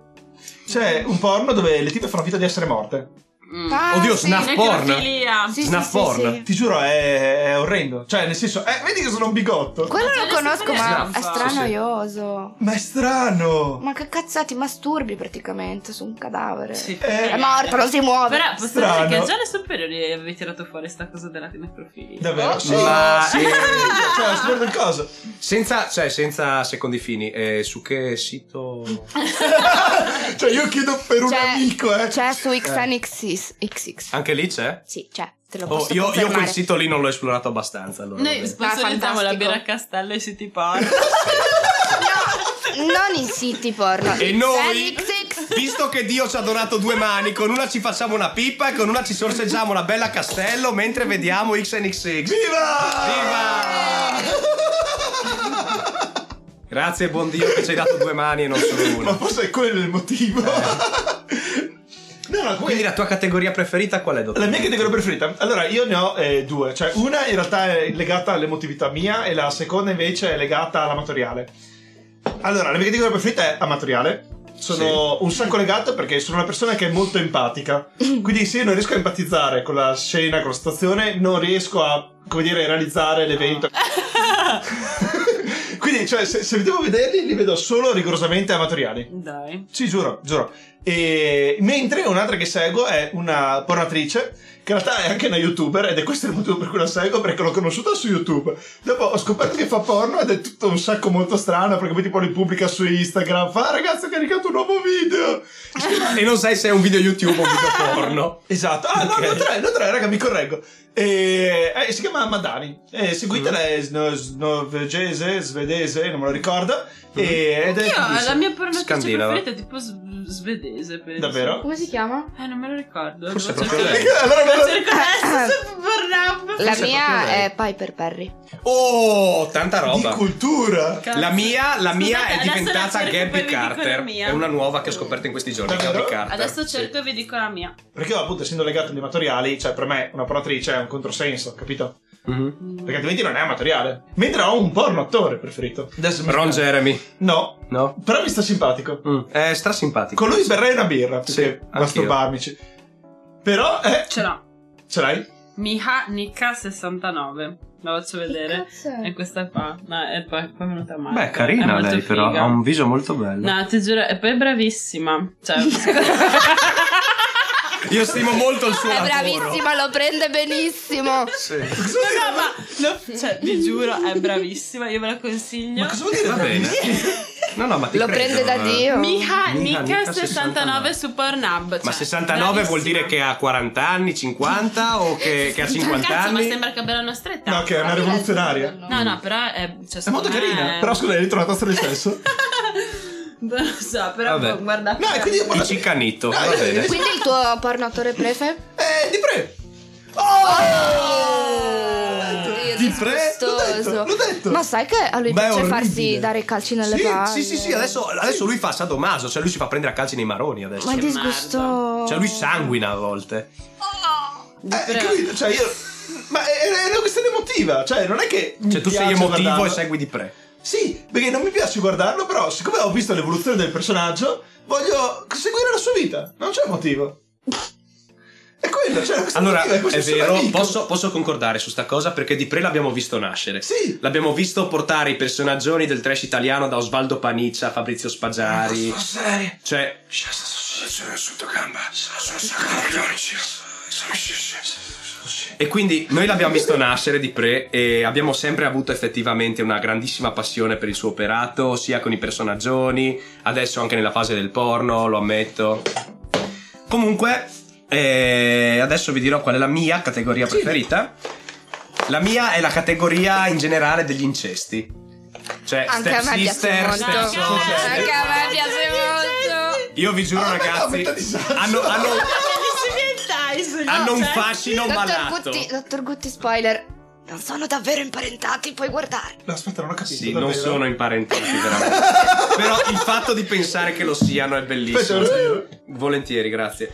Speaker 1: C'è un porno dove le tipe fanno finta di essere morte.
Speaker 2: Mm.
Speaker 4: Ah,
Speaker 3: Oddio,
Speaker 4: sì.
Speaker 3: snap porn.
Speaker 2: Necrofilia.
Speaker 4: Sì, sì,
Speaker 3: Snap
Speaker 4: sì,
Speaker 3: porn.
Speaker 4: sì.
Speaker 1: Ti giuro, è, è orrendo. Cioè, nel senso, eh, vedi che sono un bigotto.
Speaker 4: Quello
Speaker 2: Ma
Speaker 4: lo
Speaker 2: ce ne
Speaker 4: conosco, ma
Speaker 2: sappiamo.
Speaker 4: è
Speaker 2: Sì, sì.
Speaker 4: stranoioso.
Speaker 1: Ma è strano.
Speaker 4: Ma che cazzate, ti masturbi praticamente su un cadavere.
Speaker 2: Sì.
Speaker 1: Eh,
Speaker 4: È morto, non si muove.
Speaker 2: Però posso
Speaker 1: Strano.
Speaker 2: dire che già alle superiori avevi tirato fuori sta cosa della necrofilia.
Speaker 1: Davvero? Sì.
Speaker 3: Ma-
Speaker 1: Sì. cioè, ho scoperto il coso.
Speaker 3: Senza, cioè, senza secondi fini, eh, su che sito?
Speaker 1: Cioè, Cioè, io chiedo per un
Speaker 4: C'è-
Speaker 1: amico, eh.
Speaker 4: C'è su XNXX. XX.
Speaker 3: Anche lì c'è?
Speaker 4: Sì, c'è. Te lo
Speaker 3: Ah. Oh,
Speaker 4: posso
Speaker 3: io, io quel
Speaker 4: confermare.
Speaker 3: sito lì non l'ho esplorato abbastanza. Allora,
Speaker 2: Noi
Speaker 3: vabbè.
Speaker 2: sponsorizziamo
Speaker 4: Ah,
Speaker 2: la
Speaker 4: fantastico.
Speaker 2: birra Castello e City Park.
Speaker 4: Non i siti porno.
Speaker 3: E noi,
Speaker 4: XNXX.
Speaker 3: visto che Dio ci ha donato due mani, con una ci facciamo una pipa e con una ci sorseggiamo la bella castello mentre vediamo XNXX. Viva! Grazie, buon Dio, che ci hai dato due mani e non solo
Speaker 1: Ma
Speaker 3: una. Eh.
Speaker 1: forse è quello il motivo. no, no,
Speaker 3: Quindi
Speaker 1: quindi
Speaker 3: la tua categoria preferita qual è, dottore?
Speaker 1: la mia categoria preferita. Allora, io ne ho eh, due. Cioè, una in realtà è legata all'emotività mia e la seconda invece è legata all'amatoriale. Allora, la mia categoria preferita è amatoriale. Sono un sacco legato perché sono una persona che è molto empatica. Quindi se io non riesco a empatizzare con la scena, con la situazione, non riesco a, come dire, realizzare l'evento.
Speaker 3: Ah.
Speaker 1: Quindi, cioè, se, se devo vederli, li vedo solo rigorosamente amatoriali.
Speaker 2: Dai.
Speaker 1: Sì, giuro, giuro. E... Mentre un'altra che seguo è una pornatrice, che in realtà è anche una youtuber, ed è questo il motivo per cui la seguo, perché l'ho conosciuta su YouTube. Dopo ho scoperto che fa porno ed è tutto un sacco molto strano, perché poi tipo li pubblica su Instagram, fa ah, ragazzi ho caricato un nuovo video.
Speaker 3: E non sai se è un video YouTube o un video porno.
Speaker 1: Esatto, ah
Speaker 3: Ok.
Speaker 1: no, non tre, non tre, raga, mi correggo. E... eh, si chiama Madani, eh, seguitela,
Speaker 3: Mm-hmm.
Speaker 1: è sno- snorvegese, svedese, non me lo ricordo.
Speaker 3: Mm-hmm.
Speaker 1: E... ed è
Speaker 2: Io la
Speaker 1: fighissima.
Speaker 2: mia pornatrice
Speaker 3: Scandinava.
Speaker 2: preferita è tipo s- svedese. Per
Speaker 1: Davvero?
Speaker 4: Come si chiama?
Speaker 2: esempio. Eh, non me lo ricordo.
Speaker 3: Forse è
Speaker 2: Devo
Speaker 3: proprio
Speaker 2: cercare-
Speaker 3: lei.
Speaker 1: Allora, non
Speaker 2: Devo
Speaker 1: lo-
Speaker 2: cercare adesso su Pornhub.
Speaker 4: La
Speaker 3: Forse è proprio
Speaker 4: mia
Speaker 3: lei.
Speaker 4: è Piper Perry.
Speaker 3: Oh, tanta
Speaker 1: di
Speaker 3: roba.
Speaker 1: cultura.
Speaker 2: Cazzo.
Speaker 3: La mia, la mia
Speaker 2: Scusate,
Speaker 3: è
Speaker 2: adesso la
Speaker 3: diventata
Speaker 2: cerco e poi
Speaker 3: Gabby
Speaker 2: vi dico la
Speaker 3: Carter.
Speaker 2: mia.
Speaker 3: È una nuova che ho scoperto in questi giorni.
Speaker 1: Davvero?
Speaker 3: Gabby Carter.
Speaker 2: Adesso
Speaker 3: sì.
Speaker 2: cerco e vi dico la mia.
Speaker 1: Perché io, appunto, essendo legato agli amatoriali, cioè per me una pornatrice è un controsenso, capito?
Speaker 3: Mhm.
Speaker 2: Mm,
Speaker 1: Perché altrimenti non è amatoriale. Mentre ho un porno attore preferito. Adesso mi-
Speaker 3: Ron Jeremy.
Speaker 1: No,
Speaker 3: No?
Speaker 1: però mi sta simpatico.
Speaker 3: Mm. È strasimpatico.
Speaker 1: Con lui berrei una birra,
Speaker 3: Sì,
Speaker 1: perché
Speaker 3: anch'io.
Speaker 1: masturbarmici. Però, eh,
Speaker 2: Ce l'ho.
Speaker 1: ce l'hai?
Speaker 2: Miha Nika 69. La faccio vedere. È questa qua. No, è poi, poi è venuta male.
Speaker 3: Beh, carina
Speaker 2: È molto
Speaker 3: lei, però.
Speaker 2: figa.
Speaker 3: Ha un viso molto bello.
Speaker 2: No, ti giuro, e poi è bravissima. Cioè,
Speaker 3: Io stimo molto il suo
Speaker 4: È
Speaker 3: lavoro.
Speaker 4: bravissima, lo prende benissimo.
Speaker 3: Sì.
Speaker 1: Cosa vuol dire?
Speaker 2: no, cioè, vi giuro, è bravissima. Io ve la consiglio.
Speaker 1: Ma cosa vuol dire?
Speaker 3: Va bene. No, no, ma ti
Speaker 4: Lo
Speaker 3: credo,
Speaker 4: prende da
Speaker 3: eh.
Speaker 4: Dio.
Speaker 2: Miha
Speaker 3: Miha
Speaker 2: Nika
Speaker 3: Nika
Speaker 2: 69 su Pornhub.
Speaker 3: Ma
Speaker 2: cioè,
Speaker 3: 69 vuol dire
Speaker 2: bravissima.
Speaker 3: che ha 40 anni, 50 o che, che ha 50
Speaker 2: Cioè, Cazzo,
Speaker 3: anni?
Speaker 2: ma sembra che abbia una stretta.
Speaker 1: No, che è una rivoluzionaria.
Speaker 2: No, no, però è. Cioè,
Speaker 1: È molto
Speaker 4: Eh.
Speaker 1: carina. Però, scusa, hai detto la tazza del sesso?
Speaker 2: Non lo so, però
Speaker 3: Vabbè.
Speaker 2: boh, guardate.
Speaker 1: No, e quindi eh, io
Speaker 3: Di
Speaker 1: parlo...
Speaker 3: cicanito.
Speaker 1: No,
Speaker 3: Va
Speaker 1: io-
Speaker 2: Eh.
Speaker 3: bene.
Speaker 4: Quindi il tuo porno attore prefe?
Speaker 1: Eh, di pre! Oh!
Speaker 4: Oddio,
Speaker 1: Di pre? L'ho detto,
Speaker 4: disgustoso.
Speaker 1: l'ho detto.
Speaker 4: Ma sai che a lui
Speaker 1: Beh, è
Speaker 4: piace
Speaker 1: orribile.
Speaker 4: farsi dare calci nelle
Speaker 3: Sì,
Speaker 4: palle?
Speaker 3: sì, sì, sì, adesso, adesso lui fa sadomaso, cioè lui si fa prendere a calci nei maroni adesso.
Speaker 4: Ma è disgustoso.
Speaker 3: Cioè lui sanguina a volte.
Speaker 4: Oh!
Speaker 1: Eh, capito? Cioè, io... Ma è, è una questione emotiva, cioè non è che... mi
Speaker 3: Cioè tu sei
Speaker 1: piace
Speaker 3: emotivo
Speaker 1: guardarlo.
Speaker 3: e segui di pre.
Speaker 1: Sì, perché non mi piace guardarlo, però siccome ho visto l'evoluzione del personaggio, voglio seguire la sua vita. Non c'è motivo. È quello, cioè, questo
Speaker 3: Allora,
Speaker 1: motivo, questo
Speaker 3: è
Speaker 1: suo
Speaker 3: vero,
Speaker 1: amico.
Speaker 3: posso, posso concordare su sta cosa perché di pre l'abbiamo visto nascere.
Speaker 1: Sì.
Speaker 3: L'abbiamo visto portare i personaggioni del trash italiano da Osvaldo Paniccia a Fabrizio
Speaker 1: Eh,
Speaker 3: Spagiari. Cioè, E quindi noi l'abbiamo visto nascere di pre e abbiamo sempre avuto effettivamente una grandissima passione per il suo operato, sia con i personaggioni, adesso anche nella fase del porno, lo ammetto. Comunque, eh, adesso vi dirò qual è la mia categoria preferita. La mia è la categoria in generale degli incesti. Cioè,
Speaker 4: Anche a
Speaker 3: step
Speaker 4: me piace
Speaker 3: sister,
Speaker 4: molto.
Speaker 3: step
Speaker 4: Anche
Speaker 3: sister.
Speaker 4: a me piace molto.
Speaker 3: Io vi giuro,
Speaker 1: Ah, no,
Speaker 3: ragazzi,
Speaker 1: metà disagio.
Speaker 3: hanno, hanno-
Speaker 2: Bellissimi enticing, no?
Speaker 3: hanno un
Speaker 2: Cioè,
Speaker 3: fascino
Speaker 4: Dottor
Speaker 3: malato.
Speaker 4: Gutti, dottor Gutti, spoiler. Non sono davvero imparentati, puoi guardare.
Speaker 1: No, aspetta, non ho capito.
Speaker 3: Sì,
Speaker 1: davvero.
Speaker 3: non sono imparentati veramente. Però il fatto di pensare che lo siano è
Speaker 1: Aspetta,
Speaker 3: bellissimo.
Speaker 1: lo scrivo.
Speaker 3: Volentieri, grazie.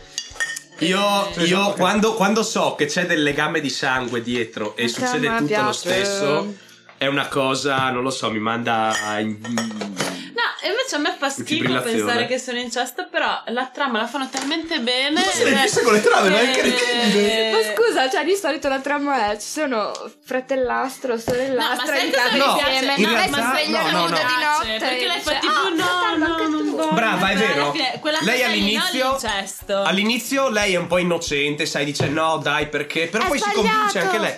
Speaker 3: Io,
Speaker 1: Sì, esatto.
Speaker 3: io
Speaker 1: ok.
Speaker 3: quando, quando so che c'è del legame di sangue dietro
Speaker 4: Anche
Speaker 3: e
Speaker 4: a
Speaker 3: succede
Speaker 4: me
Speaker 3: tutto lo
Speaker 4: piace.
Speaker 3: stesso, è una cosa, non lo so, mi manda in...
Speaker 2: No, e invece a me fa schifo
Speaker 3: Fibrillazione.
Speaker 2: pensare che sono in cesto, però la trama la fanno talmente bene. eh,
Speaker 1: Ma se ne fissa con le trame, ma è anche incredibile.
Speaker 4: Ma scusa, cioè di solito la trama è ci sono fratellastro,
Speaker 2: No, ma
Speaker 4: sorellastra
Speaker 2: sai
Speaker 4: di
Speaker 2: cosa
Speaker 4: casa
Speaker 2: mi
Speaker 3: No,
Speaker 2: piace?
Speaker 4: insieme,
Speaker 3: in
Speaker 4: no,
Speaker 3: realtà-
Speaker 4: si svegliano
Speaker 3: no, no,
Speaker 4: nuda
Speaker 3: no.
Speaker 4: di notte.
Speaker 2: Perché lei fa
Speaker 4: Cioè,
Speaker 2: tipo,
Speaker 4: ah,
Speaker 2: no,
Speaker 4: fratello,
Speaker 2: no,
Speaker 4: anche
Speaker 2: non
Speaker 4: tu.
Speaker 2: Madonna.
Speaker 3: Brava, è
Speaker 2: Alla
Speaker 3: vero.
Speaker 2: fine, quella
Speaker 3: lei
Speaker 2: cosa lì, no,
Speaker 3: all'inizio
Speaker 2: l'incesto.
Speaker 3: All'inizio lei è un po' innocente, sai, dice no, dai, perché però
Speaker 4: È
Speaker 3: poi si
Speaker 4: sbagliato.
Speaker 3: convince anche lei.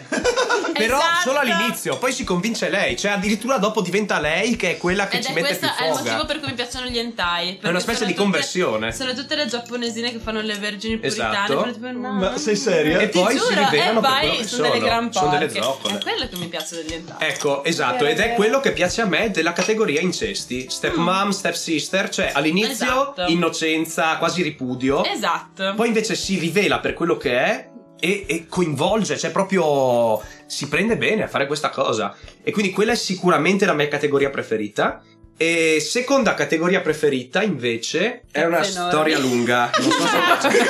Speaker 3: però
Speaker 2: Esatto.
Speaker 3: solo all'inizio, poi si convince lei, cioè addirittura dopo diventa lei che è quella che
Speaker 2: Ed
Speaker 3: ci
Speaker 2: è
Speaker 3: mette più
Speaker 2: questo è il motivo
Speaker 3: foga.
Speaker 2: per cui mi piacciono gli hentai. perché
Speaker 3: una specie
Speaker 2: sono
Speaker 3: di
Speaker 2: tutte-
Speaker 3: conversione.
Speaker 2: Sono tutte le giapponesine che fanno le vergini puritane.
Speaker 3: Esatto.
Speaker 2: però tipo, no,
Speaker 1: Ma sei
Speaker 2: no,
Speaker 1: seria?
Speaker 2: no.
Speaker 3: E
Speaker 2: Ti
Speaker 3: poi si
Speaker 2: giuro,
Speaker 3: rivelano
Speaker 2: e
Speaker 3: per
Speaker 2: poi
Speaker 3: quello che
Speaker 2: sono delle
Speaker 3: sono.
Speaker 2: gran
Speaker 3: Sono delle
Speaker 2: porche.
Speaker 3: zoccole.
Speaker 2: È quello che mi piace degli hentai.
Speaker 3: Ecco, esatto,
Speaker 4: Vero,
Speaker 3: ed è
Speaker 4: vero.
Speaker 3: quello che piace a me della categoria incesti, step mom, step sister, cioè all'inizio
Speaker 2: Mm. Esatto.
Speaker 3: innocenza, quasi ripudio,
Speaker 2: Esatto.
Speaker 3: poi invece si rivela per quello che è e, e coinvolge, cioè proprio si prende bene a fare questa cosa. E quindi quella è sicuramente la mia categoria preferita. E seconda categoria preferita invece è una
Speaker 2: Cazzo enorme.
Speaker 3: storia lunga. Non so se...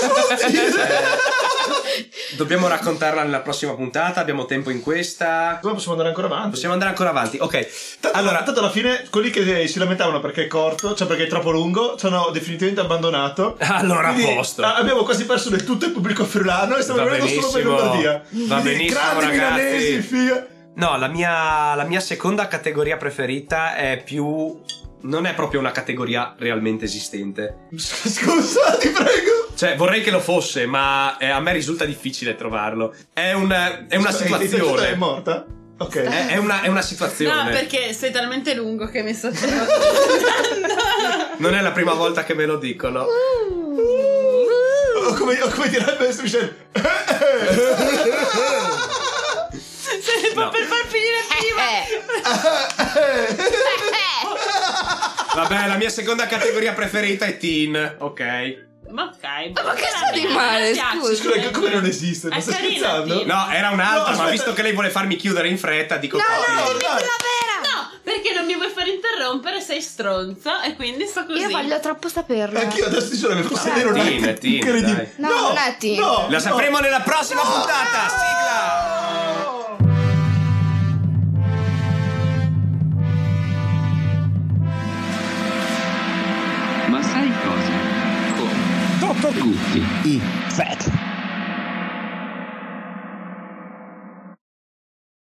Speaker 3: Eh, Dobbiamo raccontarla nella prossima puntata, abbiamo tempo in questa.
Speaker 1: Come possiamo andare ancora avanti?
Speaker 3: Possiamo andare ancora avanti. Ok.
Speaker 1: Tanto,
Speaker 3: Allora-
Speaker 1: tanto alla fine quelli che si lamentavano perché è corto, cioè perché è troppo lungo, ci hanno definitivamente abbandonato.
Speaker 3: Allora, a
Speaker 1: Quindi,
Speaker 3: posto.
Speaker 1: ah, abbiamo quasi perso del tutto il pubblico friulano e stiamo
Speaker 3: Va
Speaker 1: rimanendo solo per
Speaker 3: benissimo.
Speaker 1: Lombardia.
Speaker 3: Va
Speaker 1: Quindi,
Speaker 3: benissimo,
Speaker 1: grandi
Speaker 3: ragazzi.
Speaker 1: milanesi, figa.
Speaker 3: No, la mia, la mia seconda categoria preferita è più. Non è proprio una categoria realmente esistente.
Speaker 1: Scusa, ti prego.
Speaker 3: Cioè, vorrei che lo fosse, ma eh, a me risulta difficile trovarlo. È, un, è una
Speaker 1: Scusa, il tessuto È
Speaker 3: situazione.
Speaker 1: morta? Ok.
Speaker 4: Eh.
Speaker 3: È, è una, è una situazione.
Speaker 2: No, perché sei talmente lungo che mi sto
Speaker 3: Non è la prima volta che me lo dicono.
Speaker 1: O Oh, come, o come direbbe Michel.
Speaker 3: No.
Speaker 2: per far finire prima.
Speaker 4: Eh,
Speaker 3: eh, Vabbè, la mia seconda categoria preferita è teen. Ok.
Speaker 2: Ma ok.
Speaker 4: ma che sta di male, scusa?
Speaker 1: Scusa, come non esiste? Ma
Speaker 2: È
Speaker 1: stai
Speaker 2: carina,
Speaker 1: scherzando?
Speaker 2: sì.
Speaker 3: No, era
Speaker 1: No,
Speaker 3: un'altra,
Speaker 1: aspetta.
Speaker 3: ma visto che lei vuole farmi chiudere in fretta, dico
Speaker 4: No,
Speaker 3: copia.
Speaker 4: no, dimmi
Speaker 1: dai.
Speaker 4: quella vera!
Speaker 2: No, perché non mi vuoi far interrompere, sei stronzo e quindi sto così.
Speaker 4: Io voglio troppo saperlo.
Speaker 1: Anch'io adesso ti giuro mi posso
Speaker 4: Dai.
Speaker 1: vedere un
Speaker 3: Tina,
Speaker 1: attimo
Speaker 3: Tina,
Speaker 1: incredibile.
Speaker 4: dai. No, non è Tina.
Speaker 1: no,
Speaker 3: La
Speaker 1: no.
Speaker 3: sapremo nella prossima puntata. Sigla.
Speaker 6: Ma sai cosa? Con Toto Gutti. I Fat.